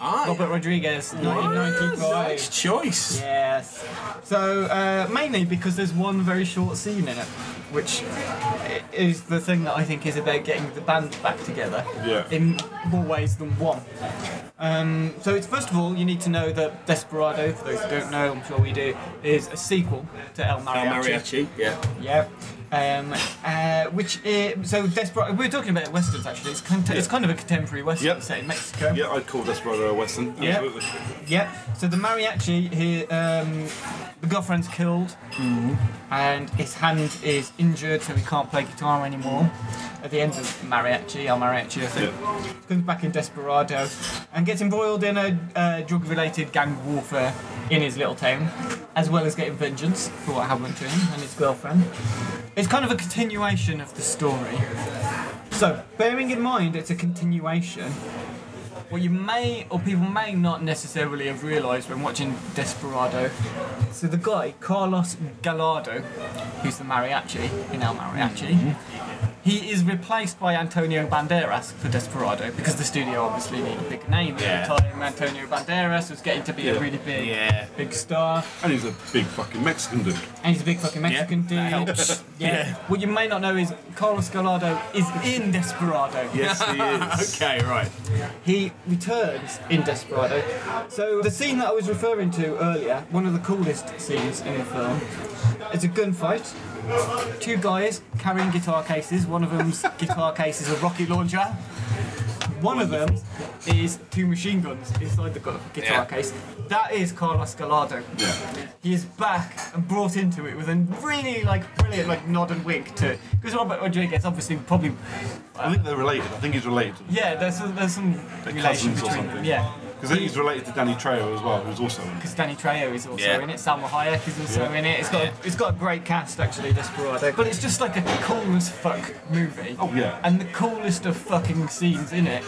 Speaker 1: Ah,
Speaker 2: Robert Rodriguez,
Speaker 1: nice
Speaker 2: 1995.
Speaker 1: choice.
Speaker 2: Yes. So uh, mainly because there's one very short scene in it, which i- is the thing that I think is about getting the band back together.
Speaker 3: Yeah.
Speaker 2: In more ways than one. Um, so it's first of all you need to know that Desperado, for those who don't know, I'm sure we do, is a sequel to El
Speaker 1: Uh,
Speaker 2: Mariachi.
Speaker 1: yeah.
Speaker 2: Yeah. Um, uh, which i so Desperado. We were talking about westerns actually. It's kind of, it's kind of a contemporary western
Speaker 3: Yep.
Speaker 2: set in Mexico.
Speaker 3: Yeah, I'd call Desperado a western.
Speaker 2: Yeah.
Speaker 3: Absolutely.
Speaker 2: Yep. So the mariachi, he, um, the girlfriend's killed, and his hand is injured, so he can't play guitar anymore. At the end of mariachi, our mariachi, I think,
Speaker 3: Yeah.
Speaker 2: comes back in desperado, and gets embroiled in a uh, drug-related gang warfare in his little town, as well as getting vengeance for what happened to him and his girlfriend. It's kind of a continuation of the story. So, bearing in mind it's a continuation, what you may or people may not necessarily have realised when watching Desperado. So the guy Carlos Gallardo, who's the mariachi in El Mariachi,
Speaker 1: Mm-hmm.
Speaker 2: he is replaced by Antonio Banderas for Desperado because the studio obviously needed a big name at
Speaker 1: Yeah.
Speaker 2: the time. Antonio Banderas was getting to be a
Speaker 3: Yeah.
Speaker 2: really big,
Speaker 1: Yeah.
Speaker 2: big star.
Speaker 3: And he's a big fucking Mexican dude.
Speaker 2: And he's a big fucking Mexican dude.
Speaker 1: that helps.
Speaker 2: Yeah.
Speaker 1: Yeah.
Speaker 2: What you may not know is Carlos Gallardo is in Desperado.
Speaker 3: Yes, he is.
Speaker 1: Okay, right.
Speaker 2: He returns in Desperado. So the scene that I was referring to earlier, one of the coolest scenes in the film, it's a gunfight. Two guys carrying guitar cases. One of them's guitar case is a rocket launcher. One of them is two machine guns inside the gu- guitar
Speaker 1: Yeah.
Speaker 2: case. That is Carlos Gallardo.
Speaker 3: Yeah.
Speaker 2: He is back and brought into it with a really like brilliant like nod and wink to because Robert Rodriguez obviously probably
Speaker 3: I think they're related. I think he's related.
Speaker 2: yeah there's there's some
Speaker 3: They're
Speaker 2: relation
Speaker 3: cousins or
Speaker 2: between them
Speaker 3: something.
Speaker 2: yeah
Speaker 3: Because I think he's related to Danny Trejo as well, who's also in it.
Speaker 2: because Danny Trejo is also
Speaker 1: Yeah.
Speaker 2: in it, Salma Hayek is also
Speaker 3: Yeah.
Speaker 2: in it. It's got a, it's got a great cast actually, Desperado. But it's just like a cool as fuck movie.
Speaker 3: Oh, yeah.
Speaker 2: And the coolest of fucking scenes in it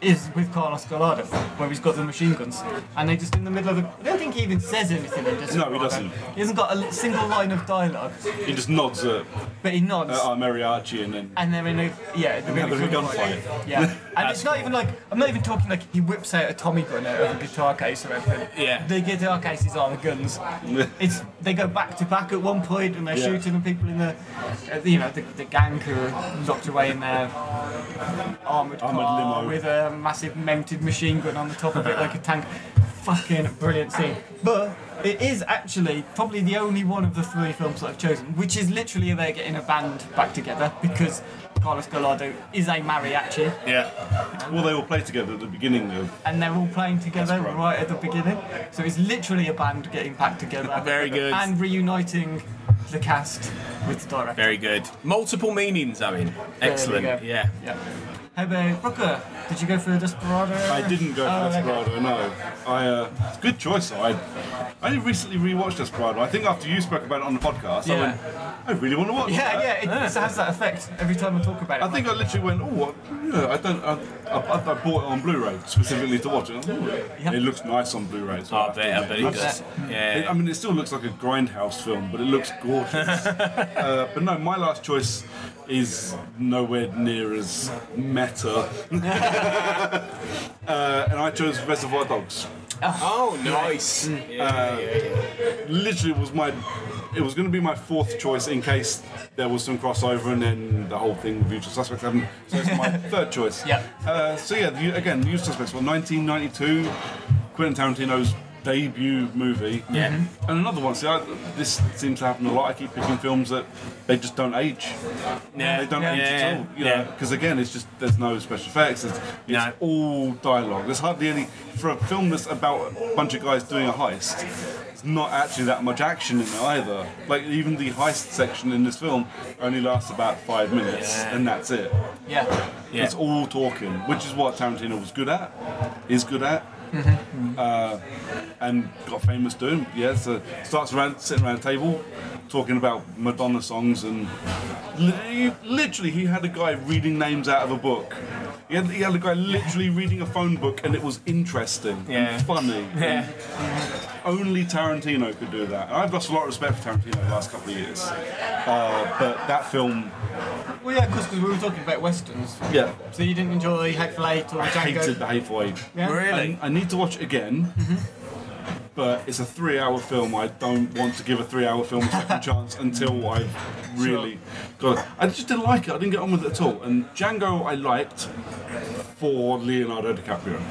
Speaker 2: is with Carlos Gallardo, where he's got the machine guns, and they just in the middle of. The, I don't think he even says anything. In Desperado.
Speaker 3: doesn't.
Speaker 2: He hasn't got a single line of dialogue,
Speaker 3: He just nods at,
Speaker 2: but he nods.
Speaker 3: at our mariachi and then.
Speaker 2: and they're in a yeah, they're in
Speaker 3: Having a
Speaker 2: cool
Speaker 3: gunfight.
Speaker 2: fight. Yeah, and it's not even like I'm not even talking like he whips out a Tommy gun out of a guitar case or anything.
Speaker 1: Yeah.
Speaker 2: the guitar cases are the guns. It's they go back to back at one point and they're
Speaker 3: Yeah.
Speaker 2: shooting the people in the, uh, you know, the, the gang who are locked away in their armored car
Speaker 3: Armoured limo.
Speaker 2: with a massive mounted machine gun on the top of it like a tank. Fucking brilliant scene. But it is actually probably the only one of the three films that I've chosen, which is literally they're getting a band back together because Carlos Gallardo is a mariachi
Speaker 1: Yeah.
Speaker 3: Well, they all play together at the beginning of.
Speaker 2: and they're all playing together
Speaker 3: That's right.
Speaker 2: right at the beginning. So it's literally a band getting back together.
Speaker 1: Very good.
Speaker 2: And reuniting the cast with the director.
Speaker 1: Very good. Multiple meanings, I mean.
Speaker 2: There we
Speaker 1: Excellent.
Speaker 2: go.
Speaker 1: Yeah.
Speaker 2: Yeah. How about Brooker? Did you go for Desperado?
Speaker 3: I didn't go for
Speaker 2: Oh, okay.
Speaker 3: Desperado, no. I, uh, it's a good choice, though. I, I only recently rewatched Desperado. I think after you spoke about it on the podcast, I
Speaker 2: Yeah.
Speaker 3: went, I really want to watch
Speaker 2: Yeah,
Speaker 3: that.
Speaker 2: yeah, it it has that effect every time I talk about it.
Speaker 3: I think I literally went, oh, what? Yeah, I don't. I, I, I bought it on Blu-ray specifically to watch it. Oh, It looks nice on Blu-ray.
Speaker 2: Oh,
Speaker 3: so
Speaker 1: I
Speaker 3: have to
Speaker 1: bet, I
Speaker 3: admit.
Speaker 1: bet he
Speaker 3: I've
Speaker 1: does.
Speaker 3: just- I
Speaker 1: Yeah.
Speaker 3: mean, it still looks like a grindhouse film, but it looks gorgeous. uh, but no, my last choice is nowhere near as meta. uh, and I chose Reservoir Dogs.
Speaker 1: Oh, nice. Yeah, yeah, yeah.
Speaker 3: Literally, was my. It was going to be my fourth choice in case there was some crossover, and then the whole thing with Usual Suspects happened. So it's my third choice.
Speaker 2: Yeah.
Speaker 3: Uh, so yeah, the, again, The Usual Suspects. Well, 1992, Quentin Tarantino's debut movie.
Speaker 1: Yeah.
Speaker 3: And another one, see, I, this seems to happen a lot. I keep picking films that they just don't age.
Speaker 1: Yeah.
Speaker 3: They don't
Speaker 1: yeah.
Speaker 3: age at all. You
Speaker 1: yeah.
Speaker 3: Because again, it's just there's no special effects. It's, it's
Speaker 1: No.
Speaker 3: all dialogue. There's hardly any for a film that's about a bunch of guys doing a heist. It's not actually that much action in it either. Like even the heist section in this film only lasts about five minutes,
Speaker 1: Yeah.
Speaker 3: and that's it.
Speaker 2: Yeah.
Speaker 1: Yeah.
Speaker 3: It's all talking, which is what Tarantino was good at, is good at.
Speaker 1: Mm-hmm.
Speaker 3: uh, and got famous doing. Yeah, so starts around, sitting around a table talking about Madonna songs and li- literally he had a guy reading names out of a book. He had, he had a guy literally reading a phone book and it was interesting
Speaker 1: Yeah.
Speaker 3: and funny.
Speaker 1: Yeah.
Speaker 3: Only Tarantino could do that. And I've lost a lot of respect for Tarantino the last couple of years. Uh, but that film,
Speaker 2: Well, yeah, because we were talking about westerns.
Speaker 3: yeah,
Speaker 2: So you didn't enjoy Hateful Eight or
Speaker 3: I hated
Speaker 2: Django?
Speaker 3: The Hateful Eight.
Speaker 2: Yeah?
Speaker 1: Really?
Speaker 3: I, I need to watch it again. But it's a three-hour film. I don't want to give a three-hour film a second chance until I really got it. I just didn't like it. I didn't get on with it at all. And Django, I liked for Leonardo DiCaprio.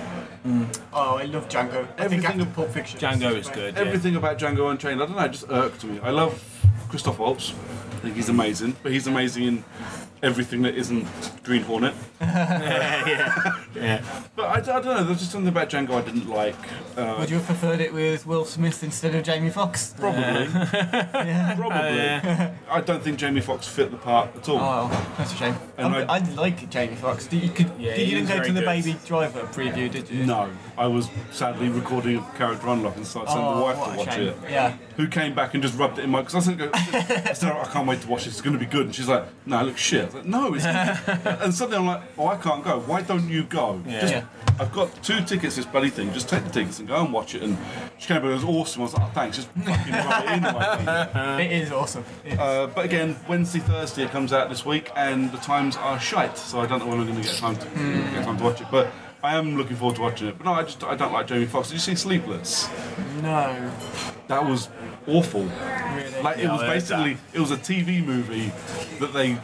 Speaker 2: Oh, I love Django. I think
Speaker 3: Everything
Speaker 2: after
Speaker 3: of-
Speaker 2: Pulp Fiction.
Speaker 1: Django is good. Yeah.
Speaker 3: Everything about Django Unchained, I don't know, it just irked me. I love Christoph Waltz. I think he's amazing. But he's amazing in everything that isn't Green Hornet. But I, I don't know. There's just something about Django I didn't like. Uh,
Speaker 2: Would you have preferred it with Will Smith instead of Jamie Foxx?
Speaker 3: Probably. Probably. I don't think Jamie Fox fit the part at all.
Speaker 2: Oh, that's a shame.
Speaker 3: And
Speaker 2: I,
Speaker 3: I-
Speaker 2: I like Jamie Foxx. Did you, could,
Speaker 1: Yeah,
Speaker 2: did
Speaker 1: he
Speaker 2: you
Speaker 1: was
Speaker 2: didn't go
Speaker 1: very
Speaker 2: to the
Speaker 1: good.
Speaker 2: Baby Driver preview, did you?
Speaker 3: No, I was sadly recording a character unlock and so I sent
Speaker 2: Oh,
Speaker 3: the wife
Speaker 2: what
Speaker 3: to
Speaker 2: a
Speaker 3: watch
Speaker 2: shame.
Speaker 3: it.
Speaker 2: Yeah.
Speaker 3: Who came back and just rubbed it in my because I said, go- I said, I can't wait to watch this. It's going to be good. And she's like, No, it looks shit. I was like, No, it's. Good. and suddenly I'm like, Oh, I can't go. Why don't you go? Just,
Speaker 2: Yeah.
Speaker 3: I've got two tickets. to This bloody thing. Just take the tickets and go and watch it. And she came back. It was awesome. I was like, oh, Thanks. Just fucking rub it in. Like,
Speaker 2: It is awesome. It is.
Speaker 3: Uh, but again, Wednesday, Thursday it comes out this week, and the times are shite, so I don't know when I'm going to get time to get time to watch it. But I am looking forward to watching it. But no, I just I don't like Jamie Foxx. Did you see Sleepless?
Speaker 2: no.
Speaker 3: That was awful.
Speaker 2: Really?
Speaker 3: Like it
Speaker 1: Yeah,
Speaker 3: was
Speaker 1: I heard
Speaker 3: basically it was a TV movie that they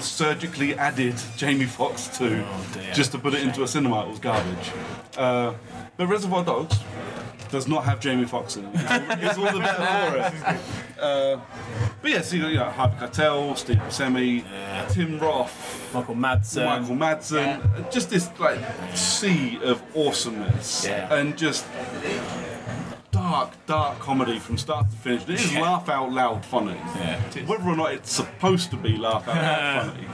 Speaker 3: surgically added Jamie Foxx to
Speaker 1: Oh, dear.
Speaker 3: just to put it into a cinema. It was garbage. Uh, but Reservoir Dogs does not have Jamie Foxx in it. It's all the better for it. Uh, but yeah, so you got you know, Harvey Keitel, Steve Buscemi, Tim Roth,
Speaker 1: Michael Madsen.
Speaker 3: Michael Madsen, uh, just this like sea of awesomeness
Speaker 1: Yeah.
Speaker 3: and just dark, dark comedy from start to finish. It is
Speaker 1: Yeah.
Speaker 3: laugh out loud funny.
Speaker 1: Yeah, it is.
Speaker 3: Whether or not it's supposed to be laugh out loud funny,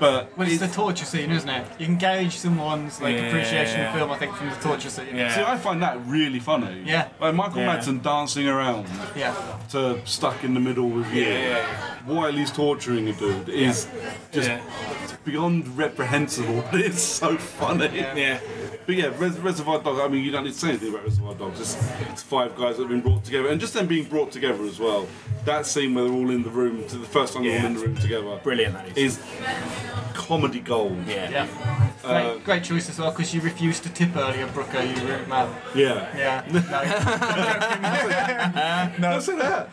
Speaker 3: but
Speaker 2: Well, it's the torture scene, isn't it? You can gauge someone's like
Speaker 1: Yeah.
Speaker 2: appreciation of film, I think, from the torture scene.
Speaker 1: Yeah.
Speaker 3: see, I find that really funny.
Speaker 2: Yeah.
Speaker 3: like Michael
Speaker 1: Yeah.
Speaker 3: Madsen dancing around
Speaker 2: Yeah.
Speaker 3: to stuck in the middle with you
Speaker 1: Yeah.
Speaker 3: while he's torturing a dude is just
Speaker 1: Yeah.
Speaker 3: beyond reprehensible, but it's so funny.
Speaker 1: Yeah.
Speaker 3: But yeah, Res- Reservoir Dogs. I mean, you don't need to say anything about Reservoir Dogs. It's, it's five guys that have been brought together, and just them being brought together as well. That scene where they're all in the room, to the first time they're all
Speaker 1: Yeah.
Speaker 3: in the room together,
Speaker 1: Brilliant that is.
Speaker 3: is comedy gold.
Speaker 1: Yeah.
Speaker 2: Yeah. great, great choice as well, because you refused to tip earlier, Brooker, you rude man.
Speaker 3: Yeah.
Speaker 2: Yeah. No.
Speaker 3: No, say that.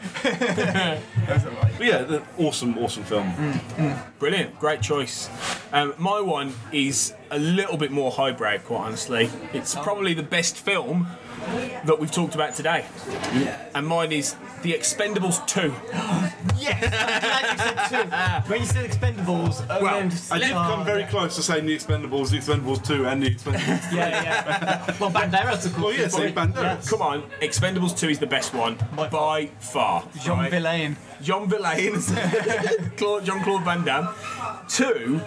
Speaker 3: But yeah, the- awesome, awesome film.
Speaker 1: Mm. Brilliant, great choice. Um, my one is a little bit more highbrow, quite honestly. It's
Speaker 2: Oh.
Speaker 1: probably the best film that we've talked about today. And mine is The Expendables 2.
Speaker 2: yes! I'm glad you said two. When you said Expendables, I
Speaker 1: Well,
Speaker 2: remembered to
Speaker 3: I
Speaker 2: say-
Speaker 3: did
Speaker 2: oh,
Speaker 3: come very
Speaker 1: uh,
Speaker 2: yeah.
Speaker 3: close to saying The Expendables, The Expendables 2, and The Expendables 3.
Speaker 2: Yeah, yeah. well, Banderas, of course.
Speaker 3: Well, yeah,
Speaker 2: is
Speaker 3: see,
Speaker 2: probably-
Speaker 3: Banderas.
Speaker 1: Come on, Expendables 2 is the best one
Speaker 2: By
Speaker 1: by far.
Speaker 2: yeah. Jean
Speaker 1: right?
Speaker 2: Villain.
Speaker 1: John Villain, Claude, John Claude Van Damme. Two,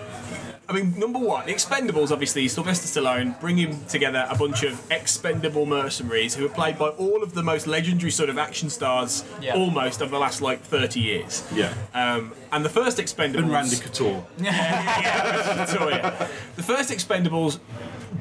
Speaker 1: I mean, number one, The Expendables, obviously, Sylvester Stallone bringing together a bunch of expendable mercenaries who are played by all of the most legendary sort of action stars
Speaker 2: Yeah.
Speaker 1: almost over the last like 30 years.
Speaker 3: Yeah.
Speaker 1: Um, and the first Expendables.
Speaker 3: and Randy Couture.
Speaker 1: Yeah, so, yeah. The first Expendables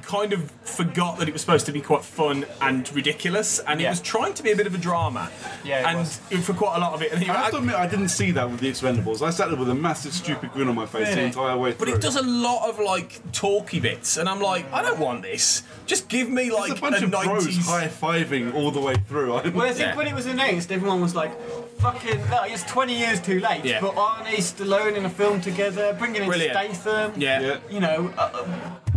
Speaker 1: kind of forgot that it was supposed to be quite fun and ridiculous, and it
Speaker 2: Yeah.
Speaker 1: was trying to be a bit of a drama.
Speaker 2: Yeah, it
Speaker 1: and
Speaker 2: was.
Speaker 1: for quite a lot of it. And then you
Speaker 3: I have
Speaker 1: add-
Speaker 3: to admit, I didn't see that with The Expendables. I sat there with a massive, stupid grin on my face the
Speaker 2: Really?
Speaker 3: entire way through.
Speaker 1: But it does a lot of like talky bits, and I'm like, I don't want this. Just give me like
Speaker 3: There's a bunch of bros
Speaker 1: 90s.
Speaker 3: high fiving all the way through. I-
Speaker 2: Well, I think
Speaker 1: Yeah.
Speaker 2: when it was announced, everyone was like, fucking, no, it's 20 years too late.
Speaker 1: Yeah.
Speaker 2: But Arnie, Stallone in a film together, bringing in
Speaker 1: Brilliant.
Speaker 2: Statham.
Speaker 1: yeah.
Speaker 3: Yeah.
Speaker 2: You know, uh, uh,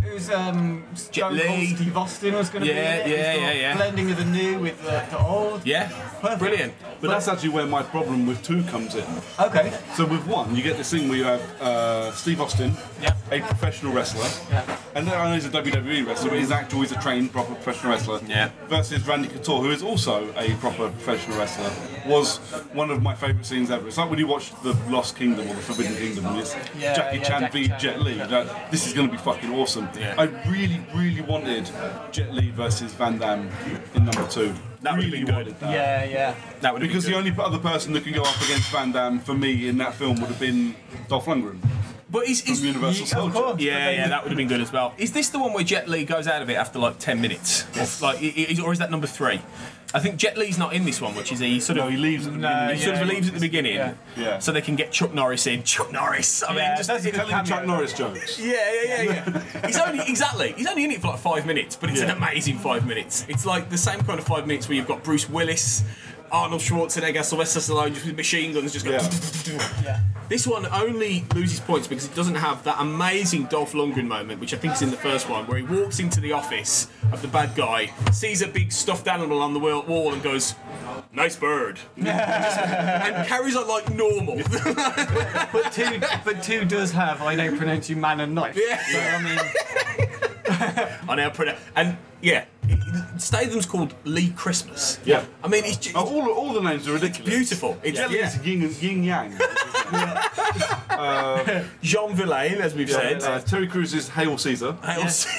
Speaker 2: it was um, Stone
Speaker 1: Jet
Speaker 2: Cold
Speaker 1: Li.
Speaker 2: Steve Austin was going to
Speaker 1: Yeah,
Speaker 2: be in it.
Speaker 1: yeah,
Speaker 2: It was
Speaker 1: yeah,
Speaker 2: the
Speaker 1: yeah.
Speaker 2: Blending of the new with uh, the, the old.
Speaker 1: Yeah.
Speaker 2: Perfect.
Speaker 1: Brilliant.
Speaker 3: But that's actually where my problem with two comes in.
Speaker 2: Okay.
Speaker 3: So with one, you get this thing where you have uh, Steve Austin,
Speaker 1: Yeah.
Speaker 3: a professional wrestler,
Speaker 2: Yeah.
Speaker 3: and then I know he's a WWE wrestler, but he's actual, he's a trained proper professional wrestler.
Speaker 1: Yeah.
Speaker 3: Versus Randy Couture, who is also a proper professional wrestler, was one of my favourite scenes ever. It's like when you watch the Lost Kingdom or the Forbidden Kingdom, and it's
Speaker 2: Yeah,
Speaker 3: Jackie
Speaker 2: yeah,
Speaker 3: Chan
Speaker 2: Jackie
Speaker 3: v
Speaker 2: Chan.
Speaker 3: Jet Li. Like, this is going to be fucking awesome.
Speaker 1: Yeah.
Speaker 3: I really, really wanted Jet Li versus Van Damme in number two.
Speaker 1: That would've
Speaker 3: really
Speaker 1: been good.
Speaker 3: wanted that.
Speaker 2: Yeah, yeah.
Speaker 1: That would
Speaker 3: Because the only other person that could go up against Van Damme for me in that film would have been Dolph Lundgren.
Speaker 1: but is, is,
Speaker 3: from Universal
Speaker 1: yeah,
Speaker 3: Soldier.
Speaker 2: course.
Speaker 1: yeah, yeah, that would have been good as well. Is this the one where Jet Li goes out of it after like ten minutes, or, like, i- i- or is that number three? I think Jet Li's not in this one, which is he sort of
Speaker 3: No, he leaves at the
Speaker 2: No,
Speaker 3: beginning.
Speaker 1: He sort of
Speaker 2: Yeah,
Speaker 1: leaves at the beginning,
Speaker 2: yeah.
Speaker 3: Yeah.
Speaker 1: so they can get Chuck Norris in. Chuck Norris. I mean,
Speaker 2: Yeah,
Speaker 1: just
Speaker 2: that's a good
Speaker 3: Telling Chuck
Speaker 2: cameo.
Speaker 3: Norris jokes.
Speaker 1: yeah, yeah, yeah, yeah. he's only exactly. He's only in it for like five minutes, but it's
Speaker 3: Yeah.
Speaker 1: an amazing five minutes. It's like the same kind of five minutes where you've got Bruce Willis, Arnold Schwarzenegger, Sylvester Stallone, just with machine guns, just going.
Speaker 3: Yeah.
Speaker 2: Yeah.
Speaker 1: This one only loses points because it doesn't have that amazing Dolph Lundgren moment, which I think is in the first one, where he walks into the office of the bad guy, sees a big stuffed animal on the wall, wall and goes, "Nice bird," and carries on like normal.
Speaker 2: But two, but two does have I don't pronounce you man and knife.
Speaker 1: Yeah.
Speaker 2: So, I mean,
Speaker 1: on our printer. And yeah, Statham's called Lee Christmas.
Speaker 3: Yeah.
Speaker 1: I mean, it's, just,
Speaker 3: Oh, all, all the names are ridiculous.
Speaker 1: beautiful. It's
Speaker 3: Jet Li
Speaker 1: yeah.
Speaker 3: is yin, and- yin yang.
Speaker 1: Jean Villain, as we've said.
Speaker 3: Uh, Terry Crews is Hail Caesar.
Speaker 1: I also-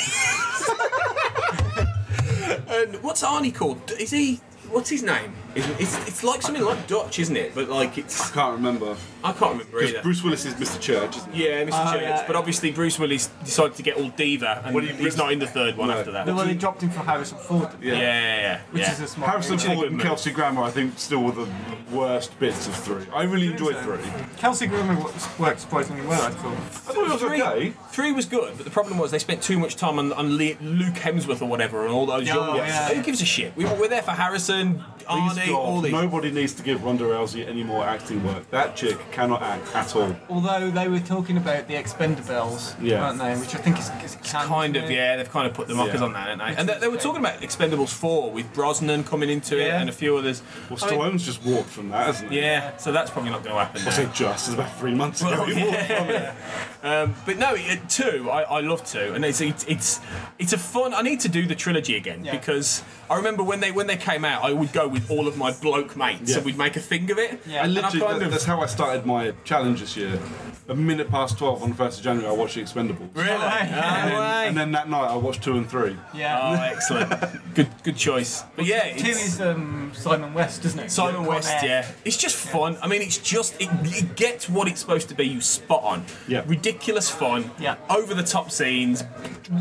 Speaker 1: and what's Arnie called? Is he? What's his name? Is- It's, it's like something like Dutch, isn't it? But like
Speaker 3: I
Speaker 1: it's
Speaker 3: can't remember.
Speaker 1: I can't remember either.
Speaker 3: Because Bruce Willis is Mr. Church, isn't he?
Speaker 1: yeah, Mr.
Speaker 2: Oh,
Speaker 1: Church.
Speaker 2: yeah.
Speaker 1: But obviously Bruce Willis decided to get all diva, and
Speaker 3: Well, he-
Speaker 1: he's not in the third one
Speaker 3: No.
Speaker 1: after that.
Speaker 2: the one they dropped him for Harrison Ford. didn't they?
Speaker 1: yeah, yeah, yeah.
Speaker 2: Which
Speaker 1: yeah.
Speaker 2: is a smart.
Speaker 3: Harrison
Speaker 2: move.
Speaker 3: Ford
Speaker 1: good
Speaker 3: and
Speaker 1: move.
Speaker 3: Kelsey Grammer, I think, still were the worst bits of three. I really enjoyed three.
Speaker 2: Kelsey Grammer worked- worked surprisingly well. I
Speaker 3: I
Speaker 2: thought.
Speaker 3: thought it was
Speaker 1: Three,
Speaker 3: okay.
Speaker 1: three was good, but the problem was they spent too much time on, on Le- Luke Hemsworth or whatever and all those
Speaker 2: Oh,
Speaker 1: young ones.
Speaker 2: yeah.
Speaker 1: Who gives a shit? We, we're there for Harrison,
Speaker 3: Please
Speaker 1: Arnie,
Speaker 3: God,
Speaker 1: all these.
Speaker 3: Nobody needs to give Ronda Rousey any more acting work. That chick cannot act at all.
Speaker 2: Although they were talking about the Expendables,
Speaker 3: Yeah.
Speaker 2: weren't they? Which I think is, is canon,
Speaker 1: Kind of,
Speaker 2: isn't it?
Speaker 1: yeah. They've kind of put the mockers on that, haven't they? And they, they were
Speaker 2: Interesting.
Speaker 1: talking about Expendables 4 with Brosnan coming into it
Speaker 2: Yeah.
Speaker 1: and a few others.
Speaker 3: Well,
Speaker 1: I mean,
Speaker 3: Stallone's just walked from that, hasn't he?
Speaker 1: yeah, so that's probably not going to happen.
Speaker 3: I
Speaker 1: now.
Speaker 3: say just, it's about three months ago.
Speaker 1: Well,
Speaker 3: he walked
Speaker 1: yeah. Um,
Speaker 3: from
Speaker 1: But
Speaker 3: it.
Speaker 1: no, it, two. I, I love two, and it's it's it's- it's a fun. I need to do the trilogy again
Speaker 2: Yeah.
Speaker 1: because I remember when they when they came out, I would go with all of my bloke mates,
Speaker 3: Yeah.
Speaker 1: and we'd make a thing of it.
Speaker 2: Yeah.
Speaker 3: I
Speaker 1: and I
Speaker 3: literally,
Speaker 1: kind
Speaker 3: that-
Speaker 1: of
Speaker 3: that's how I started my challenge this year. A minute past 12 on the 1st of January, I watched The Expendables.
Speaker 1: really.
Speaker 2: No way.
Speaker 1: No
Speaker 3: And,
Speaker 1: way.
Speaker 3: and then that night, I watched two and three.
Speaker 1: Oh,
Speaker 2: Yeah.
Speaker 1: excellent. good, good choice. But yeah,
Speaker 2: two
Speaker 1: it's-
Speaker 2: is um, Simon West, isn't it?
Speaker 1: Simon
Speaker 2: Con
Speaker 1: West,
Speaker 2: Air.
Speaker 1: yeah. It's just fun. I mean, it's just, it, it gets what it's supposed to be. You spot on.
Speaker 3: Yeah.
Speaker 1: Ridiculous fun.
Speaker 2: Yeah.
Speaker 1: Over the top scenes,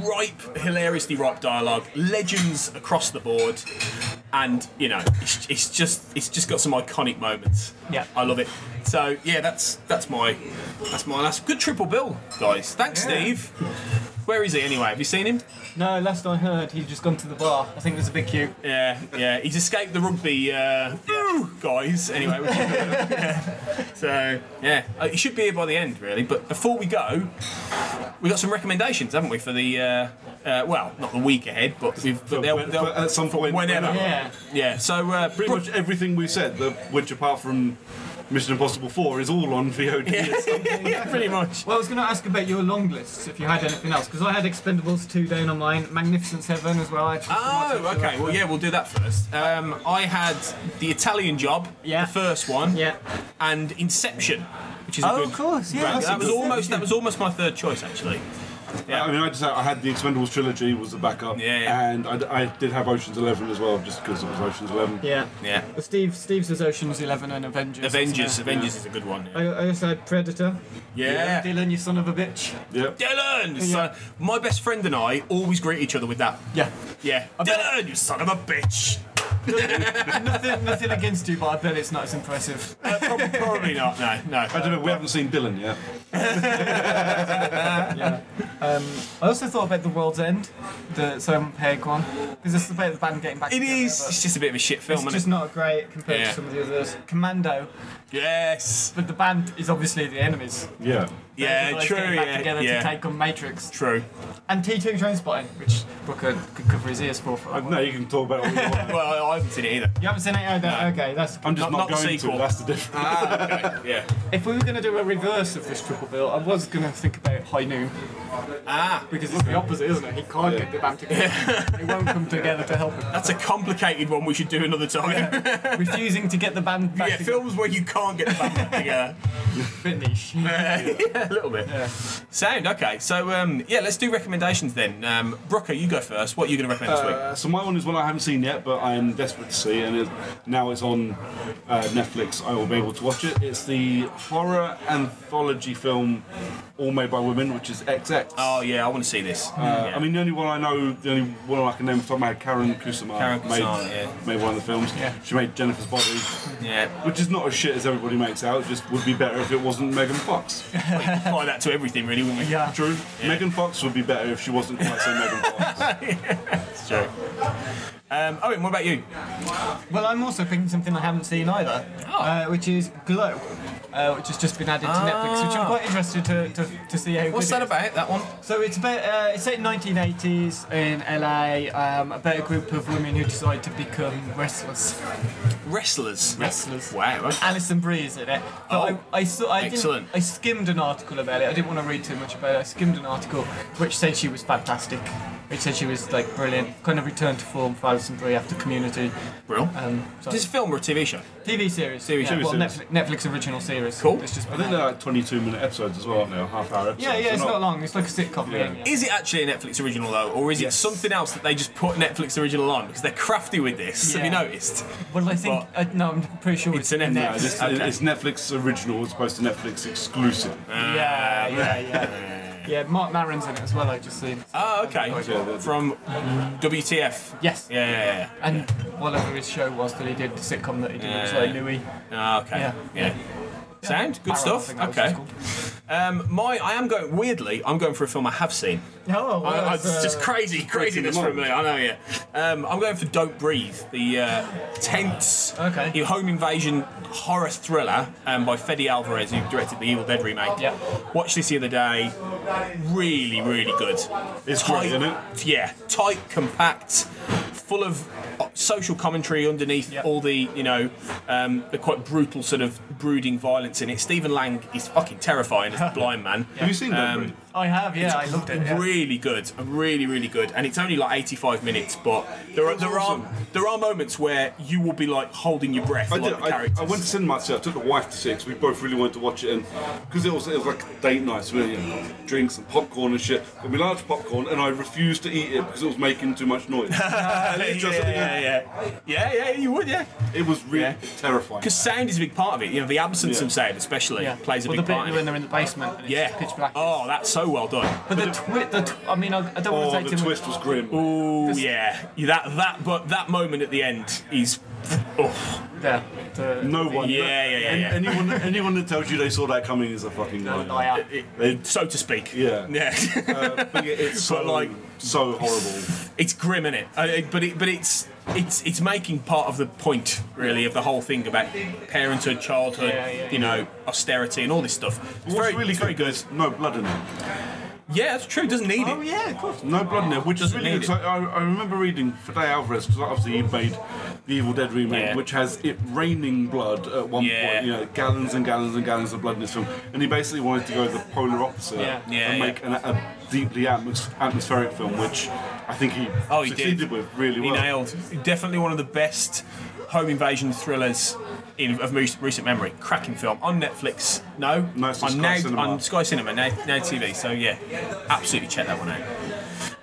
Speaker 1: ripe, hilariously ripe dialogue, legends across the board. And, you know, it's, it's just, it's just got some iconic moments.
Speaker 2: Yeah.
Speaker 1: I love it. So, yeah, that's, that's my, that's my last. Good triple bill, guys. Thanks,
Speaker 2: Yeah.
Speaker 1: Steve. Where is he anyway? Have you seen him?
Speaker 2: No, last I heard, he'd just gone to the bar. I think there's a big queue.
Speaker 1: Yeah, yeah. He's escaped the rugby uh, guys anyway. Which is yeah. So yeah, Uh, he should be here by the end really. But before we go, we got some recommendations, haven't we, for the uh, uh, well, not the week ahead, but we've but
Speaker 3: For-
Speaker 1: they'll,
Speaker 3: for-
Speaker 1: they'll,
Speaker 3: at some point,
Speaker 1: whenever.
Speaker 3: whenever.
Speaker 2: Yeah.
Speaker 1: Yeah. So uh,
Speaker 3: uh, Pretty
Speaker 1: Bro-
Speaker 3: much everything we said, the, which apart from Mission Impossible 4, is all on VOD.
Speaker 1: yeah, pretty much.
Speaker 2: Well, I was going to ask about your long lists if you had anything else, because I had Expendables 2 down on mine, Magnificent Seven as well. I had
Speaker 1: Oh, okay. Well, yeah, we'll do that first. Um, I had the Italian job,
Speaker 2: Yeah.
Speaker 1: the first one,
Speaker 2: Yeah.
Speaker 1: and Inception, which is a
Speaker 2: Oh,
Speaker 1: good.
Speaker 2: of course, yeah.
Speaker 1: rank.
Speaker 2: That's a
Speaker 1: That was
Speaker 2: good-
Speaker 1: almost that was almost my third choice actually.
Speaker 3: I mean, I just had, I had the Expendables trilogy was the backup,
Speaker 1: Yeah, yeah.
Speaker 3: and I, d- I did have Ocean's Eleven as well, just because it was Ocean's Eleven.
Speaker 2: Yeah.
Speaker 1: Yeah.
Speaker 2: Well, Steve, Steve's was Ocean's Eleven and Avengers.
Speaker 1: Avengers,
Speaker 2: isn't it?
Speaker 1: Avengers is a good one.
Speaker 2: I,
Speaker 1: Yeah.
Speaker 2: I also had Predator. Dylan, you son of a bitch.
Speaker 3: Yep.
Speaker 1: Dylan!
Speaker 2: Yeah.
Speaker 1: So my best friend and I always greet each other with that.
Speaker 2: Yeah.
Speaker 1: Yeah.
Speaker 2: bet-
Speaker 1: Dylan, you son of a bitch!
Speaker 2: nothing, nothing against you, but I bet it's not as impressive.
Speaker 1: Uh, prob- probably not, no, no.
Speaker 3: I don't know. We haven't seen Dylan yet.
Speaker 2: I also thought about The World's End, the Simon Pegg one, because it's about the band getting back
Speaker 1: It
Speaker 2: together.
Speaker 1: is.
Speaker 2: but
Speaker 1: It's just a bit of a shit film,
Speaker 2: It's
Speaker 1: isn't
Speaker 2: just
Speaker 1: it?
Speaker 2: not great compared
Speaker 1: Yeah.
Speaker 2: to some of the others. Commando,
Speaker 1: Yes.
Speaker 2: but the band is obviously the enemies.
Speaker 3: Yeah.
Speaker 2: They're the
Speaker 1: Yeah,
Speaker 2: guys
Speaker 1: true,
Speaker 2: getting back
Speaker 1: yeah.
Speaker 2: together to
Speaker 1: yeah.
Speaker 2: take on Matrix.
Speaker 1: True.
Speaker 2: And T2 Trainspotting, which Booker could cover his ears for. for that
Speaker 3: No,
Speaker 2: one.
Speaker 3: you can talk about it all you want.
Speaker 1: Well, I, I haven't seen it either.
Speaker 2: You haven't seen it either? Okay, that's
Speaker 3: I'm
Speaker 1: Not-
Speaker 3: just not,
Speaker 1: not the
Speaker 3: going
Speaker 1: sequel. Ah.
Speaker 3: to. That's the difference.
Speaker 1: Yeah.
Speaker 2: If we were going to do a reverse of this triple Aquaville. I was gonna think about High Noon
Speaker 1: Ah,
Speaker 2: because it's the opposite, isn't it? He can't get the band together. they won't come together to help him.
Speaker 1: that's a complicated one we should do another time. Yeah,
Speaker 2: Refusing to get the band back together.
Speaker 1: films where you can't get the band back together.
Speaker 2: bit niche.
Speaker 1: yeah, a little bit. Sound, okay. So, um, yeah, let's do recommendations then. Um, Brooker, you go first. What are you going to recommend this week?
Speaker 3: Uh, so my one is one I haven't seen yet, but I am desperate to see, and it, now it's on uh, Netflix. I will be able to watch it. It's the horror anthology film, all made by women, which is XX.
Speaker 1: Oh, yeah, I want to see this.
Speaker 3: Uh,
Speaker 1: Yeah.
Speaker 3: I mean, the only one I know, the only one I can name off the top of my head, Karen Kusama
Speaker 1: Karen
Speaker 3: made,
Speaker 1: Kusama, yeah.
Speaker 3: made one of the films. She made Jennifer's Body,
Speaker 1: yeah.
Speaker 3: which is not as shit as everybody makes out. It just would be better if it wasn't Megan Fox.
Speaker 1: Apply that to everything, really, wouldn't we?
Speaker 2: Yeah.
Speaker 3: True. Megan Fox would be better if she wasn't quite so Megan Fox.
Speaker 1: It's true. Um, Owen, what about you?
Speaker 2: Well, I'm also picking something I haven't seen either,
Speaker 1: Oh.
Speaker 2: uh, which is Glow, uh, which has just been added to Netflix, which I'm quite interested to, to, to see how.
Speaker 1: Ah. What's that
Speaker 2: good it is.
Speaker 1: about, that one?
Speaker 2: So it's about uh, it's set in 1980s in LA um, about a group of women who decide to become wrestlers.
Speaker 1: Wrestlers.
Speaker 2: Wrestlers.
Speaker 1: Wow. okay.
Speaker 2: Alison Brie is in it. But
Speaker 1: Oh,
Speaker 2: I, I, saw, I, didn't-
Speaker 1: excellent.
Speaker 2: I skimmed an article about it. I didn't want to read too much about it. I skimmed an article which said she was fantastic. Which said she was like brilliant. Kind of returned to form for Alison Brie after Community.
Speaker 1: Brill.
Speaker 2: Um, so-
Speaker 1: Is this a film or a TV show?
Speaker 2: TV series.
Speaker 1: Series,
Speaker 2: yeah,
Speaker 3: TV
Speaker 2: well,
Speaker 3: series.
Speaker 2: Netflix, Netflix original series.
Speaker 1: Cool.
Speaker 2: It's just
Speaker 3: I think they're like 22 minute episodes as well, aren't they? Or half hour episodes.
Speaker 2: yeah, yeah,
Speaker 3: They're
Speaker 2: it's not long. It's like a sitcom.
Speaker 3: Yeah.
Speaker 2: Yeah.
Speaker 1: Is it actually a Netflix original though, or is
Speaker 3: Yes.
Speaker 1: it something else that they just put Netflix original on? Because they're crafty with this. Have you
Speaker 2: Yeah.
Speaker 1: noticed?
Speaker 2: Well, I think uh, no, I'm pretty sure
Speaker 1: It's
Speaker 2: it's,
Speaker 1: an
Speaker 2: Netflix.
Speaker 1: Netflix.
Speaker 3: No, this,
Speaker 1: Okay.
Speaker 3: It's Netflix original as opposed to Netflix exclusive.
Speaker 2: Yeah, yeah, yeah. yeah, Mark Maron's in it as well. I just seen.
Speaker 1: Oh, okay. From WTF.
Speaker 2: Yes.
Speaker 1: Yeah, yeah, yeah.
Speaker 2: And whatever his show was that he did, the sitcom that he did, it was like
Speaker 1: Yeah.
Speaker 2: Louis.
Speaker 1: Ah, okay. Yeah.
Speaker 2: Yeah.
Speaker 1: Sound good
Speaker 2: Maron, I
Speaker 1: stuff.
Speaker 2: think that was
Speaker 1: Okay.
Speaker 2: his called.
Speaker 1: Um, my, I am going weirdly. I'm going for a film I have seen.
Speaker 2: Oh,
Speaker 1: I,
Speaker 2: well,
Speaker 1: I,
Speaker 2: that's,
Speaker 1: it's just
Speaker 2: uh,
Speaker 1: crazy, craziness
Speaker 3: the
Speaker 1: from me. I know, yeah. Um, I'm going for Don't Breathe, the uh, tense
Speaker 2: Okay.
Speaker 1: your home invasion horror thriller um, by Fede Alvarez, who directed the Evil Dead remake.
Speaker 2: Yeah.
Speaker 1: Watched this the other day. Really, really good.
Speaker 3: It's
Speaker 1: tight,
Speaker 3: great, isn't it?
Speaker 1: Yeah, tight, compact, full of uh, social commentary underneath
Speaker 2: Yeah.
Speaker 1: all the you know um, the quite brutal sort of brooding violence in it. Stephen Lang is fucking terrifying as the blind man.
Speaker 3: Have you seen that? Brie?
Speaker 2: I have, yeah, I loved it. yeah.
Speaker 1: Really good, really really good, and it's only like 85 minutes, but there are
Speaker 3: That's
Speaker 1: there
Speaker 3: awesome.
Speaker 1: are there are moments where you will be like holding your breath,
Speaker 3: I,
Speaker 1: like
Speaker 3: did,
Speaker 1: the
Speaker 3: I,
Speaker 1: characters.
Speaker 3: I went to cinema myself. I took the wife to six. We both really wanted to watch it, and because it was, it was like a date night, so we you know, got drinks and popcorn and shit. But we large popcorn, and I refused to eat it because it was making too much noise. And
Speaker 1: yeah,
Speaker 3: it, just-
Speaker 1: yeah, yeah, yeah, yeah, you would, yeah.
Speaker 3: it was really
Speaker 1: Yeah.
Speaker 3: terrifying.
Speaker 1: Because sound is a big part of it. You know, the absence
Speaker 3: Yeah.
Speaker 1: of sound, especially,
Speaker 2: Yeah.
Speaker 1: plays a
Speaker 2: well,
Speaker 1: big
Speaker 2: the
Speaker 1: part.
Speaker 2: bit
Speaker 1: in
Speaker 2: when
Speaker 1: it.
Speaker 2: they're in the basement and it's
Speaker 1: Yeah.
Speaker 2: pitch black.
Speaker 1: Oh, that's so well done.
Speaker 2: but the twist, the tw- I mean, I, I don't
Speaker 3: Oh,
Speaker 2: want to say too
Speaker 3: the
Speaker 2: much.
Speaker 3: twist was grim.
Speaker 1: Oh
Speaker 2: This-
Speaker 1: yeah, Yeah, that that but that moment at the end is, oh,
Speaker 2: Yeah, the,
Speaker 3: No one.
Speaker 1: Yeah, yeah, yeah,
Speaker 3: An-
Speaker 1: yeah.
Speaker 3: Anyone, anyone that tells you they saw that coming is a fucking
Speaker 2: the
Speaker 3: liar.
Speaker 2: liar.
Speaker 3: They-
Speaker 1: so to speak.
Speaker 3: Yeah.
Speaker 1: yeah.
Speaker 3: uh, but yeah, it's so,
Speaker 1: But, like-
Speaker 3: so horrible.
Speaker 1: it's grim in it, uh, but it, but it's it's it's making part of the point really of the whole thing about parenthood, childhood,
Speaker 2: Yeah, yeah,
Speaker 1: you know, austerity and all this stuff. It's
Speaker 3: What's
Speaker 1: very,
Speaker 3: really
Speaker 1: it's very
Speaker 3: good
Speaker 1: good.
Speaker 3: is no blood in it.
Speaker 1: Yeah, it's true. Doesn't need
Speaker 2: Oh
Speaker 1: it.
Speaker 2: yeah, of course.
Speaker 3: No blood in it, which is
Speaker 1: Doesn't
Speaker 3: really
Speaker 1: need
Speaker 3: good. 'cause I, I remember reading Fede Alvarez because obviously he made the Evil Dead remake,
Speaker 1: Yeah.
Speaker 3: which has it raining blood at one
Speaker 1: Yeah.
Speaker 3: point. You know, gallons and gallons and gallons of blood in this film, and he basically wanted to go the polar opposite
Speaker 2: Yeah.
Speaker 1: Yeah,
Speaker 3: and
Speaker 1: yeah.
Speaker 3: make an, a deeply atmos- atmospheric film, which I think he
Speaker 1: Oh, he
Speaker 3: succeeded
Speaker 1: did.
Speaker 3: with really
Speaker 1: He
Speaker 3: well.
Speaker 1: nailed. Definitely one of the best home invasion thrillers in, of most recent memory. Cracking film on Netflix. No,
Speaker 3: No, it's on
Speaker 1: on
Speaker 3: Sky
Speaker 1: now
Speaker 3: Cinema.
Speaker 1: on Sky Cinema now, now TV. So yeah, absolutely check that one out.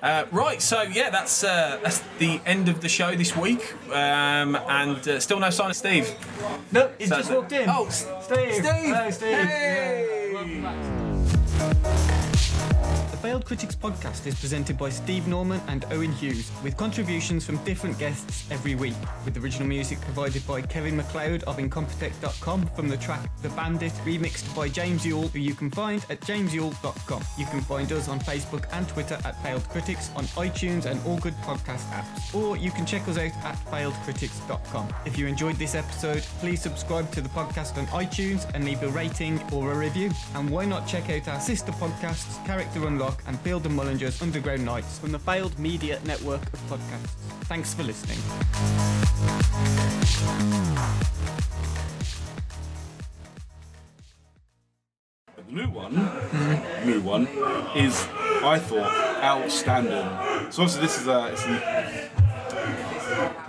Speaker 1: Uh, right, so yeah, that's uh, that's the end of the show this week, um, and uh, still no sign of Steve.
Speaker 2: No, he's
Speaker 1: So-
Speaker 2: just walked in.
Speaker 1: Oh, S-
Speaker 2: Steve.
Speaker 1: Steve.
Speaker 2: Hello, Steve.
Speaker 1: Hey.
Speaker 2: Yeah. Welcome back. The Failed Critics podcast is presented by Steve Norman and Owen Hughes, with contributions from different guests every week, with original music provided by Kevin McLeod of Incompetech.com from the track The Bandit, remixed by James Yule, who you can find at jamesule.com. You can find us on Facebook and Twitter at Failed Critics, on iTunes and all good podcast apps, or you can check us out at failedcritics.com. If you enjoyed this episode, please subscribe to the podcast on iTunes and leave a rating or a review. And why not check out our sister podcasts, Character Unlock and Field and Mullinger's Underground Nights from the Failed Media Network of Podcasts. Thanks for listening.
Speaker 3: The new one new one is, I thought, outstanding. So obviously this is a it's an,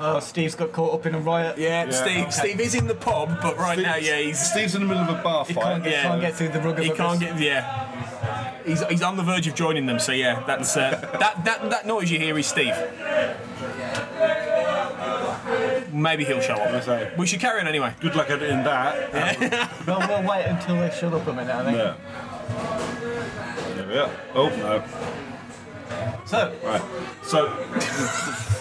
Speaker 2: Oh, Steve's got caught up in a riot.
Speaker 1: Yeah,
Speaker 3: Yeah.
Speaker 1: Steve.
Speaker 3: Okay.
Speaker 1: Steve is in the pub, but right now, yeah, he's
Speaker 3: Steve's in the middle of a bar
Speaker 2: He
Speaker 3: fight.
Speaker 2: can't, get,
Speaker 1: Yeah.
Speaker 2: can't get through the rug of
Speaker 1: he
Speaker 2: us.
Speaker 1: can't get. Yeah, he's, he's on the verge of joining them. So yeah, that's uh, that that that noise you hear is Steve. Maybe he'll show
Speaker 3: I say.
Speaker 1: up. We should carry on anyway.
Speaker 3: Good luck at- in that.
Speaker 2: Well, we'll wait until they shut up a minute, I think.
Speaker 3: Yeah. There we are. Oh no.
Speaker 2: So,
Speaker 3: Right. So